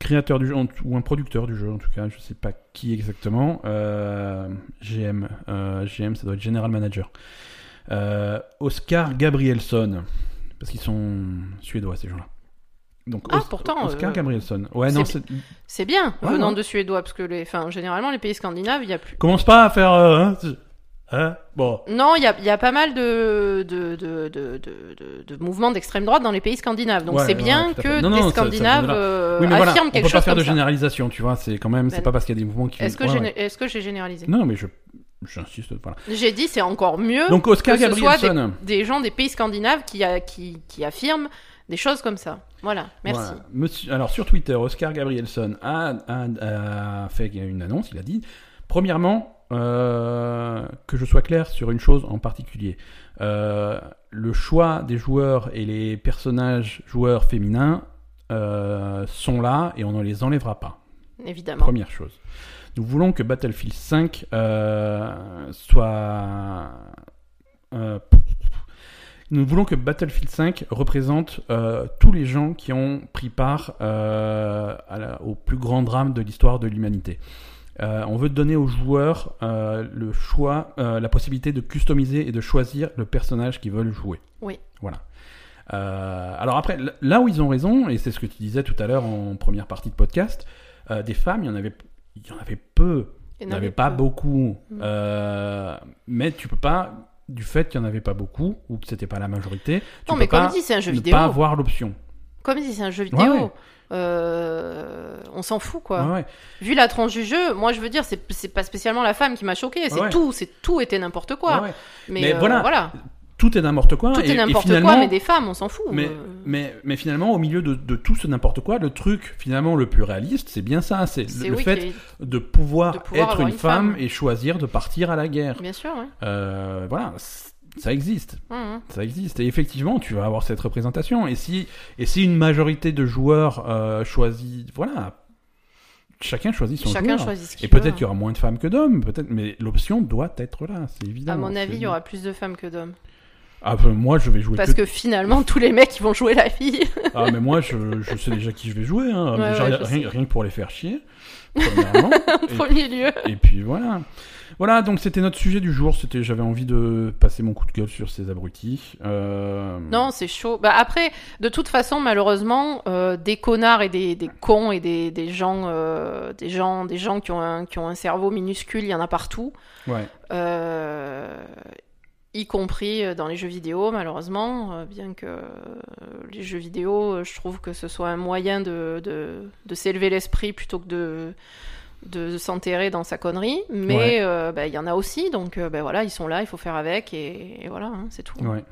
Speaker 1: créateur du jeu, en- ou un producteur du jeu en tout cas, je sais pas qui exactement, euh, GM, euh, GM ça doit être General Manager, Euh, Oscar Gabrielson, parce qu'ils sont suédois ces gens-là. Donc,
Speaker 2: Ah,
Speaker 1: Os-
Speaker 2: pourtant,
Speaker 1: Oscar
Speaker 2: euh,
Speaker 1: Gabrielson. Ouais,
Speaker 2: c'est
Speaker 1: non,
Speaker 2: bi-
Speaker 1: c'est-
Speaker 2: C'est bien,
Speaker 1: Ouais,
Speaker 2: venant
Speaker 1: ouais.
Speaker 2: de Suédois, parce que les, enfin, généralement, les pays scandinaves, il y a plus.
Speaker 1: commence pas à faire. euh, hein, tu- hein, bon,
Speaker 2: Non, il y a, il y a pas mal de, de, de, de, de- de- de mouvements d'extrême droite dans les pays scandinaves. Donc
Speaker 1: Ouais, ouais,
Speaker 2: c'est bien
Speaker 1: tout à fait.
Speaker 2: que
Speaker 1: Non, non,
Speaker 2: les
Speaker 1: ça- ça
Speaker 2: Scandinaves
Speaker 1: vient de là.
Speaker 2: euh,
Speaker 1: oui, mais voilà, on
Speaker 2: affirment
Speaker 1: peut
Speaker 2: quelque
Speaker 1: pas
Speaker 2: chose
Speaker 1: faire
Speaker 2: comme
Speaker 1: de
Speaker 2: ça.
Speaker 1: généralisation, tu vois. C'est quand même, c'est
Speaker 2: Ben-
Speaker 1: pas parce qu'il y a des mouvements qui.
Speaker 2: Est-ce que,
Speaker 1: ouais,
Speaker 2: j'ai-
Speaker 1: ouais.
Speaker 2: est-ce que j'ai généralisé
Speaker 1: Non, mais je, j'insiste. Voilà.
Speaker 2: J'ai dit c'est encore mieux
Speaker 1: Donc Oscar
Speaker 2: Hein que ce soit
Speaker 1: Gabrielson.
Speaker 2: des gens des pays scandinaves qui, a- qui, qui affirment des choses comme ça. Voilà, merci.
Speaker 1: Voilà. Monsieur- alors sur Twitter, Oscar Gabrielson a, a- a fait une annonce, il a dit, premièrement, euh, que je sois clair sur une chose en particulier. Euh, le choix des joueurs et les personnages joueurs féminins euh, sont là et on ne les enlèvera pas.
Speaker 2: Évidemment.
Speaker 1: Première chose. Nous voulons que Battlefield 5 euh, soit. euh, nous voulons que Battlefield 5 représente euh, tous les gens qui ont pris part euh, à la- au plus grand drame de l'histoire de l'humanité. Euh, on veut donner aux joueurs euh, le choix, euh, la possibilité de customiser et de choisir le personnage qu'ils veulent jouer.
Speaker 2: Oui.
Speaker 1: Voilà. Euh, alors après, l- là où ils ont raison, et c'est ce que tu disais tout à l'heure en première partie de podcast, euh, des femmes, il y en avait, il y en avait peu. Il
Speaker 2: Il y en
Speaker 1: n'y en
Speaker 2: avait
Speaker 1: avait pas
Speaker 2: peu.
Speaker 1: beaucoup.
Speaker 2: Mm.
Speaker 1: Euh, mais tu peux pas, du fait qu'il n'y en avait pas beaucoup, ou que c'était pas la majorité, tu
Speaker 2: Non,
Speaker 1: peux
Speaker 2: mais
Speaker 1: pas
Speaker 2: comme dit, c'est un jeu
Speaker 1: ne
Speaker 2: vidéo.
Speaker 1: pas avoir l'option.
Speaker 2: Comme dit, c'est un jeu
Speaker 1: Ouais,
Speaker 2: vidéo.
Speaker 1: ouais.
Speaker 2: Euh, on s'en fout, quoi.
Speaker 1: Ouais, ouais.
Speaker 2: Vu la tranche du jeu, moi, je veux dire, c'est c'est pas spécialement la femme qui m'a choqué. C'est
Speaker 1: Ouais.
Speaker 2: tout, c'est tout était n'importe quoi.
Speaker 1: Ouais, ouais.
Speaker 2: Mais,
Speaker 1: Mais
Speaker 2: euh,
Speaker 1: voilà.
Speaker 2: voilà.
Speaker 1: Tout est n'importe quoi.
Speaker 2: tout
Speaker 1: et,
Speaker 2: est
Speaker 1: et
Speaker 2: n'importe quoi,
Speaker 1: finalement-
Speaker 2: mais des femmes, on s'en fout.
Speaker 1: Mais,
Speaker 2: Euh,
Speaker 1: mais, mais finalement, au milieu de, de tout ce n'importe quoi, le truc finalement le plus réaliste, c'est bien ça. C'est
Speaker 2: c'est
Speaker 1: le, le
Speaker 2: oui
Speaker 1: fait
Speaker 2: qu'il y
Speaker 1: de pouvoir,
Speaker 2: de pouvoir
Speaker 1: être
Speaker 2: avoir
Speaker 1: une,
Speaker 2: une
Speaker 1: femme,
Speaker 2: femme.
Speaker 1: et choisir de partir à la guerre.
Speaker 2: ait- Bien sûr, ouais.
Speaker 1: Euh, voilà, c- ça existe.
Speaker 2: Hum, hum.
Speaker 1: Ça existe. Et effectivement, tu vas avoir cette représentation. Et si, et si une majorité de joueurs euh, choisit. Voilà. Chacun choisit son
Speaker 2: Chacun
Speaker 1: joueur.
Speaker 2: choisit ce qu'il
Speaker 1: Et
Speaker 2: veut.
Speaker 1: peut-être qu'il y aura moins de femmes que d'hommes, peut-être, mais l'option doit être là, c'est évident.
Speaker 2: hein. À mon avis,
Speaker 1: C'est-
Speaker 2: il y aura plus de femmes que d'hommes.
Speaker 1: Ah, ben, moi, je vais jouer
Speaker 2: Parce que finalement, tous les mecs, ils vont jouer la fille.
Speaker 1: Ah, mais moi, je, je sais déjà qui je vais jouer. Hein.
Speaker 2: Ouais,
Speaker 1: Déjà,
Speaker 2: ouais, je
Speaker 1: rien, rien que pour les faire chier. Premièrement.
Speaker 2: en premier lieu.
Speaker 1: et Mm. puis voilà. Voilà, donc c'était notre sujet du jour. C'était, j'avais envie de passer mon coup de gueule sur ces abrutis. Euh,
Speaker 2: Non, c'est chaud. Bah, après, de toute façon, malheureusement, euh, des connards et des, des cons et des, des gens, euh, des gens, des gens qui ont un, qui ont un cerveau minuscule, il y en a partout,
Speaker 1: Ouais.
Speaker 2: Euh, y compris euh, dans les jeux vidéo, malheureusement. euh, bien que euh, les jeux vidéo, euh, je trouve que ce soit un moyen de, de, de s'élever l'esprit plutôt que de de s'enterrer dans sa connerie, mais euh, bah, il y en a aussi, donc euh, bah, voilà, ils sont là, il faut faire avec, et, et voilà, hein, c'est tout.
Speaker 1: Ouais.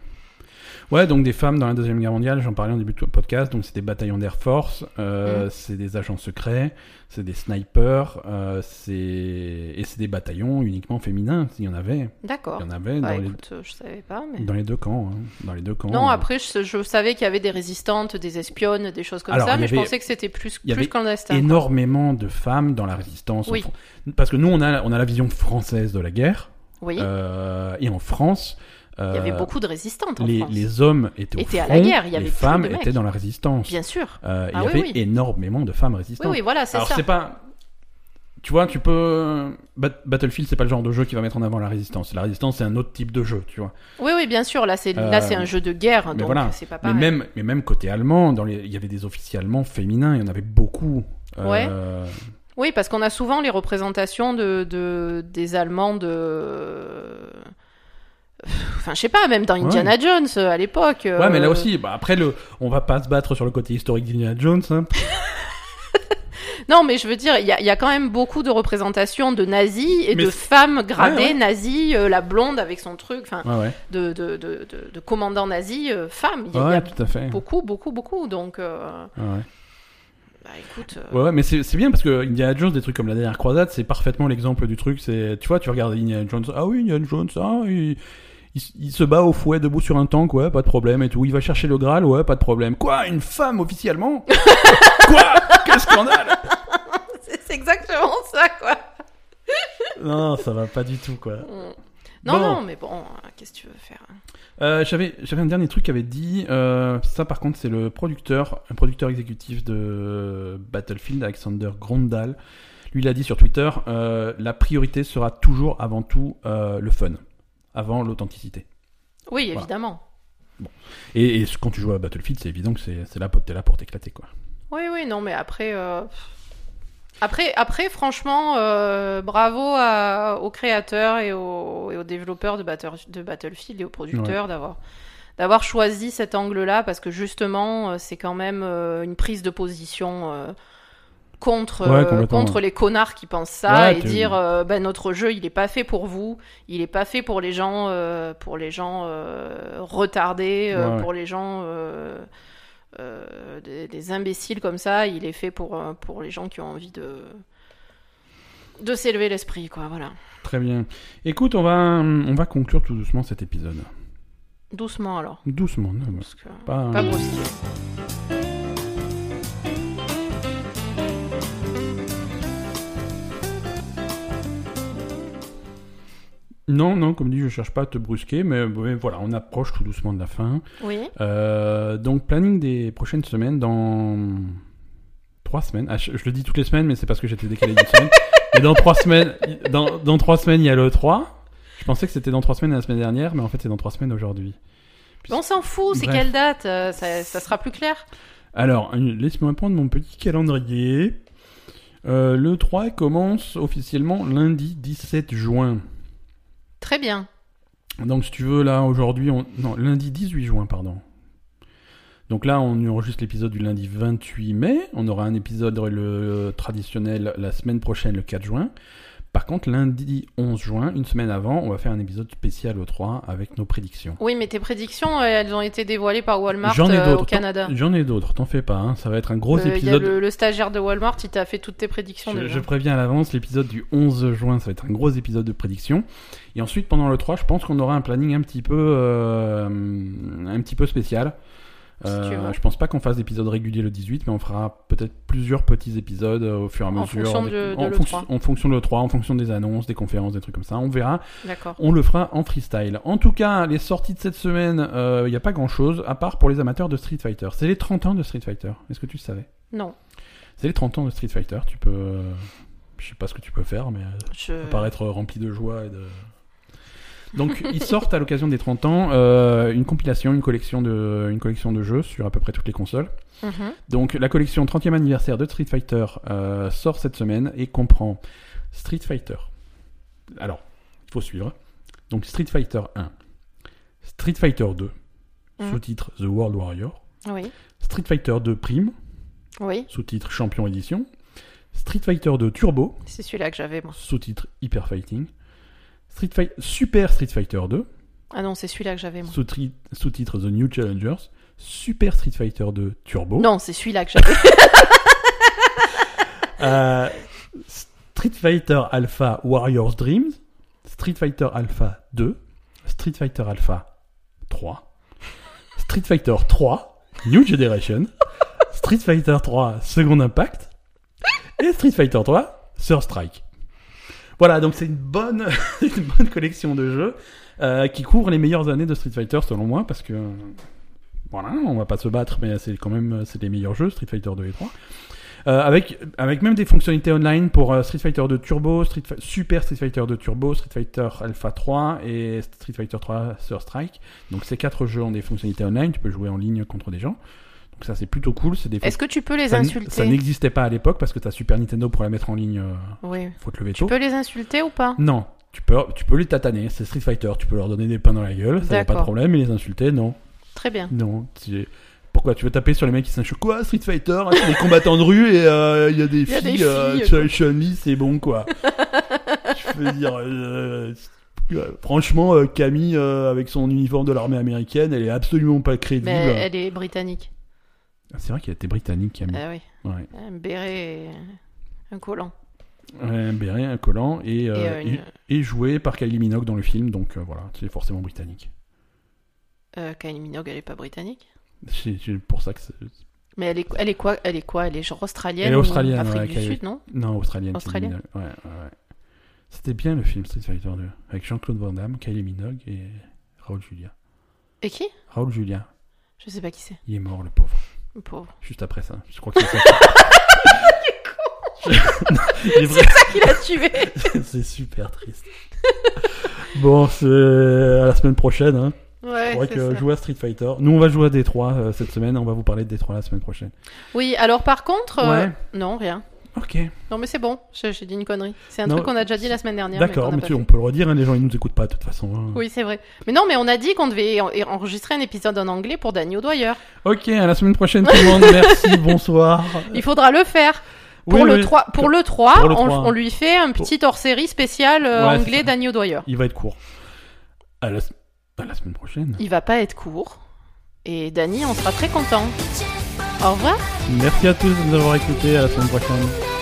Speaker 1: Ouais, donc des femmes dans la Deuxième Guerre mondiale, j'en parlais en début de podcast, donc c'est des bataillons d'Air Force, euh,
Speaker 2: Mm.
Speaker 1: c'est des agents secrets, c'est des snipers, euh, c'est... et c'est des bataillons uniquement féminins, s'il y en avait.
Speaker 2: D'accord.
Speaker 1: Il y en avait
Speaker 2: Bah
Speaker 1: dans,
Speaker 2: écoute, euh, je savais pas, mais...
Speaker 1: les... dans les deux camps. hein. Dans les deux camps.
Speaker 2: Non,
Speaker 1: euh,
Speaker 2: après, je, je savais qu'il y avait des résistantes, des espionnes, des choses comme
Speaker 1: Alors,
Speaker 2: ça,
Speaker 1: il y
Speaker 2: mais je
Speaker 1: avait-
Speaker 2: pensais que c'était plus,
Speaker 1: il y
Speaker 2: plus
Speaker 1: avait
Speaker 2: clandestin. quoi.
Speaker 1: énormément de femmes dans la résistance. en
Speaker 2: Oui.
Speaker 1: Fran- Parce que nous, on a, on a la vision française de la guerre,
Speaker 2: Oui,
Speaker 1: euh, et en France...
Speaker 2: il y avait
Speaker 1: euh,
Speaker 2: beaucoup de résistantes en
Speaker 1: les,
Speaker 2: France.
Speaker 1: les hommes étaient au
Speaker 2: Étaient à
Speaker 1: front,
Speaker 2: la guerre, il y avait
Speaker 1: les
Speaker 2: plus de
Speaker 1: femmes
Speaker 2: mecs.
Speaker 1: étaient dans la résistance.
Speaker 2: Bien sûr.
Speaker 1: Euh, il
Speaker 2: Ah
Speaker 1: y
Speaker 2: oui,
Speaker 1: avait
Speaker 2: oui.
Speaker 1: énormément de femmes
Speaker 2: Oui,
Speaker 1: résistantes.
Speaker 2: oui, voilà, c'est
Speaker 1: Alors
Speaker 2: ça.
Speaker 1: c'est pas, tu vois, tu peux Bat- Battlefield, c'est pas le genre de jeu qui va mettre en avant la résistance. La résistance, c'est un autre type de jeu, tu vois.
Speaker 2: Oui, oui, bien sûr, là, c'est
Speaker 1: Euh,
Speaker 2: là c'est un jeu de guerre,
Speaker 1: mais
Speaker 2: donc
Speaker 1: voilà.
Speaker 2: c'est pas
Speaker 1: Mais
Speaker 2: pareil.
Speaker 1: même, mais Euh, même côté allemand, dans les... il y avait des officiers allemands féminins, il y en avait beaucoup.
Speaker 2: Ouais. Oui, parce qu'on a souvent les représentations de, de- des Allemands de. Enfin, je sais pas, même dans Indiana Jones euh, à l'époque.
Speaker 1: Ouais, mais là
Speaker 2: euh,
Speaker 1: aussi, bah, après, le, on va pas se battre sur le côté historique d'Indiana Jones. hein.
Speaker 2: Non, mais je veux dire, il y, a- il y a quand même beaucoup de représentations de nazis et
Speaker 1: Mais
Speaker 2: de
Speaker 1: c'est-
Speaker 2: femmes gradées
Speaker 1: Ouais, ouais.
Speaker 2: nazies, euh, la blonde avec son truc, enfin,
Speaker 1: Ouais, ouais.
Speaker 2: de, de, de, de, de commandant nazi, euh, femme. Il y, a- il y
Speaker 1: Ouais,
Speaker 2: a
Speaker 1: tout à fait.
Speaker 2: beaucoup, beaucoup, beaucoup. Donc, euh,
Speaker 1: Ouais, ouais.
Speaker 2: bah, écoute. euh,
Speaker 1: Ouais, ouais, mais c'est c'est bien parce que Indiana Jones, des trucs comme la dernière croisade, c'est parfaitement l'exemple du truc. C'est, tu vois, tu regardes Indiana Jones, ah oui, Indiana Jones, ah, il, il s- il se bat au fouet debout sur un tank, ouais, pas de problème et tout. Il va chercher le Graal, ouais, pas de problème. Quoi, une femme officiellement Quoi Quel scandale
Speaker 2: C'est c'est exactement ça, quoi.
Speaker 1: Non, non, ça va pas du tout, quoi.
Speaker 2: Mm. Non,
Speaker 1: Bon.
Speaker 2: non, mais bon, euh, qu'est-ce que tu veux faire hein
Speaker 1: Euh, j'avais, j'avais un dernier truc qui avait dit, euh, ça par contre, c'est le producteur, un producteur exécutif de Battlefield, Alexander Grondal. Lui, il a dit sur Twitter, euh, la priorité sera toujours avant tout euh, le fun, avant l'authenticité.
Speaker 2: Oui,
Speaker 1: Voilà.
Speaker 2: évidemment.
Speaker 1: Et, et quand tu joues à Battlefield, c'est évident que c'est, c'est là, pour- t'es là pour t'éclater, quoi.
Speaker 2: Oui, oui, non, mais après. euh, Après, après, franchement, euh, bravo à- aux créateurs et aux, et aux développeurs de, Batter- de Battlefield et aux producteurs d'avoir d'avoir choisi cet angle-là parce que justement, euh, c'est quand même euh, une prise de position euh, contre
Speaker 1: Ouais,
Speaker 2: euh,
Speaker 1: complètement,
Speaker 2: contre les connards qui pensent ça
Speaker 1: Ouais,
Speaker 2: et
Speaker 1: tu-
Speaker 2: dire euh, ben notre jeu il est pas fait pour vous, il est pas fait pour les gens euh, pour les gens euh, retardés, euh,
Speaker 1: Ouais, ouais.
Speaker 2: pour les gens euh, euh, des, des imbéciles comme ça, il est fait pour, euh, pour les gens qui ont envie de de s'élever l'esprit, quoi, voilà.
Speaker 1: Très bien. Écoute, on va, on va conclure tout doucement cet épisode.
Speaker 2: Doucement alors,
Speaker 1: Doucement, non,
Speaker 2: parce que
Speaker 1: pas,
Speaker 2: pas brusqué.
Speaker 1: non, non, comme dit, je cherche pas à te brusquer, mais, mais voilà, on approche tout doucement de la fin.
Speaker 2: Oui,
Speaker 1: Euh, donc planning des prochaines semaines dans trois semaines. Ah, je, je le dis toutes les semaines, mais c'est parce que j'étais décalé d'une semaine. Mais dans trois semaines, dans, dans trois semaines, il y a le 3. Je pensais que c'était dans trois semaines la semaine dernière, mais en fait c'est dans trois semaines aujourd'hui.
Speaker 2: Mais on s'en fout, c'est
Speaker 1: Bref.
Speaker 2: quelle date euh, ça, ça sera plus clair.
Speaker 1: Alors, une- laisse-moi prendre mon petit calendrier. Euh, le 3 commence officiellement lundi 17 juin.
Speaker 2: Très bien.
Speaker 1: Donc si tu veux, là, aujourd'hui, on... non, lundi 18 juin, pardon. Donc là, on enregistre l'épisode du lundi 28 mai. On aura un épisode le traditionnel la semaine prochaine, le 4 juin. Par contre, lundi 11 juin, une semaine avant, on va faire un épisode spécial au 3 avec nos prédictions.
Speaker 2: Oui, mais tes prédictions, elles ont été dévoilées par Walmart
Speaker 1: J'en ai
Speaker 2: euh,
Speaker 1: d'autres.
Speaker 2: au Canada.
Speaker 1: J'en ai d'autres, t'en fais pas. hein. Ça va être un gros
Speaker 2: Euh, Il y a
Speaker 1: épisode.
Speaker 2: le, le stagiaire de Walmart, il t'a fait toutes tes prédictions
Speaker 1: Je,
Speaker 2: déjà.
Speaker 1: je préviens à l'avance, l'épisode du 11 juin, ça va être un gros épisode de prédiction. Et ensuite, pendant le 3, je pense qu'on aura un planning un petit peu, euh, un petit peu spécial. Euh,
Speaker 2: Si tu veux.
Speaker 1: je pense pas qu'on fasse d'épisodes réguliers le 18, mais on fera peut-être plusieurs petits épisodes euh, au fur et à
Speaker 2: En
Speaker 1: mesure.
Speaker 2: fonction
Speaker 1: des-
Speaker 2: de- de
Speaker 1: en,
Speaker 2: le
Speaker 1: fonction-
Speaker 2: 3.
Speaker 1: en fonction de le 3, en fonction des annonces, des conférences, des trucs comme ça. On verra.
Speaker 2: D'accord.
Speaker 1: On le fera en freestyle. En tout cas, les sorties de cette semaine, euh, il n'y a pas grand-chose, à part pour les amateurs de Street Fighter. C'est les 30 ans de Street Fighter. Est-ce que tu le savais
Speaker 2: Non,
Speaker 1: c'est les 30 ans de Street Fighter, tu peux... euh, Je sais pas ce que tu peux faire, mais euh,
Speaker 2: je...
Speaker 1: ça paraît être rempli de joie et de... Donc ils sortent à l'occasion des 30 ans euh, une compilation, une collection, de, une collection de jeux sur à peu près toutes les consoles.
Speaker 2: Mhm.
Speaker 1: Donc la collection 30e anniversaire de Street Fighter euh, sort cette semaine et comprend Street Fighter. Alors, il faut suivre. Donc Street Fighter 1, Street Fighter 2,
Speaker 2: Mhm.
Speaker 1: sous-titre The World Warrior,
Speaker 2: Oui,
Speaker 1: Street Fighter 2 Prime,
Speaker 2: oui,
Speaker 1: sous-titre Champion Edition, Street Fighter 2 Turbo,
Speaker 2: c'est celui-là que j'avais moi.
Speaker 1: sous-titre Hyper Fighting, Street Fight- Super Street Fighter 2,
Speaker 2: Ah non, c'est celui-là que j'avais moi.
Speaker 1: sous-tri- sous-titre The New Challengers, Super Street Fighter 2 Turbo,
Speaker 2: Non, c'est celui-là que j'avais.
Speaker 1: euh, Street Fighter Alpha Warriors Dreams, Street Fighter Alpha 2, Street Fighter Alpha 3, Street Fighter 3 New Generation, Street Fighter 3 Second Impact et Street Fighter 3 Third Strike. Voilà, donc c'est une bonne, une bonne collection de jeux euh, qui couvre les meilleures années de Street Fighter selon moi parce que euh, voilà, on va pas se battre mais c'est quand même euh, c'est les meilleurs jeux Street Fighter 2 et 3. Euh, avec, avec même des fonctionnalités online pour euh, Street Fighter 2 Turbo, Street Fi- Super Street Fighter 2 Turbo, Street Fighter Alpha 3 et Street Fighter 3 Third Strike. Donc ces quatre jeux ont des fonctionnalités online, tu peux jouer en ligne contre des gens. Donc Donc ça c'est plutôt cool, c'est des faits-
Speaker 2: Est-ce que tu peux les
Speaker 1: ça n-
Speaker 2: insulter
Speaker 1: Ça n'existait pas à l'époque parce que t'as Super Nintendo pour la mettre en ligne, euh,
Speaker 2: Oui.
Speaker 1: faut te lever
Speaker 2: Tu
Speaker 1: tôt.
Speaker 2: peux les insulter ou pas
Speaker 1: Non, tu peux, tu peux les tataner, c'est Street Fighter, tu peux leur donner des pains dans la gueule, ça y a pas de
Speaker 2: D'accord.
Speaker 1: problème, et les insulter, non.
Speaker 2: Très bien.
Speaker 1: Non, tu- pourquoi tu veux taper sur les mecs qui s'insultent quoi Street Fighter, ah, c'est des combattants de rue et euh, il y a des
Speaker 2: y a des
Speaker 1: filles, euh,
Speaker 2: filles,
Speaker 1: tu as Chun Li, c'est bon quoi. Je veux dire, euh, euh, franchement, euh, Camille euh, avec son uniforme de l'armée américaine, elle est absolument pas crédible.
Speaker 2: Mais elle est britannique.
Speaker 1: Ah, C'est vrai qu'elle était britannique, Camille.
Speaker 2: Ah oui.
Speaker 1: Ouais.
Speaker 2: Un béret et un collant.
Speaker 1: Un béret, un collant et,
Speaker 2: Et,
Speaker 1: euh,
Speaker 2: euh, une-
Speaker 1: et- et joué par Kylie Minogue dans le film, donc euh, voilà, c'est forcément britannique.
Speaker 2: euh, Kylie Minogue, elle est pas britannique.
Speaker 1: C'est c'est pour ça que c'est...
Speaker 2: Mais elle est, elle est quoi Elle est quoi Elle est genre australienne
Speaker 1: Elle est
Speaker 2: ou
Speaker 1: australienne, ouais,
Speaker 2: Afrique du
Speaker 1: Kylie.
Speaker 2: Sud, non
Speaker 1: Non, australienne. c'est
Speaker 2: Australienne.
Speaker 1: Minogue. Ouais, ouais, ouais. C'était bien le film Street Fighter 2 avec Jean-Claude Van Damme, Kylie Minogue et Raoul Julia.
Speaker 2: Et qui
Speaker 1: Raoul Julia,
Speaker 2: Je sais pas qui c'est.
Speaker 1: il est mort le pauvre.
Speaker 2: Le Pauvre.
Speaker 1: Juste après ça, je crois que c'est ça. Il est vrai-
Speaker 2: Ah, qui l'a tué
Speaker 1: c'est super triste. bon, c'est à la semaine prochaine. Hein.
Speaker 2: Ouais,
Speaker 1: Faudrait
Speaker 2: c'est
Speaker 1: que
Speaker 2: ça.
Speaker 1: jouer à Street Fighter. Nous, on va jouer à Détroit euh, cette semaine. On va vous parler de Détroit la semaine prochaine.
Speaker 2: Oui, alors par contre. euh,
Speaker 1: Ouais.
Speaker 2: Non, rien.
Speaker 1: Ok.
Speaker 2: Non, mais c'est bon, j'ai j'ai dit une connerie. C'est un
Speaker 1: Non,
Speaker 2: truc qu'on a déjà dit la semaine dernière. mais
Speaker 1: D'accord,
Speaker 2: qu'on a
Speaker 1: mais,
Speaker 2: pas
Speaker 1: tu-
Speaker 2: fait.
Speaker 1: on peut le redire. hein, les gens, ils nous écoutent pas de toute façon. hein.
Speaker 2: Oui, c'est vrai. Mais non, mais on a dit qu'on devait en- enregistrer un épisode en anglais pour Daniel Dwyer.
Speaker 1: Ok, à la semaine prochaine tout le monde. Merci, bonsoir.
Speaker 2: Il faudra le faire. Pour,
Speaker 1: Oui,
Speaker 2: le
Speaker 1: oui.
Speaker 2: 3, pour le 3,
Speaker 1: Pour le
Speaker 2: on,
Speaker 1: 3.
Speaker 2: on lui fait un petit hors-série spécial euh,
Speaker 1: Ouais, c'est
Speaker 2: anglais
Speaker 1: ça.
Speaker 2: Daniel Dwyer.
Speaker 1: Il va être court. À la, à la semaine prochaine.
Speaker 2: Il va pas être court. Et Dani, on sera très content. Au revoir.
Speaker 1: Merci à tous de nous avoir écoutés. À la semaine prochaine.